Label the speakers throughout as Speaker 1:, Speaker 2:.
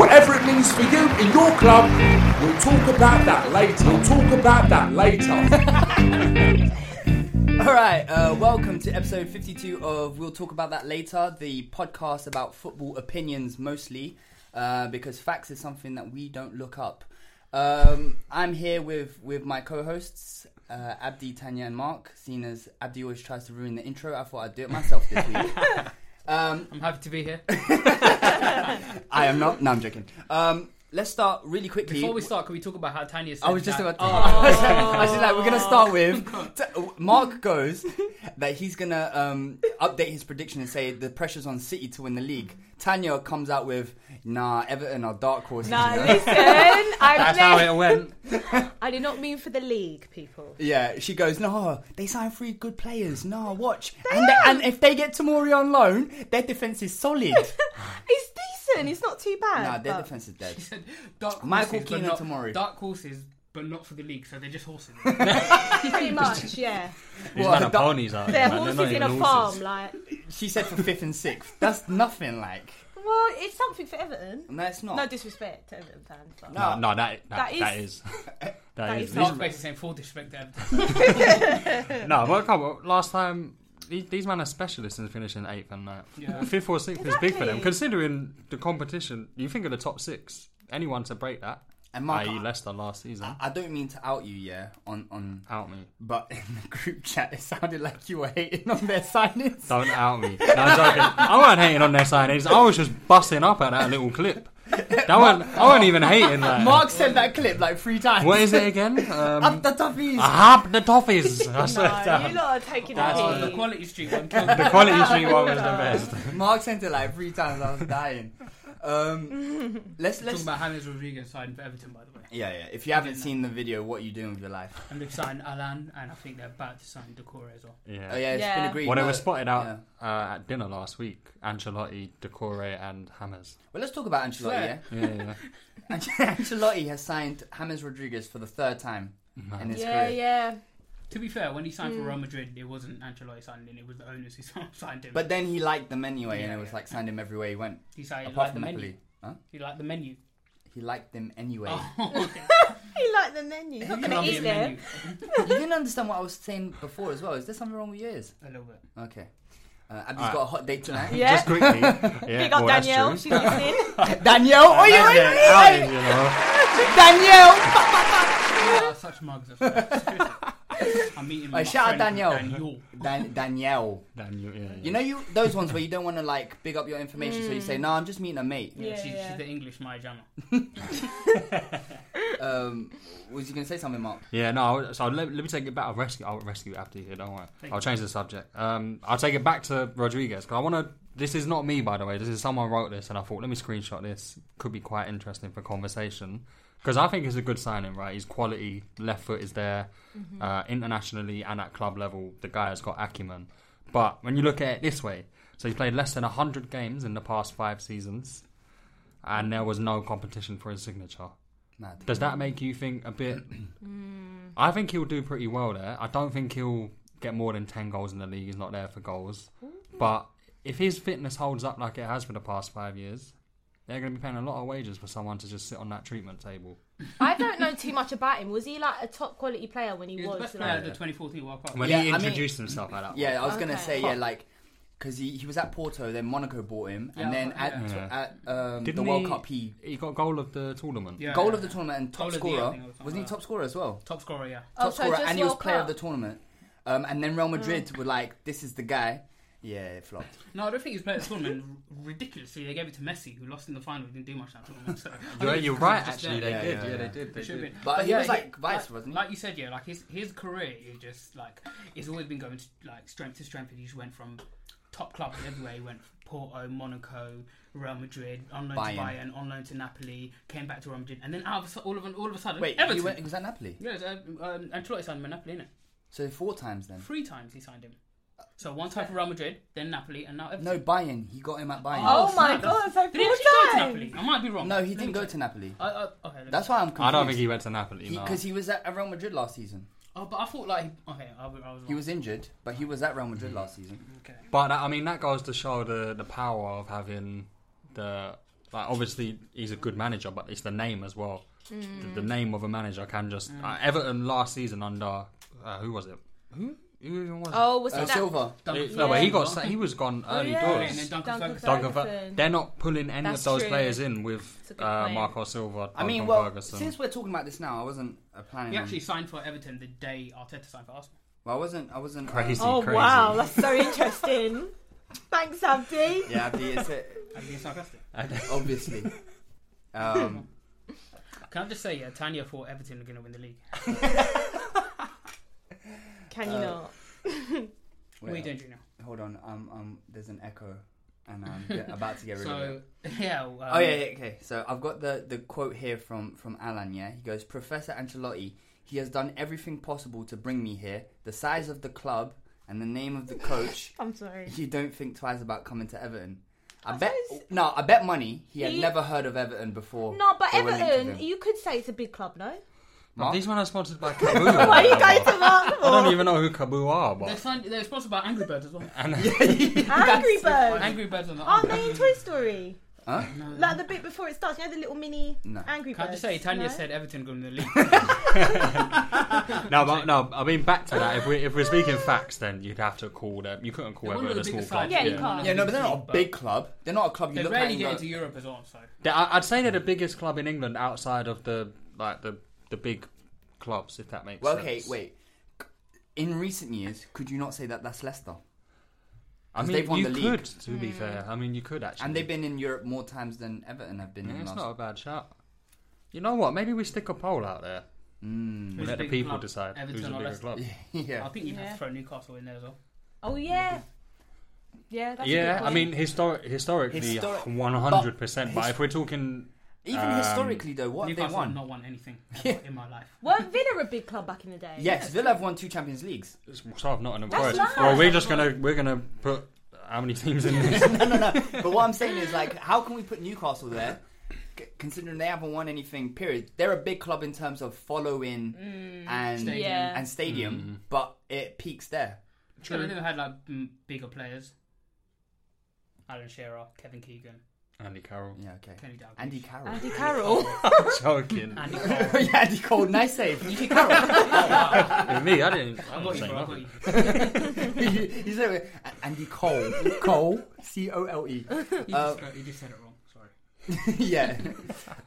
Speaker 1: Whatever it means for you in your club, we'll talk about that later. We'll talk about that later.
Speaker 2: Mm.
Speaker 3: All right, uh, welcome to episode 52 of We'll Talk About That Later, the podcast about football opinions mostly, uh, because facts is something that we don't look up. Um, I'm here with, with my co hosts, uh, Abdi, Tanya, and Mark. Seeing as Abdi always tries to ruin the intro, I thought I'd do it myself this week. Um,
Speaker 2: I'm happy to be here.
Speaker 3: I am not. No, I'm joking. Um, let's start really quickly.
Speaker 2: Before we start, can we talk about how Tanya said
Speaker 3: I was just
Speaker 2: that-
Speaker 3: about to. I, was, I was just like, we're gonna start with. t- Mark goes that he's gonna um, update his prediction and say the pressure's on City to win the league. Tanya comes out with, nah, Everton are dark horses.
Speaker 4: Nah,
Speaker 3: you know?
Speaker 4: listen, I,
Speaker 5: That's how it went.
Speaker 4: I do not mean for the league, people.
Speaker 3: Yeah, she goes, no, they signed three good players. Nah, watch. And, they, and if they get Tamori on loan, their defense is solid.
Speaker 4: It's decent. It's not too bad.
Speaker 3: nah, their
Speaker 4: but-
Speaker 3: defense is dead.
Speaker 2: dark
Speaker 3: Michael
Speaker 2: horses, but
Speaker 3: Keane
Speaker 2: not-
Speaker 3: tomorrow.
Speaker 2: Dark horses, but not for the league, so they're just horses.
Speaker 4: Pretty much, yeah.
Speaker 5: These
Speaker 3: Well,
Speaker 5: men are
Speaker 3: that-
Speaker 5: ponies, aren't they?
Speaker 4: They're
Speaker 5: man? They're
Speaker 4: horses
Speaker 5: not
Speaker 4: in
Speaker 5: even
Speaker 4: a
Speaker 5: horses.
Speaker 4: farm, like.
Speaker 3: She said for fifth and sixth. That's nothing like.
Speaker 4: Well, it's something for Everton.
Speaker 3: No, it's not.
Speaker 4: No disrespect to Everton fans, but
Speaker 5: No, no, that,
Speaker 4: That
Speaker 5: that,
Speaker 4: is-
Speaker 5: that is. That
Speaker 4: is
Speaker 5: is.
Speaker 2: Mark's basically saying full disrespect to Everton.
Speaker 5: No, well, come on. Last time, these, these men are specialists in finishing eighth and ninth. Fifth or sixth is big for them.
Speaker 4: Exactly.
Speaker 5: Considering the competition, you think of the top six. Anyone to break that?
Speaker 3: And Mark,
Speaker 5: i.e. Leicester last season.
Speaker 3: I don't mean to out you, yeah, on on
Speaker 5: out me.
Speaker 3: But in the group chat, it sounded like you were hating on their signings.
Speaker 5: Don't out me. No, I'm joking. I wasn't hating on their signings. I was just busting up at that little clip. That one, I wasn't even hating that.
Speaker 3: Mark sent that clip like three times.
Speaker 5: What is it again? Um,
Speaker 3: Up the toughies.
Speaker 5: Hab the toffees. I swear to
Speaker 4: no, you lot are taking the
Speaker 2: Oh, the
Speaker 4: piss.
Speaker 2: quality streak one killed me.
Speaker 5: The quality street one was the best.
Speaker 3: Mark sent it like three times. I was dying. Um, let's
Speaker 2: Talking
Speaker 3: let's.
Speaker 2: about James Rodriguez signed for Everton, by the way.
Speaker 3: Yeah, yeah. If you haven't seen the video, what are you doing with your life?
Speaker 2: And they've signed Alan, and I think they're about to sign Decore as well.
Speaker 3: Oh yeah, it's been
Speaker 4: Yeah.
Speaker 3: agreed.
Speaker 5: When it
Speaker 3: no.
Speaker 5: was spotted out uh, at dinner last week, Ancelotti, Decore, and Hammers.
Speaker 3: Well, let's talk about Ancelotti. Yeah,
Speaker 2: Swear.
Speaker 5: Yeah, yeah.
Speaker 3: An- Ancelotti has signed James Rodriguez for the third time in his
Speaker 4: Yeah,
Speaker 3: career.
Speaker 4: yeah.
Speaker 2: To be fair, when he signed for Real Madrid, it wasn't Ancelotti signing him, it was the owners who signed him.
Speaker 3: But then he liked them anyway, and
Speaker 2: Yeah,
Speaker 3: it was
Speaker 2: yeah.
Speaker 3: like signed him everywhere he went.
Speaker 2: he signed like
Speaker 3: Apart
Speaker 2: the
Speaker 3: from
Speaker 2: menu.
Speaker 3: Napoli, huh?
Speaker 2: He liked the menu.
Speaker 3: He liked them anyway.
Speaker 4: You like the menu. You're not going to eat
Speaker 2: Colombian
Speaker 4: there.
Speaker 2: menu.
Speaker 3: you didn't understand what I was saying before as well. Is there something wrong with yours?
Speaker 2: A little bit.
Speaker 3: Okay. Uh, Abby's got a hot date tonight.
Speaker 4: Yeah.
Speaker 5: Just quickly. Yeah,
Speaker 4: Big up
Speaker 5: well, that's
Speaker 4: Danielle.
Speaker 5: true.
Speaker 4: She's listening.
Speaker 3: Danielle, oh, you
Speaker 5: That's
Speaker 3: ready?
Speaker 5: it, out, you know.
Speaker 3: Danielle!
Speaker 2: Ah, such mugs. I swear. I'm meeting my
Speaker 3: Hey, shout out
Speaker 2: friend
Speaker 3: Danielle.
Speaker 2: Daniel.
Speaker 3: Dan- Danielle.
Speaker 5: Daniel, yeah, yeah.
Speaker 3: You know you those ones where you don't want to like big up your information, so you
Speaker 6: Mm.
Speaker 3: say, "No, I'm just meeting a mate."
Speaker 4: Yeah,
Speaker 2: She's,
Speaker 4: yeah.
Speaker 2: she's the English Maya Jama.
Speaker 3: Um, was you gonna say something, Mark?
Speaker 5: Yeah, no. I was- So let, let me take it back. I'll rescue. I'll rescue after you. Don't worry. I'll change the subject. Um, I'll take it back to Rodriguez because I want to. This is not me, by the way. This is someone wrote this, and I thought, let me screenshot this. Could be quite interesting for conversation because I think it's a good signing, right? His quality left foot is there uh, internationally and at club level. The guy has got acumen. But when you look at it this way, So he played less than 100 games in the past five seasons, and there was no competition for his signature.
Speaker 1: Mad.
Speaker 5: Does that make you think a bit? I think he'll do pretty well there. I don't think he'll get more than 10 goals in the league. He's not there for goals. But if his fitness holds up like it has for the past five years, they're going to be paying a lot of wages for someone to just sit on that treatment table.
Speaker 6: I don't know too much about him. Was he like a top quality player when he,
Speaker 3: He was
Speaker 6: was?
Speaker 3: the best
Speaker 6: like-
Speaker 3: player of the 2014 World Cup.
Speaker 5: When
Speaker 1: Yeah,
Speaker 5: he
Speaker 1: I mean-
Speaker 5: introduced himself like that.
Speaker 1: Yeah, I was gonna
Speaker 6: Okay.
Speaker 1: say yeah,
Speaker 5: Fuck.
Speaker 1: like because he, he was at Porto, then Monaco bought him,
Speaker 3: Yeah,
Speaker 1: and then
Speaker 3: I-
Speaker 1: at,
Speaker 5: yeah.
Speaker 1: at um, the
Speaker 5: Didn't
Speaker 1: World
Speaker 5: he-
Speaker 1: Cup he
Speaker 5: He got goal of the tournament.
Speaker 3: Yeah,
Speaker 1: goal
Speaker 3: yeah,
Speaker 1: of the
Speaker 3: yeah.
Speaker 1: tournament and top
Speaker 3: Goal of the year, I
Speaker 1: scorer.
Speaker 3: think it was, something
Speaker 1: Wasn't he
Speaker 3: like
Speaker 1: top scorer as well?
Speaker 3: Top scorer, yeah.
Speaker 6: Oh,
Speaker 1: top
Speaker 6: so
Speaker 1: scorer,
Speaker 6: just
Speaker 1: and he was
Speaker 6: World
Speaker 1: player of the
Speaker 6: Cup.
Speaker 1: tournament. Um, and then Real Madrid
Speaker 3: Mm.
Speaker 1: were like, "This is the guy." Yeah, it flopped.
Speaker 3: No, I don't think he's played at the tournament. Ridiculously, they gave it to Messi, who lost in the final. He didn't do much that tournament. So,
Speaker 5: You're, you're right, actually. They
Speaker 1: Yeah,
Speaker 5: did.
Speaker 1: yeah,
Speaker 5: Yeah,
Speaker 1: yeah.
Speaker 5: they did. They
Speaker 3: It should've
Speaker 5: did.
Speaker 3: been.
Speaker 1: But he was, like, vice,
Speaker 3: like,
Speaker 1: wasn't he?
Speaker 3: Like you said, yeah, like his his career is just like it's always been going to, like strength to strength. And he just went from top clubs everywhere. He went Porto, Monaco, Real Madrid, on loan to
Speaker 1: Bayern.
Speaker 3: Bayern, on loan to Napoli, came back to Real Madrid, and then out of a, su- all of an, all of a sudden,
Speaker 1: Wait,
Speaker 3: Everton.
Speaker 1: he went, he was at Napoli.
Speaker 3: yeah, it's, uh, um, Ancelotti signed him at Napoli, innit?
Speaker 1: So four times then.
Speaker 3: Three times he signed him. So one time for Real Madrid, then Napoli, and now Everton.
Speaker 1: No, Bayern. He got him at Bayern.
Speaker 6: Oh, my
Speaker 3: snap.
Speaker 6: God, so
Speaker 3: Did he
Speaker 6: four
Speaker 3: actually go to
Speaker 6: times.
Speaker 3: Napoli? I might be wrong.
Speaker 1: No, he
Speaker 3: Let me
Speaker 1: didn't go
Speaker 3: check.
Speaker 1: to Napoli.
Speaker 3: I, I, okay, let me
Speaker 1: That's
Speaker 3: check.
Speaker 1: why I'm confused.
Speaker 5: I don't think he went to Napoli. no.
Speaker 1: because he, was at Real Madrid last season.
Speaker 3: Oh, but I thought like okay, I, was- I was wrong.
Speaker 1: He was injured, but he was at Real Madrid last season.
Speaker 3: okay.
Speaker 5: But that, I mean, that goes to show the the power of having the like. Obviously, he's a good manager, but it's the name as well. The, the
Speaker 6: Mm.
Speaker 5: name of a manager can just
Speaker 1: Mm.
Speaker 5: uh, Everton last season under uh, who was it? Who who even was
Speaker 6: Oh, was it
Speaker 1: Uh,
Speaker 6: that?
Speaker 1: Silva.
Speaker 5: it?
Speaker 3: Duncan
Speaker 5: No, but
Speaker 6: Oh,
Speaker 5: he
Speaker 6: yeah.
Speaker 5: got sa- he was gone
Speaker 6: Oh,
Speaker 5: early
Speaker 6: yeah.
Speaker 3: And then
Speaker 5: doors.
Speaker 3: Duncan
Speaker 6: Duncan
Speaker 3: Ferguson.
Speaker 5: Duncan Fer-
Speaker 6: Ferguson.
Speaker 5: they're not pulling any
Speaker 6: That's
Speaker 5: of those
Speaker 6: true.
Speaker 5: players in
Speaker 6: It's a
Speaker 5: with
Speaker 6: good
Speaker 5: uh,
Speaker 6: point.
Speaker 5: Marco Silva.
Speaker 1: I mean,
Speaker 5: Duncan
Speaker 1: well,
Speaker 5: Ferguson.
Speaker 1: since we're talking about this now, I wasn't uh, planning.
Speaker 3: He
Speaker 1: on-
Speaker 3: actually signed for Everton the day Arteta signed for Arsenal.
Speaker 1: well, I wasn't. I wasn't. uh,
Speaker 5: crazy,
Speaker 6: Oh
Speaker 5: crazy.
Speaker 6: wow, that's so interesting. Thanks, Abdi.
Speaker 1: yeah, Abdi, it's it.
Speaker 3: Are you being sarcastic?
Speaker 1: Obviously. Um,
Speaker 3: Can I just say, yeah, Tanya thought Everton were going to win the league.
Speaker 6: Can you
Speaker 5: Uh,
Speaker 6: not?
Speaker 3: What are you
Speaker 1: wait,
Speaker 3: doing, Juno?
Speaker 1: Hold on. Um, um, there's an echo, and I'm get- about to get rid of it.
Speaker 3: So yeah. Um,
Speaker 1: Oh yeah, yeah, okay. So I've got the the quote here from from Alan. Yeah, he goes, Professor Ancelotti, he has done everything possible to bring me here. The size of the club and the name of the coach.
Speaker 6: I'm sorry.
Speaker 1: you don't think twice about coming to Everton. I, bet no, I bet money he had
Speaker 6: He-
Speaker 1: never heard of Everton before.
Speaker 6: No, but
Speaker 1: they were linked with
Speaker 6: Everton,
Speaker 1: him.
Speaker 6: you could say it's a big club, no?
Speaker 5: But these ones are sponsored by Kaboo. Why
Speaker 6: Why are you going to that?
Speaker 5: I don't even know who Kaboo are,
Speaker 3: They're,
Speaker 5: but
Speaker 3: signed, they're sponsored by Angry Birds as well.
Speaker 6: Angry Birds.
Speaker 3: Angry Birds on the.
Speaker 6: Aren't they in Toy Story?
Speaker 1: Huh?
Speaker 6: Like the bit before it starts, you know the little mini
Speaker 1: No.
Speaker 6: Angry Birds.
Speaker 3: Can I just say,
Speaker 6: no?
Speaker 3: Tanya said Everton going to win the league.
Speaker 5: no, but no. I mean, back to that. If we if we're speaking facts, then you'd have to call them. You couldn't call
Speaker 3: They're one of
Speaker 5: Everton
Speaker 3: the
Speaker 5: a small club.
Speaker 3: biggest sides.
Speaker 6: Yeah, you
Speaker 3: in the
Speaker 6: can't.
Speaker 3: league,
Speaker 1: yeah, no, but they're not a
Speaker 3: but
Speaker 1: big club. They're not a club you
Speaker 3: They
Speaker 1: look at
Speaker 3: rarely
Speaker 1: and
Speaker 3: get
Speaker 1: go.
Speaker 3: into Europe as well. So
Speaker 5: They- I- I'd say they're the biggest club in England outside of the like the the big clubs, if that makes
Speaker 1: Well, okay,
Speaker 5: sense.
Speaker 1: wait. In recent years, could you not say that that's Leicester?
Speaker 5: I
Speaker 1: 'Cause
Speaker 5: mean,
Speaker 1: they've won
Speaker 5: you
Speaker 1: the league.
Speaker 5: could, to be
Speaker 6: Hmm.
Speaker 5: fair. I mean, you could actually.
Speaker 1: And they've been in Europe more times than Everton have been
Speaker 5: Yeah,
Speaker 1: in
Speaker 5: it's
Speaker 1: last.
Speaker 5: not a bad shot. You know what? Maybe we stick a poll out there.
Speaker 1: Mm.
Speaker 3: Who's
Speaker 5: Let the
Speaker 3: the big
Speaker 5: people
Speaker 3: club?
Speaker 5: decide
Speaker 3: Everton
Speaker 5: who's the
Speaker 3: or
Speaker 5: bigger
Speaker 3: Leicester?
Speaker 5: club.
Speaker 3: I
Speaker 1: yeah.
Speaker 3: think you'd have
Speaker 6: Yeah.
Speaker 3: to throw Newcastle in there as well.
Speaker 6: Oh yeah. Yeah, that's a good
Speaker 5: Yeah, I
Speaker 6: point.
Speaker 5: mean, histori- historically,
Speaker 1: Histori-
Speaker 5: one hundred percent. But
Speaker 1: his-
Speaker 5: if we're talking,
Speaker 1: Even
Speaker 5: Um,
Speaker 1: historically, though, what have they
Speaker 3: Newcastle
Speaker 1: won?
Speaker 3: have not won anything ever in my life.
Speaker 6: weren't Villa a big club back in the day?
Speaker 1: Yes, Villa have won two Champions Leagues.
Speaker 5: so I've not in a
Speaker 6: That's
Speaker 5: word.
Speaker 6: lies.
Speaker 5: Well, we're just gonna we're gonna put how many teams in this?
Speaker 1: But what I'm saying is, like, how can we put Newcastle there, c- considering they haven't won anything? Period. They're a big club in terms of following
Speaker 3: Mm.
Speaker 1: and
Speaker 3: Stadium.
Speaker 6: Yeah.
Speaker 1: and stadium,
Speaker 5: Mm.
Speaker 1: but it peaks there.
Speaker 3: True. They've never had like m- bigger players. Alan Shearer, Kevin Keegan,
Speaker 5: Andy Carroll.
Speaker 1: Yeah, okay.
Speaker 3: Kenny Dalglish.
Speaker 1: Andy Carroll.
Speaker 6: Andy Carroll.
Speaker 5: Joking.
Speaker 3: Andy Cole.
Speaker 1: yeah, Andy Cole. Nice save. You said
Speaker 5: me, I didn't.
Speaker 3: I
Speaker 5: I'm not
Speaker 3: got you,
Speaker 5: saying
Speaker 3: bro. I got
Speaker 5: nothing.
Speaker 3: you.
Speaker 1: it with- A- Andy Cole. Cole. C O L E.
Speaker 3: You just, go- you just said it wrong. Sorry.
Speaker 1: Yeah.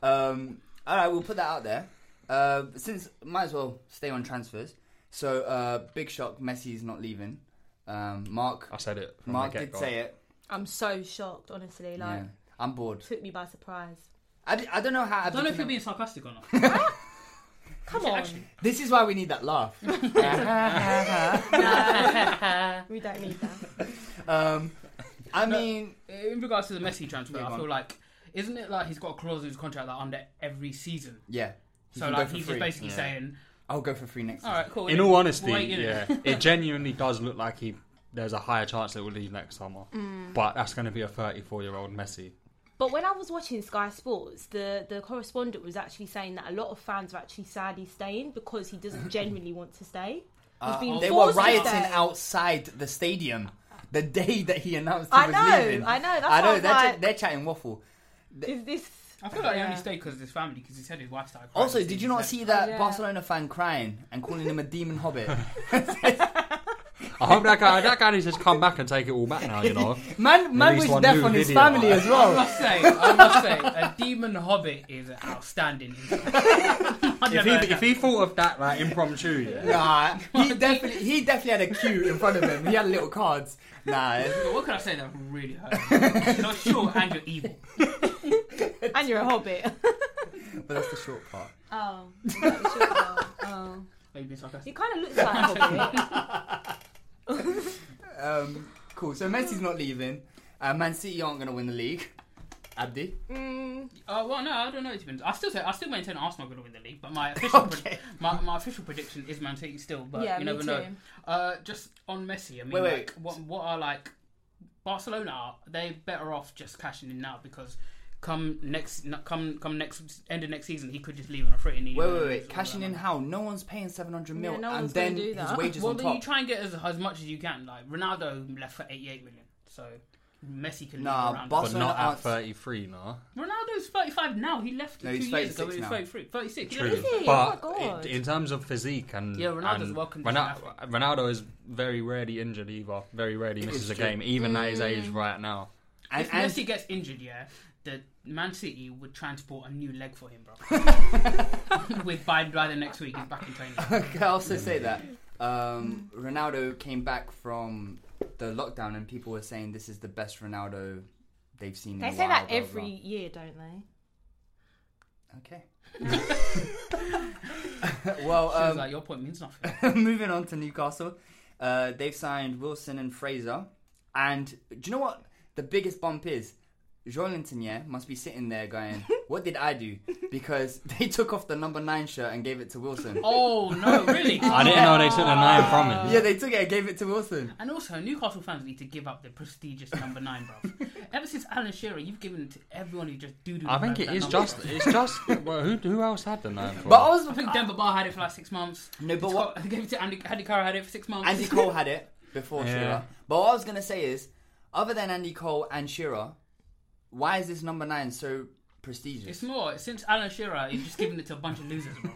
Speaker 1: Um, all right, we'll put that out there. Uh, since might as well stay on transfers. So uh, big shock. Messi's not leaving. Um, Mark.
Speaker 5: I said it. From
Speaker 1: Mark
Speaker 5: the
Speaker 1: did say it.
Speaker 6: I'm so shocked, honestly. Like,
Speaker 1: Yeah. I'm bored.
Speaker 6: took me by surprise.
Speaker 1: I, d- I don't know how.
Speaker 3: I don't know if you're being sarcastic or not.
Speaker 6: Come on,
Speaker 1: This is why we need that laugh.
Speaker 6: we don't need that.
Speaker 1: um, I mean,
Speaker 3: in regards to the Messi transfer,
Speaker 1: Yeah, go
Speaker 3: I
Speaker 1: on.
Speaker 3: feel like isn't it like he's got a clause in his contract that under every season.
Speaker 1: yeah. He
Speaker 3: So
Speaker 1: can go
Speaker 3: like
Speaker 1: for
Speaker 3: he's
Speaker 1: free.
Speaker 3: just basically saying,
Speaker 1: I'll go for free next.
Speaker 6: Oh,
Speaker 3: "All right, cool."
Speaker 5: In
Speaker 3: then
Speaker 5: all honesty,
Speaker 3: we'll wait in it."
Speaker 5: yeah, it genuinely does look like he there's a higher chance it will leave next summer.
Speaker 6: Mm.
Speaker 5: But that's going to be a 34 year old Messi.
Speaker 6: But when I was watching Sky Sports, the, the correspondent was actually saying that a lot of fans are actually sadly staying because he doesn't genuinely want to stay. He's
Speaker 1: Uh,
Speaker 6: been
Speaker 1: they were
Speaker 6: forced to
Speaker 1: rioting
Speaker 6: stay.
Speaker 1: outside the stadium the day that he announced he
Speaker 6: I
Speaker 1: was
Speaker 6: know,
Speaker 1: leaving.
Speaker 6: I know, that's
Speaker 1: I
Speaker 6: why
Speaker 1: know.
Speaker 6: I'm
Speaker 1: They're, ch-
Speaker 6: like-
Speaker 1: they're chatting waffle.
Speaker 6: Is this?
Speaker 3: I feel like he
Speaker 6: Yeah.
Speaker 3: only stayed because of his family because he said his wife started. crying
Speaker 1: Also,
Speaker 3: as soon
Speaker 1: did you
Speaker 3: as
Speaker 1: not
Speaker 6: Oh,
Speaker 3: he
Speaker 1: see
Speaker 3: left.
Speaker 1: that Barcelona fan crying and calling him a demon hobbit?
Speaker 5: I hope that guy that guy needs to come back and take it all back now. You know,
Speaker 1: Man- man
Speaker 5: Release
Speaker 1: was
Speaker 5: one
Speaker 1: deaf
Speaker 5: new
Speaker 1: on his
Speaker 5: video.
Speaker 1: family as well.
Speaker 3: I must say, I must say, a demon hobbit is an outstanding.
Speaker 5: if, he, if he thought of that like impromptu, yeah.
Speaker 1: nah, he definitely he definitely had a queue in front of him. He had little cards. Nah, it's-
Speaker 3: what can I say that really hurt? You're not sure, and you're evil.
Speaker 6: and you're a hobbit.
Speaker 1: but that's the short part.
Speaker 6: oh, oh.
Speaker 3: Maybe
Speaker 6: You kind of looks like a hobbit.
Speaker 1: Um, cool. So Messi's not leaving. Uh, Man City aren't going to win the league. Abdi.
Speaker 3: Mm. Uh, well, no, I don't know. It's been. I still say I still maintain Arsenal are going to win the league, but my official pred- my, my official prediction is Man City still. But
Speaker 6: Yeah,
Speaker 3: you
Speaker 6: me
Speaker 3: never know.
Speaker 6: too.
Speaker 3: Uh, just on Messi, I mean,
Speaker 1: Wait, wait.
Speaker 3: like, what what are like Barcelona? Are they better off just cashing in now because come next n- come come next end of next season he could just leave on a free. and he-
Speaker 1: Wait, wait,
Speaker 3: and
Speaker 1: wait.
Speaker 3: all
Speaker 1: Cashing
Speaker 3: that
Speaker 1: in
Speaker 3: money.
Speaker 1: how? No one's paying 700 mil.
Speaker 6: Yeah, no
Speaker 1: and
Speaker 6: one's gonna
Speaker 1: then
Speaker 6: do
Speaker 1: his
Speaker 6: that.
Speaker 1: wages
Speaker 3: Well,
Speaker 1: on
Speaker 3: then
Speaker 1: top.
Speaker 3: you try and get as as much as you can. Like Ronaldo left for eighty eight million, so Messi can
Speaker 1: Nah,
Speaker 3: leave around.
Speaker 5: but not at
Speaker 1: aren't-
Speaker 5: 33, no.
Speaker 3: Ronaldo's 35 now. He left
Speaker 1: No,
Speaker 3: two
Speaker 1: he's
Speaker 3: years ago.
Speaker 1: 36
Speaker 3: He's
Speaker 1: now.
Speaker 3: 33. 36.
Speaker 5: True,
Speaker 3: Yeah, he's-
Speaker 5: but
Speaker 6: Oh my God.
Speaker 5: i- in terms of physique and
Speaker 3: Yeah, Ronaldo's
Speaker 5: and
Speaker 3: well conditioned
Speaker 5: Ronal- Ronaldo is very rarely injured either. Very rarely misses
Speaker 1: is
Speaker 5: a
Speaker 1: true.
Speaker 5: game, even at his age right now.
Speaker 1: and,
Speaker 3: If
Speaker 1: and
Speaker 3: Messi gets injured, yeah, the Man City would transport a new leg for him, bro. With by, by the next week, he's back in training.
Speaker 1: Can I also say that um, Ronaldo came back from the lockdown and people were saying this is the best Ronaldo they've seen.
Speaker 6: They
Speaker 1: in a
Speaker 6: say
Speaker 1: while,
Speaker 6: that
Speaker 1: blah, blah,
Speaker 6: every year, don't they?
Speaker 1: blah. Okay. well,
Speaker 3: Seems
Speaker 1: um,
Speaker 3: like Uh, your point means nothing.
Speaker 1: moving on to Newcastle, uh, they've signed Wilson and Fraser. And do you know what the biggest bump is? Jean yeah, must be sitting there going, "What did I do?" Because they took off the number nine shirt and gave it to Wilson.
Speaker 3: Oh no, really?
Speaker 5: I didn't know they took the nine from him.
Speaker 1: Yeah, they took it and gave it to Wilson.
Speaker 3: And also, Newcastle fans need to give up their prestigious number nine, bro. Ever since Alan Shearer, you've given to everyone who just doo doo.
Speaker 5: I think it is just it's just well, who who else had the nine from?
Speaker 1: But I was
Speaker 3: I think Denver Bar had it for like six months.
Speaker 1: No, but
Speaker 3: It's
Speaker 1: what-
Speaker 3: got- Gave it to Andy, Andy Carroll had it for six months.
Speaker 1: Andy Cole had it before
Speaker 5: Yeah.
Speaker 1: Shearer. But what I was gonna say is, other than Andy Cole and Shearer, why is this number nine so
Speaker 3: It's
Speaker 1: prestigious?
Speaker 3: more since Alan Shearer, you've just given it to a bunch of losers. Bro.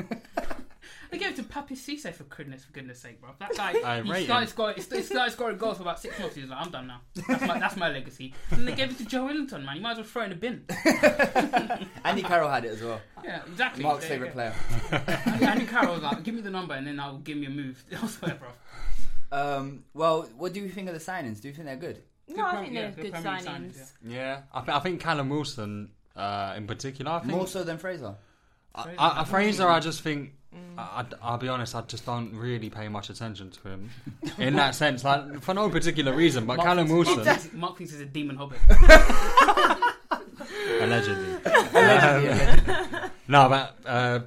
Speaker 3: they gave it to Papi Cisse for goodness, for goodness sake, bro. That guy,
Speaker 5: I
Speaker 3: he
Speaker 5: rate
Speaker 3: started
Speaker 5: him.
Speaker 3: scoring, he started scoring goals for about six months. He was like, I'm done now. That's my, that's my legacy. And they gave it to Joe Ellington, man. You might as well throw it in the bin.
Speaker 1: Andy Carroll had it as well.
Speaker 3: Yeah, exactly.
Speaker 1: Mark's
Speaker 3: Yeah,
Speaker 1: favorite
Speaker 3: yeah.
Speaker 1: player.
Speaker 3: And Andy Carroll was like, give me the number and then I'll give me a move elsewhere, bro.
Speaker 1: Um, well, what do you think of the signings? Do you think they're good?
Speaker 6: No, I
Speaker 3: Prem-
Speaker 6: think
Speaker 3: yeah,
Speaker 6: they're
Speaker 3: good
Speaker 6: good
Speaker 3: Premier League
Speaker 6: signings.
Speaker 3: signings, yeah.
Speaker 5: yeah, I, th- I think Callum Wilson uh, in particular. I think
Speaker 1: More so than Fraser.
Speaker 5: I, I, Fraser, I just think. I, I- I'll be honest. I just don't really pay much attention to him in that sense, like for no particular reason. But Callum
Speaker 3: Mark
Speaker 5: Wilson,
Speaker 3: thinks- Mark thinks- Mark thinks he's a demon hobbit.
Speaker 5: allegedly.
Speaker 1: Allegedly, allegedly.
Speaker 5: No, but uh,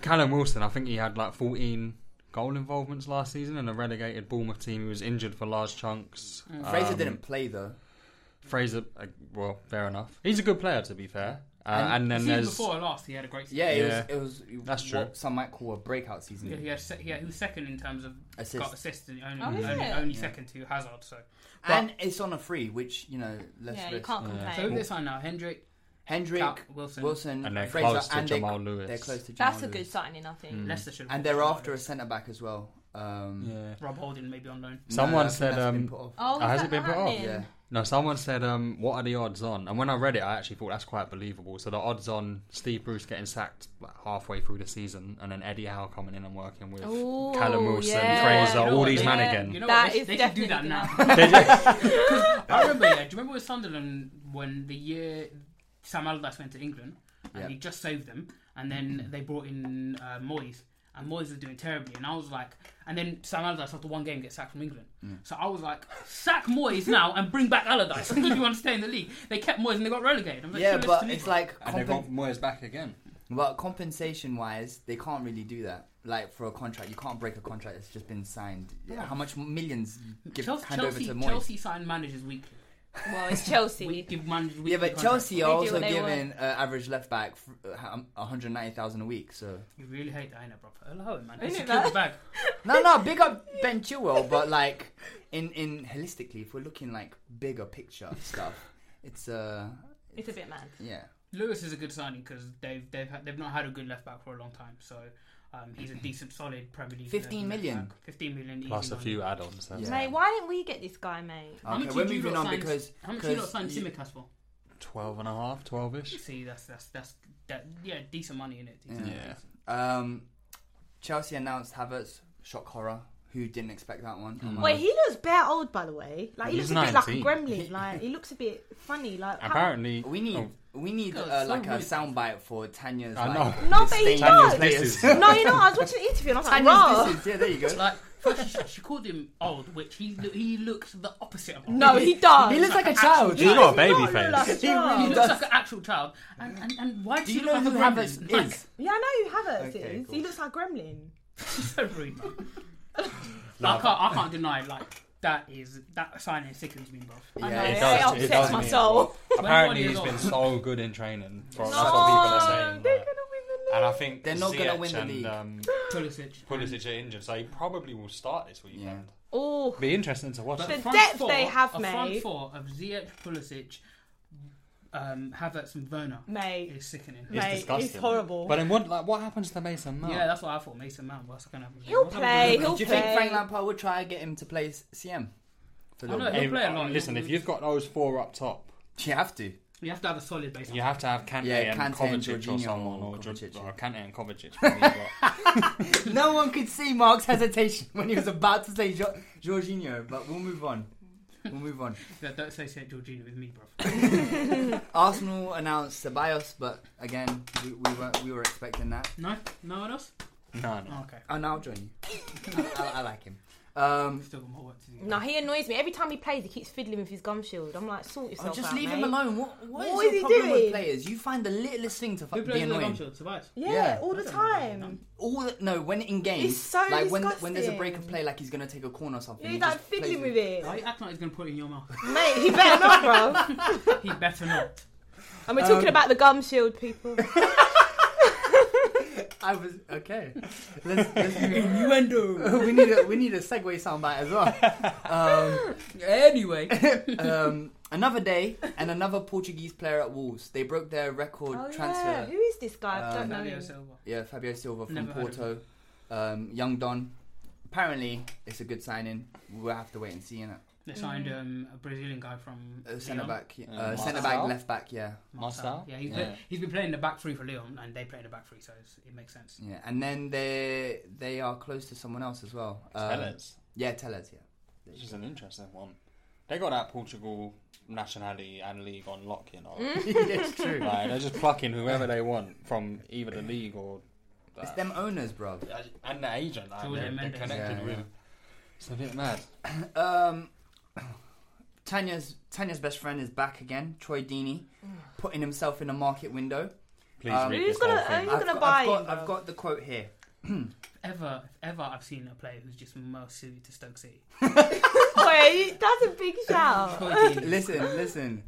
Speaker 5: Callum Wilson, I think he had like 14 goal involvements last season in a relegated Bournemouth team. He was injured for large chunks.
Speaker 3: Mm,
Speaker 1: Fraser
Speaker 5: Um,
Speaker 1: didn't play though.
Speaker 5: Fraser, uh, well, fair enough. He's a good player, to be fair. Uh, and,
Speaker 3: the
Speaker 5: then
Speaker 3: season
Speaker 5: there's
Speaker 3: before last, he had a great season.
Speaker 1: Yeah, it
Speaker 5: yeah.
Speaker 1: was. It was.
Speaker 5: That's
Speaker 1: what
Speaker 5: true.
Speaker 1: Some might call a breakout season.
Speaker 3: Yeah, he, had se- he, had, he was second in terms of
Speaker 1: Assist.
Speaker 3: got assists and only,
Speaker 6: Oh, is
Speaker 3: only,
Speaker 6: it?
Speaker 3: only second to Hazard. So,
Speaker 1: and it's on a free, which you know, let's
Speaker 6: Yeah, you
Speaker 1: risk.
Speaker 6: can't
Speaker 3: so who
Speaker 6: complain.
Speaker 3: they sign now? Hendrick,
Speaker 1: Hendrick,
Speaker 3: Cal- Wilson.
Speaker 1: Wilson,
Speaker 5: And they're
Speaker 1: Fraser,
Speaker 5: close to
Speaker 1: and they-
Speaker 5: Jamal Lewis.
Speaker 1: They're close to Jamal
Speaker 6: That's a
Speaker 1: Lewis.
Speaker 6: good signing, I think.
Speaker 3: Leicester should.
Speaker 1: And they're after a centre back as well. Um,
Speaker 5: Yeah.
Speaker 3: Rob Holding maybe on loan.
Speaker 5: Someone
Speaker 1: I think
Speaker 5: said,
Speaker 1: that's been
Speaker 5: um,
Speaker 1: put off.
Speaker 6: Oh,
Speaker 5: Oh,
Speaker 6: is
Speaker 5: has
Speaker 6: that
Speaker 5: it been put off?
Speaker 6: happening?
Speaker 1: Yeah.
Speaker 5: no, someone said, um, what are the odds on? And when I read it, I actually thought that's quite believable. So the odds on Steve Bruce getting sacked like, halfway through the season and then Eddie Howe coming in and working with
Speaker 6: Ooh,
Speaker 5: Callum Wilson,
Speaker 6: yeah.
Speaker 5: Fraser,
Speaker 3: You know
Speaker 5: all
Speaker 3: what,
Speaker 5: these
Speaker 3: they-
Speaker 5: men
Speaker 3: You
Speaker 5: again.
Speaker 3: know
Speaker 6: That
Speaker 3: what, they,
Speaker 6: is
Speaker 3: they should do that
Speaker 6: definitely
Speaker 3: now. I remember. Yeah, do you remember with Sunderland when the year Sam Allardyce went to England and
Speaker 1: Yeah.
Speaker 3: he just saved them, and then they brought in uh, Moyes. And Moyes was doing terribly, and I was like, and then Sam Allardyce after one game gets sacked from England. So I was like, sack Moyes now and bring back Allardyce if you want to stay in the league. They kept Moyes and they got relegated. I'm like,
Speaker 1: Yeah,
Speaker 3: sure,
Speaker 1: but
Speaker 3: to me,
Speaker 1: it's
Speaker 3: bro.
Speaker 1: like
Speaker 5: And they
Speaker 1: compen-
Speaker 5: got Moyes back again.
Speaker 1: but compensation wise, they can't really do that
Speaker 3: like for a contract. You can't break a contract that's just been signed. Yeah,
Speaker 5: Oh.
Speaker 3: how much millions give
Speaker 5: Chelsea,
Speaker 3: hand
Speaker 5: Chelsea,
Speaker 3: over to Moyes?
Speaker 5: Chelsea signed managers weekly.
Speaker 6: Well, it's Chelsea.
Speaker 5: We give managers weekly
Speaker 3: Yeah, but
Speaker 5: contracts.
Speaker 3: Chelsea are also
Speaker 5: They do what they
Speaker 3: giving
Speaker 5: want.
Speaker 3: uh, average left back f- uh, um, 190,000 a week. So
Speaker 5: You really hate that, innit, bro? Hello, man.
Speaker 6: Ain't
Speaker 5: It's
Speaker 6: it
Speaker 5: a
Speaker 6: that?
Speaker 5: killed bag.
Speaker 3: no, no, big up Ben Chilwell, but like in in holistically, if we're looking like bigger picture stuff, it's uh
Speaker 6: It's a bit mad.
Speaker 3: yeah.
Speaker 5: Lewis is a good signing because they've they've ha- they've not had a good left back for a long time, so um, he's a decent, solid Premier League.
Speaker 3: 15
Speaker 5: left
Speaker 3: million.
Speaker 5: back. Fifteen million. easy
Speaker 7: Plus a
Speaker 5: money.
Speaker 7: few add-ons. that's
Speaker 6: Mate, why didn't we get this guy, mate?
Speaker 5: How much
Speaker 3: Okay,
Speaker 5: did
Speaker 3: we're
Speaker 5: you
Speaker 3: moving
Speaker 5: lot
Speaker 3: on
Speaker 5: sign-
Speaker 3: because
Speaker 5: how much you lot signed
Speaker 3: because you-
Speaker 5: Simicast for?
Speaker 7: 12 and a half, 12-ish.
Speaker 5: See, that's that's that's that, yeah, decent money in it.
Speaker 3: Yeah. Um, Chelsea announced Havertz, shock horror. Who didn't expect that one? Oh my
Speaker 6: Wait,
Speaker 3: God.
Speaker 6: he looks bare old, by the way. Like he
Speaker 7: He's
Speaker 6: looks a bit like a
Speaker 7: 19.
Speaker 6: gremlin. Like he looks a bit funny. Like how-
Speaker 7: Apparently...
Speaker 3: we need
Speaker 7: Oh,
Speaker 3: we need
Speaker 5: God,
Speaker 3: uh,
Speaker 5: so
Speaker 3: like a
Speaker 5: rude.
Speaker 3: soundbite for Tanya's.
Speaker 7: I
Speaker 3: like,
Speaker 7: know.
Speaker 6: No, but he
Speaker 3: disdain-
Speaker 6: does.
Speaker 7: Tanya's disses.
Speaker 6: No, you know, I was watching the interview and I was like,
Speaker 3: Tanya's
Speaker 6: "Raw."
Speaker 3: disses. Yeah, there you go.
Speaker 5: Like first, she, she called him old, which he lo- he looks the opposite of old.
Speaker 6: No, he does.
Speaker 3: He looks like a child.
Speaker 7: He's got a
Speaker 6: He does
Speaker 7: baby face.
Speaker 6: not look like a
Speaker 3: He
Speaker 6: child.
Speaker 3: really
Speaker 5: He
Speaker 3: does.
Speaker 5: looks like an actual child, and and, and why does
Speaker 3: Do
Speaker 5: he
Speaker 3: you
Speaker 5: look
Speaker 3: know
Speaker 5: like
Speaker 3: who
Speaker 5: a
Speaker 3: Havertz
Speaker 5: gremlin? Like,
Speaker 3: is?
Speaker 6: Yeah, I know who Havertz
Speaker 3: Okay,
Speaker 6: is.
Speaker 3: cool.
Speaker 6: He looks like Gremlin.
Speaker 5: so rude. man. I can't I can't deny like that is that signing sickens me, bro.
Speaker 6: I
Speaker 3: Yeah,
Speaker 6: know,
Speaker 7: does-
Speaker 3: it
Speaker 7: it
Speaker 6: upsets
Speaker 7: does
Speaker 6: my
Speaker 7: me.
Speaker 6: soul.
Speaker 7: Apparently
Speaker 5: years
Speaker 7: he's been so
Speaker 5: old.
Speaker 7: good in training. For, that's what people are
Speaker 6: No,
Speaker 7: saying.
Speaker 6: they're
Speaker 7: like.
Speaker 6: gonna win the
Speaker 7: And I
Speaker 6: league.
Speaker 7: think
Speaker 3: They're not gonna
Speaker 7: going to
Speaker 3: win the league.
Speaker 7: Um,
Speaker 5: Pulisic.
Speaker 7: Pulisic are injured, so he probably will start this weekend.
Speaker 3: Yeah.
Speaker 6: Oh,
Speaker 7: Be interesting to watch.
Speaker 6: The
Speaker 7: it.
Speaker 5: front
Speaker 6: depth
Speaker 5: four-
Speaker 6: they have
Speaker 5: a front
Speaker 6: made.
Speaker 5: four of Ziyech, Pulisic, um, Havertz, and Werner
Speaker 6: Mate.
Speaker 5: is sickening.
Speaker 6: Mate, it's
Speaker 7: disgusting.
Speaker 6: horrible.
Speaker 7: But then what? Like, what happens to Mason Mount?
Speaker 5: Yeah, that's what I thought. Mason Mount. What's going to happen?
Speaker 6: He'll
Speaker 5: What's
Speaker 6: play.
Speaker 5: happened to
Speaker 6: He'll
Speaker 3: Do you think
Speaker 6: play.
Speaker 3: Frank Lampard would try and get him to play s- CM? For a
Speaker 5: I
Speaker 3: little
Speaker 5: know,
Speaker 3: bit?
Speaker 5: he'll play a lot.
Speaker 7: Listen, if you've got those four up top,
Speaker 3: You have to.
Speaker 5: You have to have a solid base.
Speaker 7: you have to have Kante
Speaker 3: Yeah,
Speaker 7: and
Speaker 3: Kante and
Speaker 7: Kovacic
Speaker 3: Jorginho
Speaker 7: or someone,
Speaker 3: or
Speaker 7: or, Jor-
Speaker 3: Kovacic,
Speaker 7: or
Speaker 3: yeah.
Speaker 7: Kante and Kovacic. probably, but-
Speaker 3: No one could see Mark's hesitation when he was about to say jo- Jorginho, but we'll move on. We'll move on.
Speaker 5: Don't don't associate Jorginho with me, bro.
Speaker 3: Arsenal announced Ceballos, but again, we, we, were, we were expecting that.
Speaker 5: No, no one else.
Speaker 7: no, no.
Speaker 5: Oh, okay.
Speaker 3: Oh, no, I'll join you. I, I like him. Um,
Speaker 5: Still got more work to do.
Speaker 6: No, he annoys me. Every time he plays, he keeps fiddling with his gum shield. I'm like, sort
Speaker 3: oh,
Speaker 6: yourself
Speaker 3: just
Speaker 6: out,
Speaker 3: leave
Speaker 6: mate.
Speaker 3: him alone. What,
Speaker 6: What
Speaker 3: what
Speaker 6: is
Speaker 3: is,
Speaker 6: he
Speaker 3: your problem with
Speaker 6: doing?
Speaker 3: players? You find the littlest thing to
Speaker 5: Who
Speaker 3: fucking be
Speaker 5: plays with
Speaker 3: annoying.
Speaker 5: Gumshield? Tobias.
Speaker 6: Yeah,
Speaker 3: Yeah.
Speaker 6: all the time.
Speaker 3: All the, no, when in games,
Speaker 6: It's so
Speaker 3: like when when there's a
Speaker 6: disgusting.
Speaker 3: break of play, like he's gonna take a corner or something.
Speaker 6: He's
Speaker 3: he
Speaker 6: like
Speaker 3: just plays
Speaker 6: fiddling with it.
Speaker 5: Why are you acting like he's going to put it in your mouth?
Speaker 6: Mate, he better not, bro.
Speaker 5: he better not.
Speaker 6: And we're talking about the gum shield, people.
Speaker 3: I was okay. Let's, let's innuendo. we need a we need a segue soundbite as well.
Speaker 5: Anyway,
Speaker 3: Um, um, another day and another Portuguese player at Wolves. They broke their record
Speaker 6: Oh, yeah.
Speaker 3: transfer.
Speaker 6: Who is this guy? I
Speaker 3: Um,
Speaker 6: don't know.
Speaker 5: Fabio
Speaker 6: him.
Speaker 5: Silva.
Speaker 3: Yeah, Fabio Silva from
Speaker 5: Never heard of
Speaker 3: Porto. Um, young Don. Apparently, it's a good signing. We'll have to wait and see. innit?
Speaker 5: They signed um, a Brazilian guy from
Speaker 3: Uh, centre
Speaker 5: Lyon,
Speaker 3: back, yeah.
Speaker 7: Uh,
Speaker 3: uh,
Speaker 7: Marcel?
Speaker 3: centre back, left back, yeah,
Speaker 7: Marcel?
Speaker 5: Yeah, he's,
Speaker 7: Yeah.
Speaker 5: Been, he's been playing the back three for Leon, and they play in the back three, so it's, it makes sense.
Speaker 3: yeah. And then they they are close to someone else as well. Um,
Speaker 7: Tellers,
Speaker 3: Yeah, Tellers. Yeah.
Speaker 7: which is an interesting one. They got that Portugal nationality and league on lock, you know.
Speaker 6: Hmm?
Speaker 3: it's true.
Speaker 7: Like, they're just plucking whoever they want from either the league or
Speaker 3: It's them owners, bro.
Speaker 7: and the agent. Like,
Speaker 5: It's all
Speaker 7: they're,
Speaker 5: their
Speaker 7: they're
Speaker 5: members.
Speaker 7: connected
Speaker 3: Yeah,
Speaker 7: with.
Speaker 3: yeah.
Speaker 7: It's a bit mad.
Speaker 3: Um, Tanya's Tanya's best friend is back again. Troy Deeney
Speaker 6: Mm.
Speaker 3: putting himself in a market window.
Speaker 7: Please
Speaker 3: Um,
Speaker 7: read
Speaker 6: Who's
Speaker 7: this whole
Speaker 6: gonna-
Speaker 7: thing.
Speaker 6: who's-
Speaker 3: I've
Speaker 6: gonna
Speaker 3: got,
Speaker 6: buy
Speaker 3: I've got,
Speaker 6: him,
Speaker 3: I've
Speaker 6: bro?
Speaker 3: got the quote here.
Speaker 5: Ever, if ever I've seen a player who's just most suited to Stoke City.
Speaker 6: Wait, that's a big shout.
Speaker 3: Listen, listen.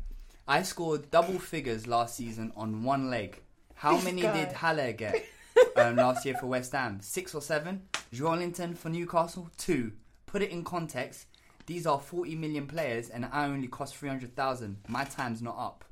Speaker 3: I scored double figures last season on one leg. How many
Speaker 6: guy.
Speaker 3: did Haller get um, last year for West Ham? Six or seven? Joelinton for Newcastle? Two. Put it in context. These are 40 million players and I only cost 300,000. My time's not up.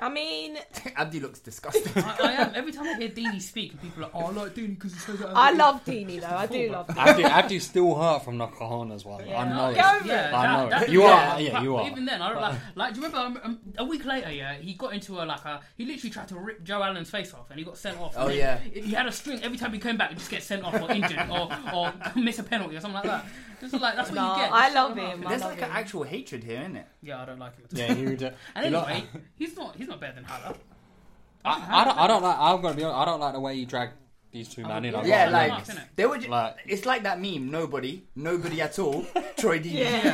Speaker 6: I mean,
Speaker 3: Abdi looks disgusted.
Speaker 5: I, I am. Every time I hear Deeney speak, people are like, oh, I like Deeney because he says that.
Speaker 6: I love Deeney though. I do love. Deeney.
Speaker 7: Abdi, Abdi's still hurt from the Kahana's one. I know it.
Speaker 6: Go over
Speaker 5: Yeah,
Speaker 6: it.
Speaker 7: I know
Speaker 5: that, that-
Speaker 7: it. You
Speaker 5: yeah,
Speaker 7: are- yeah,
Speaker 5: but
Speaker 7: you are.
Speaker 5: Even then, I don't like. Like, do you remember um, um, a week later? Yeah, he got into a like a. He literally tried to rip Joe Allen's face off, and he got sent off.
Speaker 3: Oh,
Speaker 5: And
Speaker 3: yeah.
Speaker 5: he had a string every time he came back. He just get sent off or injured or or miss a penalty or something like that. Just like that's what
Speaker 6: No,
Speaker 5: you get.
Speaker 6: I
Speaker 5: Just
Speaker 6: love
Speaker 5: shut up.
Speaker 6: him. I
Speaker 3: There's
Speaker 6: love
Speaker 3: like an
Speaker 6: him.
Speaker 3: actual hatred here, isn't it?
Speaker 5: Yeah, I don't like him. At all.
Speaker 7: Yeah, he would. uh,
Speaker 5: And
Speaker 7: he like-
Speaker 5: anyway, he's not he's not better than Haller.
Speaker 7: I, I don't. I don't like. I'm gonna be. Honest, I don't like the way you drag these two men in.
Speaker 5: yeah,
Speaker 7: I've
Speaker 3: Yeah,
Speaker 7: got
Speaker 5: like-
Speaker 7: them.
Speaker 3: like
Speaker 5: innit?
Speaker 3: they were. Just,
Speaker 7: Like-
Speaker 3: it's like that meme. Nobody, nobody at all. Troy Deeney.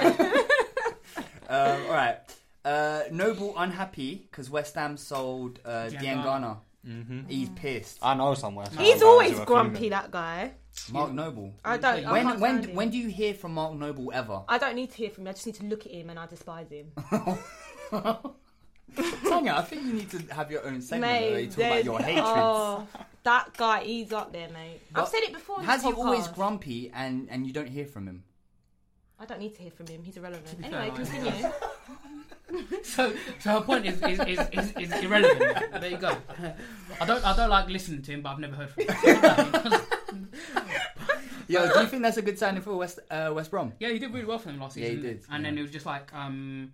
Speaker 3: um, all right. Uh, Noble unhappy because West Ham sold uh,
Speaker 5: Giangana.
Speaker 3: Diangana
Speaker 5: Mhm.
Speaker 1: He's pissed.
Speaker 5: I know somewhere.
Speaker 6: He's always grumpy, that guy.
Speaker 1: Mark Noble.
Speaker 6: I don't- I
Speaker 1: when
Speaker 6: can't
Speaker 1: when
Speaker 6: stand him.
Speaker 1: when do you hear from Mark Noble ever?
Speaker 6: I don't need to hear from him. I just need to look at him and I despise him.
Speaker 1: Tanya, I think you need to have your own segment where you talk about
Speaker 6: there's-
Speaker 1: your hatreds.
Speaker 6: oh, that guy, he's up there, mate. I've
Speaker 1: But
Speaker 6: said it before. on
Speaker 1: Has
Speaker 6: this
Speaker 1: he always
Speaker 6: podcast.
Speaker 1: grumpy and and you don't hear from him?
Speaker 6: I don't need to hear from him. He's irrelevant.
Speaker 3: be
Speaker 6: Anyway,
Speaker 3: fair, I-
Speaker 6: continue.
Speaker 3: So, so her point is is, is, is, is irrelevant. There you go. I don't I don't like listening to him, but I've never heard from him.
Speaker 1: Yo, do you think that's a good signing for West uh, West Brom?
Speaker 3: yeah, he did really well for them last
Speaker 1: Yeah, he
Speaker 3: season.
Speaker 1: did,
Speaker 3: And
Speaker 1: yeah.
Speaker 3: then it was just like um,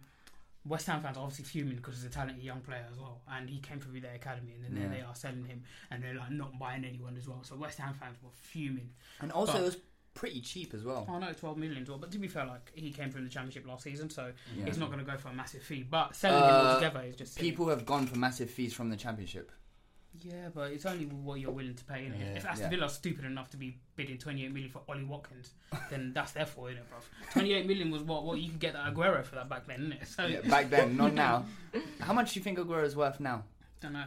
Speaker 3: West Ham fans are obviously fuming because he's a talented young player as well, and he came through their academy, and then there
Speaker 1: Yeah.
Speaker 3: they are selling him, and they're like not buying anyone as well. So West Ham fans were fuming.
Speaker 1: And also,
Speaker 3: But-
Speaker 1: it was pretty cheap as well.
Speaker 3: I know 12 million, as well, but to be fair, like he came from the championship last season, so
Speaker 1: Yeah.
Speaker 3: he's not going to go for a massive fee. But selling him
Speaker 1: Uh,
Speaker 3: altogether is just silly.
Speaker 1: people have gone for massive fees from the championship.
Speaker 3: Yeah, but it's only what you're willing to pay. Innit?
Speaker 1: Yeah.
Speaker 3: If Aston
Speaker 1: Yeah.
Speaker 3: Villa are stupid enough to be bidding 28 million for Ollie Watkins, then that's their fault, innit, bruv? 28 million was what what you could get that Aguero for that back then, innit? So
Speaker 1: Yeah, back then, not now. How much do you think Aguero's worth now?
Speaker 3: don't know.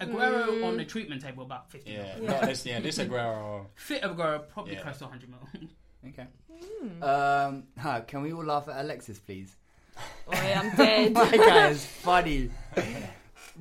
Speaker 3: Aguero
Speaker 6: Mm.
Speaker 3: on the treatment table about 50.
Speaker 5: Yeah,
Speaker 3: mil.
Speaker 5: not this. Yeah, this Aguero.
Speaker 3: Fit Aguero probably
Speaker 5: Yeah.
Speaker 3: close to 100 mil.
Speaker 1: Okay. Um, huh, can we all laugh at Alexis, please?
Speaker 6: Oi, I'm dead.
Speaker 1: My guy is funny.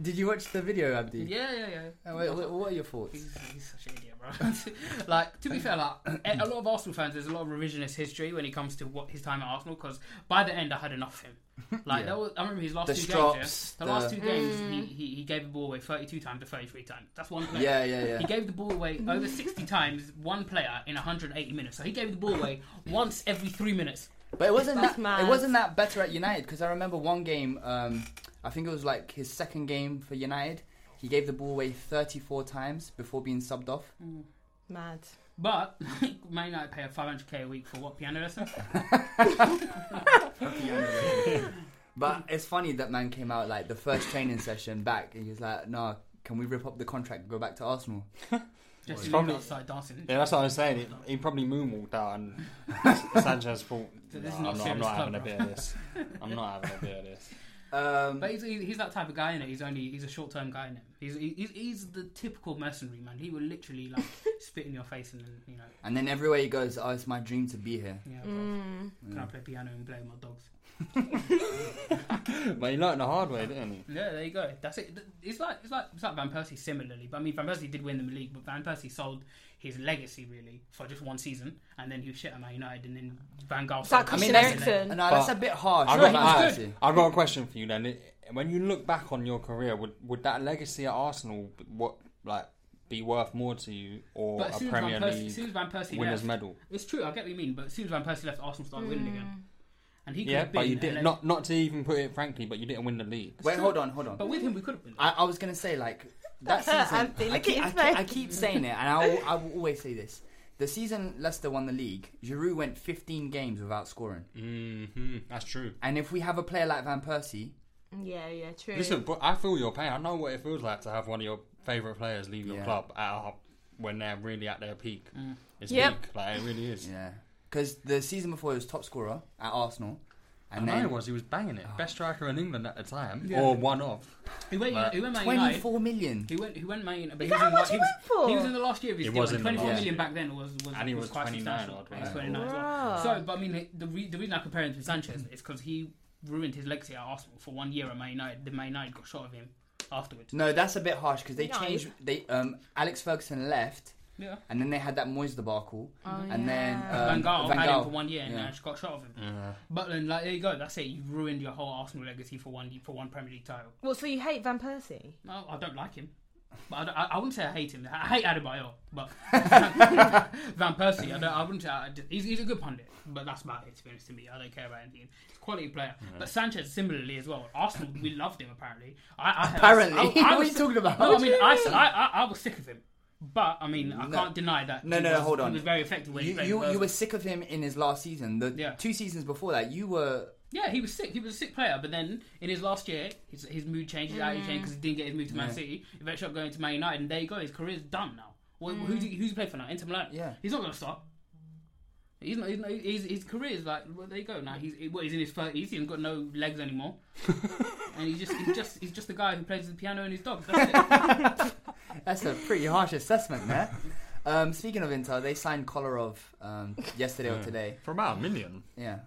Speaker 1: Did you watch the video, Abdi?
Speaker 3: yeah, yeah, yeah.
Speaker 1: Uh, wait, wh- what are your thoughts?
Speaker 3: He's, he's such an idiot, bro. like, to be fair, like eh, a a lot of Arsenal fans, there's a lot of revisionist history when it comes to what his time at Arsenal. Because by the end, I had enough of him. Like,
Speaker 1: Yeah.
Speaker 3: that was, I remember his last
Speaker 1: The
Speaker 3: two
Speaker 1: strops,
Speaker 3: games. Yeah? The,
Speaker 1: the-
Speaker 3: last two games,
Speaker 6: Mm.
Speaker 3: he, he, he gave the ball away 32 times to 33 times. That's one player.
Speaker 1: Yeah, yeah, yeah.
Speaker 3: He gave the ball away over 60 times, one player in 180 minutes. So he gave the ball away once every three minutes.
Speaker 1: But it wasn't
Speaker 6: That's
Speaker 1: that
Speaker 6: mad.
Speaker 1: it wasn't that better at United because I remember one game. Um, I think it was like his second game for United. He gave the ball away 34 times before being subbed off.
Speaker 6: Mad.
Speaker 3: But Man United pay a 500k a week for what piano lesson?
Speaker 1: But
Speaker 6: Mm-hmm.
Speaker 1: it's funny that man came out like the first training session back, and he was like, "No, can we rip up the contract and go back to Arsenal?"
Speaker 3: Just to
Speaker 5: probably-
Speaker 3: leave outside dancing.
Speaker 5: Yeah, that's what I was saying. He, he probably moonwalked out, and Sanchez thought,
Speaker 3: This
Speaker 5: "Nah,
Speaker 3: is
Speaker 5: I'm
Speaker 3: not
Speaker 5: not, I'm not
Speaker 3: serious club,
Speaker 5: having a
Speaker 3: bro."
Speaker 5: bit of this. I'm not having a bit of this."
Speaker 1: Um,
Speaker 3: But he's, he's he's that type of guy in it. He's only he's a short term guy in it. He's, he's he's the typical mercenary man. He will literally like spit in your face and then you know,
Speaker 1: and then everywhere he goes, "Oh, it's my dream to be here."
Speaker 3: yeah,
Speaker 6: Mm.
Speaker 3: bro, can I play piano and play with my dogs?
Speaker 5: But he learned the hard way, didn't he?
Speaker 3: Yeah, there you go. That's it. Th- It's like it's like it's like Van Persie similarly. But I mean, Van Persie did win the league, but Van Persie sold his legacy really for just one season, and then he was shit at Man United, and then Van Gaal. sold
Speaker 6: Christian
Speaker 3: him.
Speaker 6: Eriksen.
Speaker 1: that's, no, that's a
Speaker 5: But
Speaker 1: bit harsh.
Speaker 5: I've
Speaker 1: but
Speaker 5: got,
Speaker 1: I-
Speaker 5: I, I've got a question for you then. It- When you look back on your career, would would that legacy at Arsenal b- what like be worth more to you or
Speaker 3: But as
Speaker 5: a
Speaker 3: soon as,
Speaker 5: Premier
Speaker 3: Van Persie,
Speaker 5: League
Speaker 3: as soon as Van Persie
Speaker 5: winners
Speaker 3: left,
Speaker 5: medal?
Speaker 3: it's true. I get what you mean, but as soon as Van Persie left, Arsenal started winning again, and he could
Speaker 5: Yeah,
Speaker 3: have been
Speaker 5: but you
Speaker 3: a
Speaker 5: did
Speaker 3: leg-
Speaker 5: not not to even put it frankly, but you didn't win the league.
Speaker 1: Wait, hold on, hold on.
Speaker 3: But with him, we could have been.
Speaker 1: I, I was gonna say like that season.
Speaker 6: Anthony,
Speaker 1: I,
Speaker 6: look
Speaker 1: keep,
Speaker 6: at
Speaker 1: I,
Speaker 6: his
Speaker 1: keep, I
Speaker 6: face.
Speaker 1: keep saying it, and I will, I will always say this: the season Leicester won the league, Giroud went 15 games without scoring.
Speaker 5: Mm-hmm, that's true.
Speaker 1: And if we have a player like Van Persie,
Speaker 6: Yeah, yeah, true.
Speaker 5: Listen, bro, I feel your pain. I know what it feels like to have one of your favourite players leave your
Speaker 1: Yeah.
Speaker 5: club at a, when they're really at their peak. It's
Speaker 6: Yep.
Speaker 5: peak, like it really is.
Speaker 1: yeah, because the season before he was top scorer at Arsenal,
Speaker 5: I
Speaker 1: and
Speaker 5: know
Speaker 1: then
Speaker 5: it was. He was banging it. Best striker in England at the time,
Speaker 3: Yeah.
Speaker 5: or one off.
Speaker 3: He went,
Speaker 5: Like,
Speaker 3: he went Man United.
Speaker 1: 24 million.
Speaker 3: He went. He went Man United. But
Speaker 6: Is
Speaker 3: he was
Speaker 6: that
Speaker 3: in
Speaker 6: how
Speaker 3: la-
Speaker 6: much
Speaker 3: he
Speaker 6: he
Speaker 3: was,
Speaker 6: went for?
Speaker 3: He was in the last year of his
Speaker 5: It
Speaker 3: deal.
Speaker 5: was
Speaker 3: and
Speaker 5: in the
Speaker 3: 24
Speaker 5: last
Speaker 3: million
Speaker 5: year.
Speaker 3: back then was was,
Speaker 5: And he was
Speaker 3: quite
Speaker 5: 29
Speaker 3: substantial.
Speaker 5: odd,
Speaker 3: He
Speaker 5: wasn't
Speaker 3: was
Speaker 5: he?
Speaker 3: 29 as well. So, but I mean, the re- the reason I compare him to Sanchez is because he ruined his legacy at Arsenal for one year at Man United. The Man United got shot of him afterwards.
Speaker 1: No, that's a bit harsh because they
Speaker 6: No.
Speaker 1: changed. They um, Alex Ferguson left,
Speaker 3: Yeah.
Speaker 1: and then they had that Moyes debacle, and
Speaker 3: Van
Speaker 1: then um,
Speaker 3: Gaal had him
Speaker 1: Gaal.
Speaker 3: for one year and
Speaker 1: Yeah.
Speaker 3: then just got shot of him. But then, like, there you go. That's it. You ruined your whole Arsenal legacy for one for one Premier League title.
Speaker 6: Well, so you hate Van Persie?
Speaker 3: No, I don't like him. But I, don't- I, I wouldn't say I hate him. I hate Adebayor, but Van Persie. I, don't, I wouldn't say I, he's, he's a good pundit, but that's about it. To be honest, to me, I don't care about anything. He's a quality player. But Sanchez similarly as well. Arsenal, we loved him apparently. I, I,
Speaker 1: Apparently?
Speaker 3: I,
Speaker 1: What are you talking about?
Speaker 3: No, I
Speaker 1: What do
Speaker 3: mean,
Speaker 1: you
Speaker 3: I, I, I, I was sick of him. But I mean, I
Speaker 1: No.
Speaker 3: can't deny that.
Speaker 1: No,
Speaker 3: he
Speaker 1: no,
Speaker 3: was,
Speaker 1: hold on.
Speaker 3: He was very effective when he
Speaker 1: You,
Speaker 3: played.
Speaker 1: you,
Speaker 3: with
Speaker 1: you
Speaker 3: Liverpool.
Speaker 1: were sick of him in his last season. The
Speaker 3: Yeah.
Speaker 1: two seasons before that, you were
Speaker 3: Yeah, he was sick. He was a sick player, but then in his last year, his, his mood changed, his attitude
Speaker 6: Mm.
Speaker 3: changed because he didn't get his move to Man City. He ended up going to Man United,
Speaker 6: Mm.
Speaker 3: and there you go. His career's done now. Well, who do, who's he play for now? Inter Milan.
Speaker 1: Yeah.
Speaker 3: he's not going to stop. He's not. He's not he's, his career is like. Well, there you go. Now he's he- well, he's in his thirties. He's got no legs anymore, and he's just he's just he's just a guy who plays the piano and his dog. That's it.
Speaker 1: That's a pretty harsh assessment there. Um, speaking of Intel, they signed Kolarov um, yesterday or
Speaker 3: Hmm.
Speaker 5: Yeah.
Speaker 1: today.
Speaker 5: For about a million.
Speaker 1: Yeah.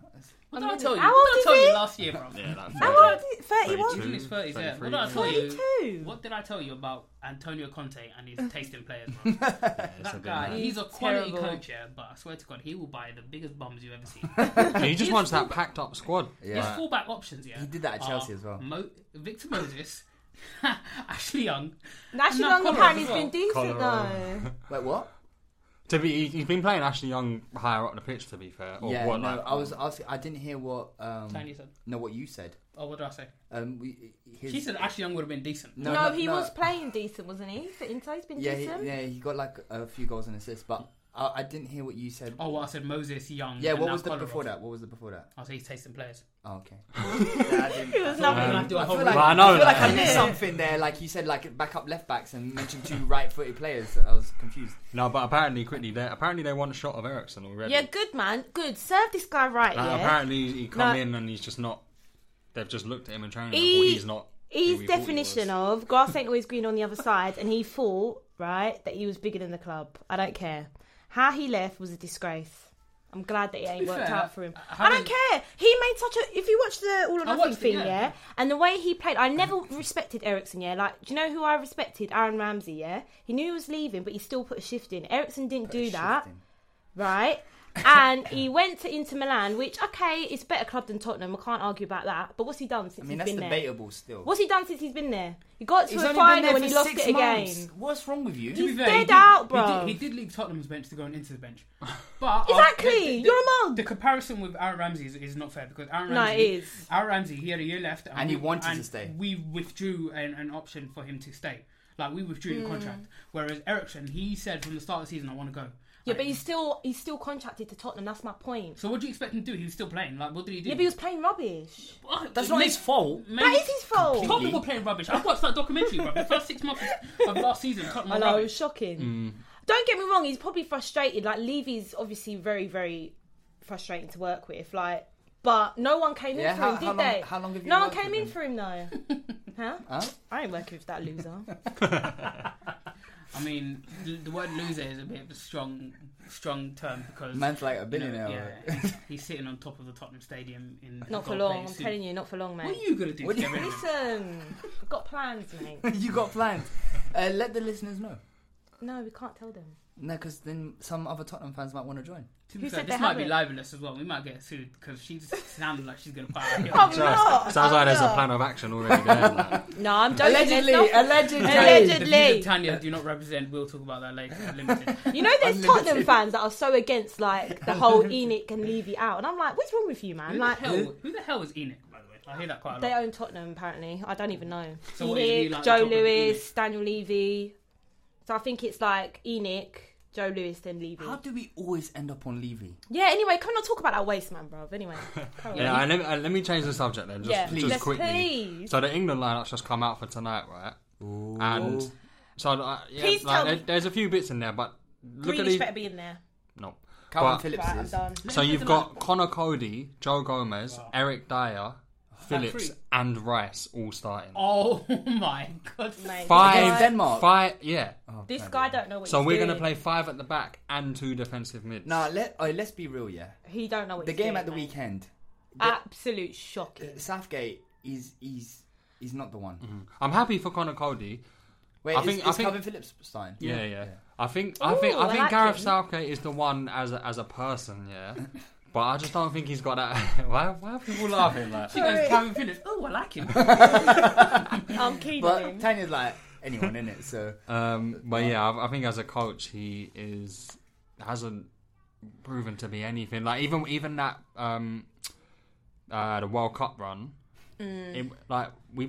Speaker 3: What did I tell you?
Speaker 6: How
Speaker 3: What did I
Speaker 6: old
Speaker 3: tell
Speaker 6: is
Speaker 3: you
Speaker 6: he?
Speaker 3: last year, bro?
Speaker 5: Yeah, that's
Speaker 6: How old is he? 31?
Speaker 3: He's in his thirties. Hmm. Yeah. What did I tell you? What did I tell you about Antonio Conte and his taste in players? Bro? that guy,
Speaker 5: mad.
Speaker 3: Uh, he's a
Speaker 6: He's
Speaker 3: quality
Speaker 6: terrible.
Speaker 3: coach, yeah, but I swear to God, he will buy the biggest bums you've ever seen.
Speaker 5: he just
Speaker 3: His
Speaker 5: wants that
Speaker 3: fullback-
Speaker 5: packed up squad.
Speaker 3: His
Speaker 1: Yeah.
Speaker 3: fullback options, yeah.
Speaker 1: He did that at Chelsea as well.
Speaker 3: Mo- Victor Moses, Ashley Young.
Speaker 6: National
Speaker 3: No,
Speaker 6: Young
Speaker 3: Kolarov
Speaker 6: apparently
Speaker 3: as
Speaker 6: has been
Speaker 3: well.
Speaker 6: decent
Speaker 5: Kolarov.
Speaker 6: though.
Speaker 1: Wait, what?
Speaker 5: To be, he- he's been playing Ashley Young higher up the pitch. To be fair, or
Speaker 1: yeah,
Speaker 5: what,
Speaker 1: no,
Speaker 5: like-
Speaker 1: I was asking. I didn't hear what. Um,
Speaker 3: Tanya said.
Speaker 1: no, what you said.
Speaker 3: Oh, what did I say?
Speaker 1: Um, we, his,
Speaker 3: She said Ashley Young would have been decent.
Speaker 6: No,
Speaker 1: no,
Speaker 6: he
Speaker 1: no.
Speaker 6: was playing decent, wasn't he? For Inter, he's been
Speaker 1: Yeah, he,
Speaker 6: decent.
Speaker 1: yeah, he got like a few goals and assists, but I, I didn't hear what you said.
Speaker 3: Oh, well, I said Moses, Young.
Speaker 1: yeah,
Speaker 3: and
Speaker 1: what
Speaker 3: now
Speaker 1: was the
Speaker 3: Kolarov.
Speaker 1: before that? What was the before that?
Speaker 3: I said he's tasting players.
Speaker 1: Oh, okay.
Speaker 6: He was nothing.
Speaker 3: I'm gonna have to do a
Speaker 1: I
Speaker 3: whole
Speaker 1: feel like,
Speaker 3: review.
Speaker 5: But I
Speaker 1: I,
Speaker 5: know
Speaker 1: feel like
Speaker 5: that.
Speaker 1: I missed something there. Like you said, like backup left backs and mentioned two right-footed players. I was confused.
Speaker 5: no, but apparently, quickly, they apparently they want a shot of Ericsson already.
Speaker 6: Yeah, good man, good. Serve this guy right.
Speaker 5: Like,
Speaker 6: yeah,
Speaker 5: Apparently, he
Speaker 6: No.
Speaker 5: come in and he's just not. They've just looked at him in training. and
Speaker 6: He-
Speaker 5: thought he's not. who
Speaker 6: He's
Speaker 5: we thought he
Speaker 6: definition
Speaker 5: was.
Speaker 6: of grass ain't always green on the other side, and he thought right that he was bigger than the club. I don't care. How he left was a disgrace. I'm glad that it ain't
Speaker 3: be
Speaker 6: worked
Speaker 3: fair,
Speaker 6: out for him.
Speaker 3: I- I
Speaker 6: I don't
Speaker 3: mean-
Speaker 6: care. He made such a. If you watch the All or
Speaker 3: I
Speaker 6: Nothing
Speaker 3: watched it,
Speaker 6: thing,
Speaker 3: yeah.
Speaker 6: yeah. and the way he played, I never respected Ericsson. Yeah, like do you know who I respected? Aaron Ramsey. Yeah, he knew he was leaving, but he still put a shift in. Ericsson didn't do that. right? And he went to Inter Milan, which okay, it's a better club than Tottenham. I can't argue about that. But what's he done since
Speaker 1: I
Speaker 6: he's
Speaker 1: mean, that's
Speaker 6: been there?
Speaker 1: debatable still.
Speaker 6: What's he done since he's been there? He got to
Speaker 1: He's
Speaker 6: a
Speaker 1: only been
Speaker 6: final
Speaker 1: there
Speaker 6: and
Speaker 1: for
Speaker 6: he lost
Speaker 1: six
Speaker 6: it again.
Speaker 1: months. What's wrong with you?
Speaker 3: To be
Speaker 6: He's
Speaker 3: fair,
Speaker 6: dead
Speaker 3: he did-
Speaker 6: out,
Speaker 3: He
Speaker 6: bro.
Speaker 3: did, he did leave Tottenham's bench to go on Inter's bench, but
Speaker 6: Exactly,
Speaker 3: I-
Speaker 6: you're a mug.
Speaker 3: The comparison with Aaron Ramsey is, is not fair because Aaron
Speaker 6: No, it
Speaker 3: Ramsey,
Speaker 6: is.
Speaker 3: Aaron Ramsey, he had a year left,
Speaker 1: And he
Speaker 3: we-
Speaker 1: wanted to
Speaker 3: and
Speaker 1: stay.
Speaker 3: We withdrew an, an option for him to stay, like we withdrew the contract.
Speaker 6: Mm.
Speaker 3: Whereas Ericsson, he said from the start of the season, I want to go.
Speaker 6: Yeah,
Speaker 3: Like,
Speaker 6: but he's still he's still contracted to Tottenham. That's my point.
Speaker 3: so what do you expect him to do? He was still playing. Like what did he do?
Speaker 6: Yeah, but he was playing rubbish.
Speaker 3: Oh,
Speaker 1: That's not
Speaker 3: ma-
Speaker 1: his fault.
Speaker 3: ma-
Speaker 6: That is his fault.
Speaker 3: Tottenham were playing rubbish. I watched that documentary, bro. The first six months of last season, Tottenham
Speaker 6: I
Speaker 3: were
Speaker 6: know, it
Speaker 3: rubbish.
Speaker 6: was shocking.
Speaker 1: Mm.
Speaker 6: Don't get me wrong, he's probably frustrated. Like Levy's obviously very, very frustrating to work with. Like, but no one came
Speaker 1: Yeah,
Speaker 6: in for
Speaker 1: how-
Speaker 6: him, did
Speaker 1: how long-
Speaker 6: they?
Speaker 1: how long have you
Speaker 6: no one
Speaker 1: worked
Speaker 6: came
Speaker 1: with
Speaker 6: in
Speaker 1: him?
Speaker 6: for him though. huh?
Speaker 1: Huh?
Speaker 6: I ain't working with that loser.
Speaker 3: I mean, the, the word loser is a bit of a strong, strong term because
Speaker 1: Man's like a
Speaker 3: you know,
Speaker 1: billionaire.
Speaker 3: yeah, he's- he's sitting on top of the Tottenham Stadium in
Speaker 6: not for long. I'm telling you, not for long,
Speaker 3: What
Speaker 6: mate.
Speaker 3: are you gonna do?
Speaker 1: What
Speaker 3: to
Speaker 1: do
Speaker 3: get
Speaker 1: you-
Speaker 3: rid of him?
Speaker 6: Listen, I've got plans, mate.
Speaker 1: you got plans. Uh, let the listeners know.
Speaker 6: No, we can't tell them.
Speaker 1: No, because then some other Tottenham fans might want to join.
Speaker 3: To be
Speaker 6: Who
Speaker 3: fair,
Speaker 6: said
Speaker 3: this
Speaker 6: they
Speaker 3: might be
Speaker 6: haven't?
Speaker 3: libelous as well. We might get sued because she just sounded like she's gonna fire. him.
Speaker 6: I'm
Speaker 5: Just-
Speaker 6: not.
Speaker 5: Sounds like
Speaker 6: I'm
Speaker 5: there's a
Speaker 6: not.
Speaker 5: plan of action already there. like.
Speaker 6: No, I'm joking.
Speaker 1: Allegedly,
Speaker 6: There's no-
Speaker 1: allegedly.
Speaker 3: The
Speaker 6: Allegedly.
Speaker 3: views of Tanya do not represent. We'll talk about that later. Limited.
Speaker 6: You know, there's Tottenham fans that are so against like the whole Enoch and Levy out, and I'm like, what's wrong with you, man?
Speaker 3: Who
Speaker 6: Like,
Speaker 3: the hell? Who the hell is Enoch? By the way, I hear that quite a
Speaker 6: They
Speaker 3: lot.
Speaker 6: own Tottenham, apparently. I don't even know.
Speaker 3: So what, is he
Speaker 6: Enoch,
Speaker 3: like the
Speaker 6: Joe
Speaker 3: top of the
Speaker 6: Lewis, Daniel Levy. So I think it's like Enoch, Joe Lewis, then Levy.
Speaker 1: How do we always end up on Levy?
Speaker 6: Yeah, anyway, can we not talk about that waste, man, bruv? Anyway. carry on.
Speaker 5: Yeah, and let, me, and let me change the subject then, just,
Speaker 6: Yeah,
Speaker 5: just
Speaker 6: Yes,
Speaker 5: quickly.
Speaker 6: please.
Speaker 5: So the England lineup's just come out for tonight, right? And so uh, yeah,
Speaker 6: Please
Speaker 5: like,
Speaker 6: tell
Speaker 5: there-
Speaker 6: me-
Speaker 5: there's a few bits in there, but look at
Speaker 6: Greenish
Speaker 5: these.
Speaker 6: better be in there.
Speaker 5: No,
Speaker 1: Calvin
Speaker 5: But-
Speaker 1: Phillips
Speaker 6: Right, I'm
Speaker 1: is.
Speaker 6: done.
Speaker 5: So you've got Connor Cody, Joe Gomez,
Speaker 1: Oh.
Speaker 5: Eric Dyer, Phillips,
Speaker 3: three.
Speaker 5: and Rice all starting.
Speaker 3: Oh my god!
Speaker 6: Mate,
Speaker 5: Five
Speaker 1: Against Denmark. Oh.
Speaker 5: Five, yeah.
Speaker 6: This guy don't know what
Speaker 5: so
Speaker 6: he's
Speaker 5: we're
Speaker 6: doing.
Speaker 5: going to play five at the back and two defensive mids.
Speaker 1: Nah, let oh, let's be real, yeah.
Speaker 6: He don't know what
Speaker 1: The
Speaker 6: he's
Speaker 1: game
Speaker 6: doing,
Speaker 1: at the
Speaker 6: mate.
Speaker 1: weekend,
Speaker 6: Absolute shocking.
Speaker 1: Southgate is he's he's not the one.
Speaker 5: I'm happy for Connor Cody.
Speaker 1: Wait,
Speaker 5: Mm-hmm. I
Speaker 1: is,
Speaker 5: think-
Speaker 1: is
Speaker 5: I think-
Speaker 1: Calvin Phillips starting?
Speaker 5: Yeah, yeah. I think I think
Speaker 6: Ooh,
Speaker 5: I
Speaker 6: I
Speaker 5: think
Speaker 6: like
Speaker 5: Gareth
Speaker 6: him.
Speaker 5: Southgate is the one as a, as a person, yeah. but I just don't think he's got that. why why are people laughing like?
Speaker 3: She goes, Calvin Phillips. Oh, I like him.
Speaker 6: I'm keen on
Speaker 1: But
Speaker 6: him.
Speaker 1: Tanya's like anyone in it, so
Speaker 5: Um, but yeah, I, I think as a coach, he is hasn't proven to be anything. Like even even that um, uh, the World Cup run,
Speaker 6: Mm.
Speaker 5: it, like we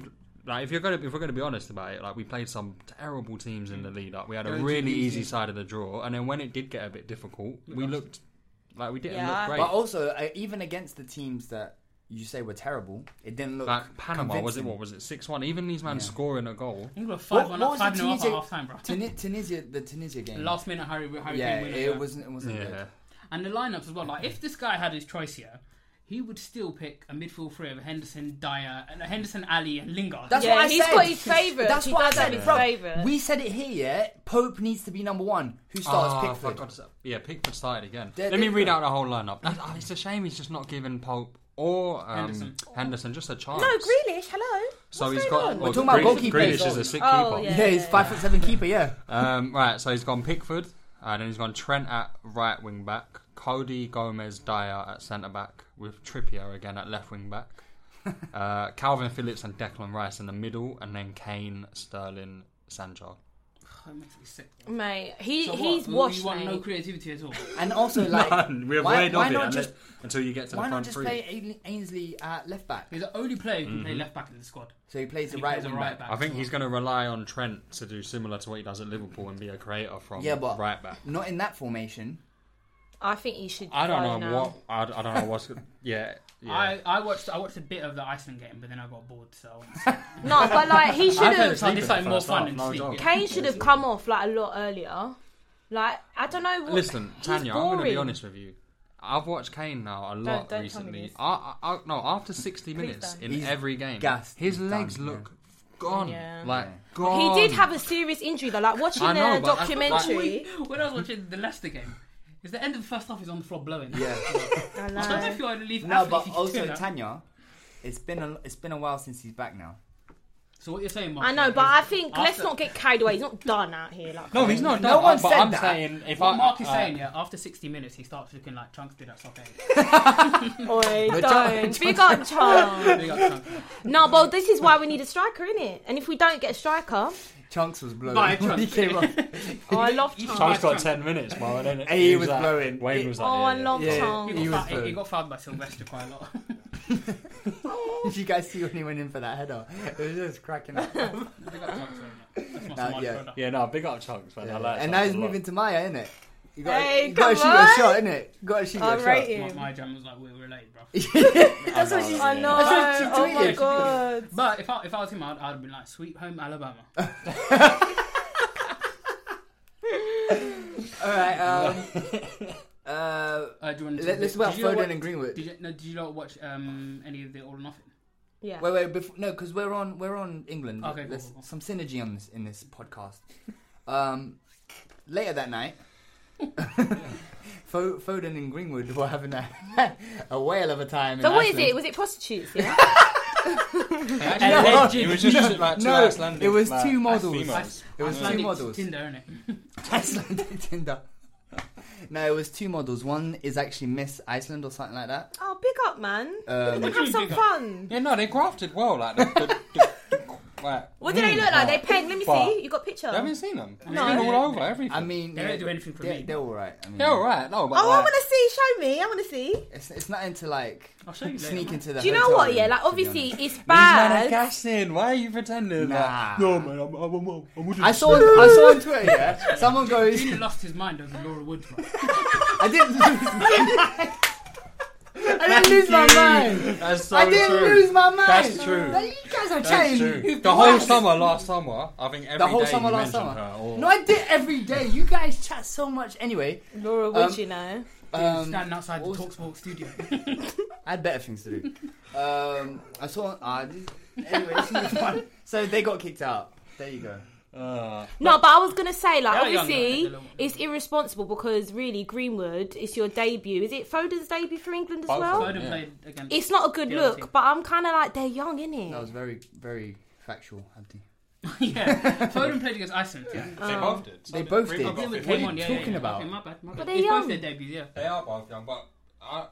Speaker 5: like if you're gonna if we're gonna be honest about it, like we played some terrible teams in the lead up. We had a
Speaker 3: Very
Speaker 5: really
Speaker 3: easy.
Speaker 5: easy side of the draw, and then when it did get a bit difficult, we looked like we didn't
Speaker 6: Yeah.
Speaker 5: look
Speaker 1: But
Speaker 5: great.
Speaker 1: also, uh, even against the teams that you say were terrible, it didn't look
Speaker 5: Like Panama was it?
Speaker 1: convincing.
Speaker 5: What was it? Six one. Even these men scoring a goal.
Speaker 3: You were five one up,
Speaker 1: the
Speaker 3: five nil up at
Speaker 1: Tunisia-
Speaker 3: half time, bro.
Speaker 1: Tuni- Tunisia, the Tunisia game.
Speaker 3: Last minute Harry, Harry
Speaker 1: yeah,
Speaker 3: Kane winner.
Speaker 1: it wasn't. It wasn't
Speaker 5: Yeah.
Speaker 1: good.
Speaker 3: And the lineups as well. Like if this guy had his choice here. He would still pick a midfield three of Henderson, Dyer, and uh, Henderson, Ali, and Lingard.
Speaker 1: That's what I
Speaker 6: he's
Speaker 1: said.
Speaker 6: got his favourite.
Speaker 1: That's
Speaker 6: He
Speaker 1: what I
Speaker 6: does have
Speaker 1: said.
Speaker 6: his
Speaker 1: bro.
Speaker 6: favourite.
Speaker 1: We said it here. Yeah, Pope needs to be number one. Who starts
Speaker 5: Ah,
Speaker 1: Oh, Pickford?
Speaker 5: fuck, God, yeah, Pickford started again.
Speaker 1: They're
Speaker 5: Let me read
Speaker 1: different.
Speaker 5: out the whole lineup. That- oh, it's a shame he's just not giving Pope or um, Henderson.
Speaker 3: Henderson.
Speaker 5: just a chance.
Speaker 6: No, Grealish, hello.
Speaker 5: So
Speaker 6: What's
Speaker 5: he's
Speaker 6: going
Speaker 5: got.
Speaker 6: on?
Speaker 1: We're
Speaker 5: well,
Speaker 1: talking about
Speaker 5: Grealish-
Speaker 1: goalkeepers.
Speaker 5: Grealish is a sick
Speaker 6: Oh,
Speaker 5: keeper.
Speaker 6: yeah.
Speaker 1: yeah, he's five foot seven keeper. Yeah.
Speaker 5: Um, right, so he's gone Pickford, and then he's gone Trent at right wing back, Cody Gomez Dyer at centre back, with Trippier again at left wing back, uh, Calvin Phillips and Declan Rice in the middle, and then Kane, Sterling, Sancho.
Speaker 3: It makes me sick.
Speaker 6: Mate, he,
Speaker 3: So what?
Speaker 6: he's
Speaker 3: You
Speaker 6: washed,
Speaker 3: want
Speaker 6: mate.
Speaker 3: no creativity at all.
Speaker 1: And also, like,
Speaker 5: We're
Speaker 1: why,
Speaker 5: way
Speaker 1: why
Speaker 5: off it
Speaker 1: not
Speaker 5: unless-
Speaker 1: just
Speaker 5: until you get to the
Speaker 1: why not
Speaker 5: front
Speaker 1: just
Speaker 5: three.
Speaker 1: play Ain- Ainsley at left back?
Speaker 3: He's the only player who can
Speaker 5: Mm-hmm.
Speaker 3: play left back in the squad.
Speaker 1: So he plays the
Speaker 3: He
Speaker 1: right
Speaker 3: plays a
Speaker 1: wing
Speaker 3: right
Speaker 1: back.
Speaker 3: back.
Speaker 5: I think he's going to rely on Trent to do similar to what he does at Liverpool and be a creator from
Speaker 1: Yeah, but
Speaker 5: right back.
Speaker 1: not in that formation.
Speaker 6: I think he should.
Speaker 5: I don't
Speaker 6: go
Speaker 5: know
Speaker 6: now.
Speaker 5: what I, I don't know what's yeah yeah.
Speaker 3: I, I watched I watched a bit of the Iceland game, but then I got bored. So
Speaker 6: No, but like he should
Speaker 5: fell
Speaker 6: have.
Speaker 5: asleep
Speaker 3: It's
Speaker 5: in
Speaker 3: like
Speaker 5: the
Speaker 3: more
Speaker 5: first
Speaker 3: fun
Speaker 5: half,
Speaker 3: than
Speaker 5: no
Speaker 3: sleep.
Speaker 5: joke.
Speaker 6: Kane should have come off like a lot earlier. Like I don't know. What,
Speaker 5: Listen,
Speaker 6: Oh, he's
Speaker 5: Tanya, I'm going to be
Speaker 6: boring.
Speaker 5: honest with you. I've watched Kane now a
Speaker 6: don't
Speaker 5: lot
Speaker 6: tell me
Speaker 5: recently.
Speaker 6: this.
Speaker 5: I, I, I, no, after 60 minutes
Speaker 6: don't.
Speaker 5: in
Speaker 1: He's
Speaker 5: every game,
Speaker 1: gassed,
Speaker 5: his
Speaker 1: he's
Speaker 5: legs
Speaker 1: done,
Speaker 5: look gone.
Speaker 6: Yeah.
Speaker 5: Like
Speaker 6: He
Speaker 5: gone.
Speaker 6: did have a serious injury though. Like watching
Speaker 5: I know,
Speaker 6: the
Speaker 5: but I-
Speaker 6: documentary.
Speaker 3: when I was watching the Leicester game, it's the end of the first half. He's on the floor blowing.
Speaker 1: Yeah.
Speaker 6: I
Speaker 3: I don't know
Speaker 6: know.
Speaker 3: if you're a relief
Speaker 1: no,
Speaker 3: athlete
Speaker 1: but
Speaker 3: if you can do
Speaker 1: also
Speaker 3: that.
Speaker 1: Tanya, it's been a it's been a while since he's back now.
Speaker 3: So what you're saying, Mark?
Speaker 6: I know,
Speaker 3: is-
Speaker 6: but I think
Speaker 3: after-
Speaker 6: let's not get carried away. He's not done out here. Like
Speaker 5: No, he's not.
Speaker 1: No
Speaker 5: done,
Speaker 1: one
Speaker 5: but
Speaker 1: said
Speaker 5: I'm
Speaker 1: that.
Speaker 5: saying if
Speaker 3: What
Speaker 5: I,
Speaker 3: Mark is
Speaker 5: uh,
Speaker 3: saying, yeah, after 60 minutes, he starts looking like Trunks did at Southend.
Speaker 6: Oi, don't. Big up, Charles.
Speaker 3: Big up, Trunks.
Speaker 6: No, but this is why we need a striker, innit? And if we don't get a striker,
Speaker 1: Chunks was blowing.
Speaker 3: Bye,
Speaker 1: when he
Speaker 3: Trunks.
Speaker 1: came on.
Speaker 6: oh, I love
Speaker 5: Charles
Speaker 6: Charles.
Speaker 5: got 10 minutes, bro. And
Speaker 1: He was blowing.
Speaker 5: Wayne was like,
Speaker 6: Oh, I
Speaker 5: yeah, yeah.
Speaker 6: love
Speaker 1: Yeah.
Speaker 6: Charles.
Speaker 3: He
Speaker 1: He
Speaker 3: got,
Speaker 1: was
Speaker 3: fouled, he
Speaker 1: good.
Speaker 3: got fouled by Sylvester quite a lot.
Speaker 1: Did you guys see when he went in for that header? It was just cracking up.
Speaker 3: Big up, Trunks, innit? That's my
Speaker 1: Nah,
Speaker 3: smart
Speaker 1: yeah.
Speaker 3: brother.
Speaker 5: Yeah, no, big up Chunks, man. I like Chunks
Speaker 1: and now he's
Speaker 5: a lot.
Speaker 1: moving to Maya, isn't it? You gotta,
Speaker 6: Hey,
Speaker 1: you gotta
Speaker 6: come
Speaker 1: shoot your
Speaker 6: on.
Speaker 1: shot, innit? You gotta shoot your
Speaker 6: I rate
Speaker 1: shot.
Speaker 3: My,
Speaker 6: him.
Speaker 3: my jam was like, we're related, bro.
Speaker 6: That's what she's. I know.
Speaker 1: That's what she
Speaker 6: Oh my
Speaker 1: tweeted.
Speaker 6: god.
Speaker 3: But if I, if I was him, I'd, I'd have been like, sweet home Alabama.
Speaker 1: Alright, um. uh,
Speaker 3: Uh, do you want to
Speaker 1: let, us talk about
Speaker 3: did you not
Speaker 1: Foden
Speaker 3: watch-
Speaker 1: and Greenwood.
Speaker 3: Did you, no, did you not watch um, any of the All or Nothing?
Speaker 6: Yeah.
Speaker 1: Wait, wait, before, no, because we're on we're on England.
Speaker 3: Okay, cool,
Speaker 1: There's
Speaker 3: cool, cool.
Speaker 1: some synergy on this in this podcast. Um, later that night, Fo- Foden and Greenwood were having a, a whale of a time.
Speaker 6: So
Speaker 1: in
Speaker 6: what is
Speaker 1: Iceland.
Speaker 6: it? Was it prostitutes? Yeah.
Speaker 5: No, it was just like two
Speaker 1: no,
Speaker 5: Icelandic,
Speaker 1: it was
Speaker 5: like,
Speaker 1: two models.
Speaker 5: females.
Speaker 1: It was two
Speaker 3: Icelandic
Speaker 1: models.
Speaker 3: Tinder, innit?
Speaker 1: Icelandic Tinder. No, it was two models. One is actually Miss Iceland or something like that.
Speaker 6: Oh, big up, man.
Speaker 1: Um,
Speaker 6: Have some
Speaker 3: big up.
Speaker 6: fun.
Speaker 5: Yeah, no, they grafted well. Like, the, the, the, the, like
Speaker 6: What do they
Speaker 5: mm,
Speaker 6: look like? They
Speaker 5: like-
Speaker 6: pegged. Let me
Speaker 5: But-
Speaker 6: see. You got a picture.
Speaker 5: You haven't seen them. It's
Speaker 6: No.
Speaker 5: been all over everything.
Speaker 1: I mean,
Speaker 3: Oh, They don't do anything for
Speaker 1: they're,
Speaker 3: me.
Speaker 1: They're all right. I mean,
Speaker 5: yeah, all right. No, but
Speaker 6: Oh, I
Speaker 5: like,
Speaker 6: want to see. Show me. I want to see.
Speaker 1: It's, it's not into like
Speaker 3: I'll show you later.
Speaker 1: sneak into the.
Speaker 6: Do you know
Speaker 1: hotel
Speaker 6: what?
Speaker 1: room,
Speaker 6: Yeah, like
Speaker 1: to be
Speaker 6: obviously
Speaker 1: honest.
Speaker 6: it's
Speaker 5: These men are
Speaker 6: bad.
Speaker 5: gassing. Why are you pretending?
Speaker 1: Nah.
Speaker 5: Like, no, man, I'm, I'm, I'm, I'm, I'm just
Speaker 1: I saw I saw on Twitter, yeah. Someone goes,
Speaker 3: He lost his mind over Laura Wood, bro.
Speaker 1: I didn't lose my mind. I didn't lose my mind.
Speaker 5: That's so
Speaker 1: I didn't
Speaker 5: true.
Speaker 1: lose my mind.
Speaker 5: That's true.
Speaker 1: Now, you guys are
Speaker 5: That's
Speaker 1: changed.
Speaker 5: true.
Speaker 1: You've
Speaker 5: The whole
Speaker 1: waxed.
Speaker 5: summer last summer, I think every
Speaker 1: The whole
Speaker 5: day
Speaker 1: summer
Speaker 5: you
Speaker 1: last
Speaker 5: mentioned
Speaker 1: summer.
Speaker 5: her, or-
Speaker 1: No, I did every day. You guys chat so much. Anyway,
Speaker 6: Laura Wood,
Speaker 1: Um,
Speaker 6: you know.
Speaker 1: um,
Speaker 3: Standing outside the
Speaker 1: what
Speaker 3: Talksport studio.
Speaker 1: I had better things to do. Um, I saw. Uh, anyway, it's not fun. so they got kicked out. There you go.
Speaker 5: Uh,
Speaker 6: No, but I was gonna say like
Speaker 3: They are young,
Speaker 6: obviously
Speaker 3: though. They're little-
Speaker 6: it's irresponsible because really Greenwood, it's your debut. Is it Foden's debut for England as
Speaker 5: Both of
Speaker 1: Oh.
Speaker 6: well?
Speaker 5: them.
Speaker 3: Foden
Speaker 5: Yeah.
Speaker 3: played against.
Speaker 6: It's not a good
Speaker 3: Yeah, I see.
Speaker 6: look, but I'm kind of like they're young, innit?
Speaker 1: That was very, very factual, Abdi.
Speaker 3: yeah. Foden played against Iceland. Yeah.
Speaker 5: They
Speaker 6: Oh.
Speaker 5: both did. So
Speaker 1: They both did.
Speaker 5: Greenwood got
Speaker 1: What
Speaker 3: Greenwood
Speaker 1: are
Speaker 3: came
Speaker 1: you
Speaker 3: on, yeah, yeah,
Speaker 1: talking
Speaker 3: yeah.
Speaker 1: about?
Speaker 3: Okay, my bad, my bad.
Speaker 6: they're
Speaker 3: it's
Speaker 6: young.
Speaker 3: both their debuts, yeah.
Speaker 5: They are both young, but I,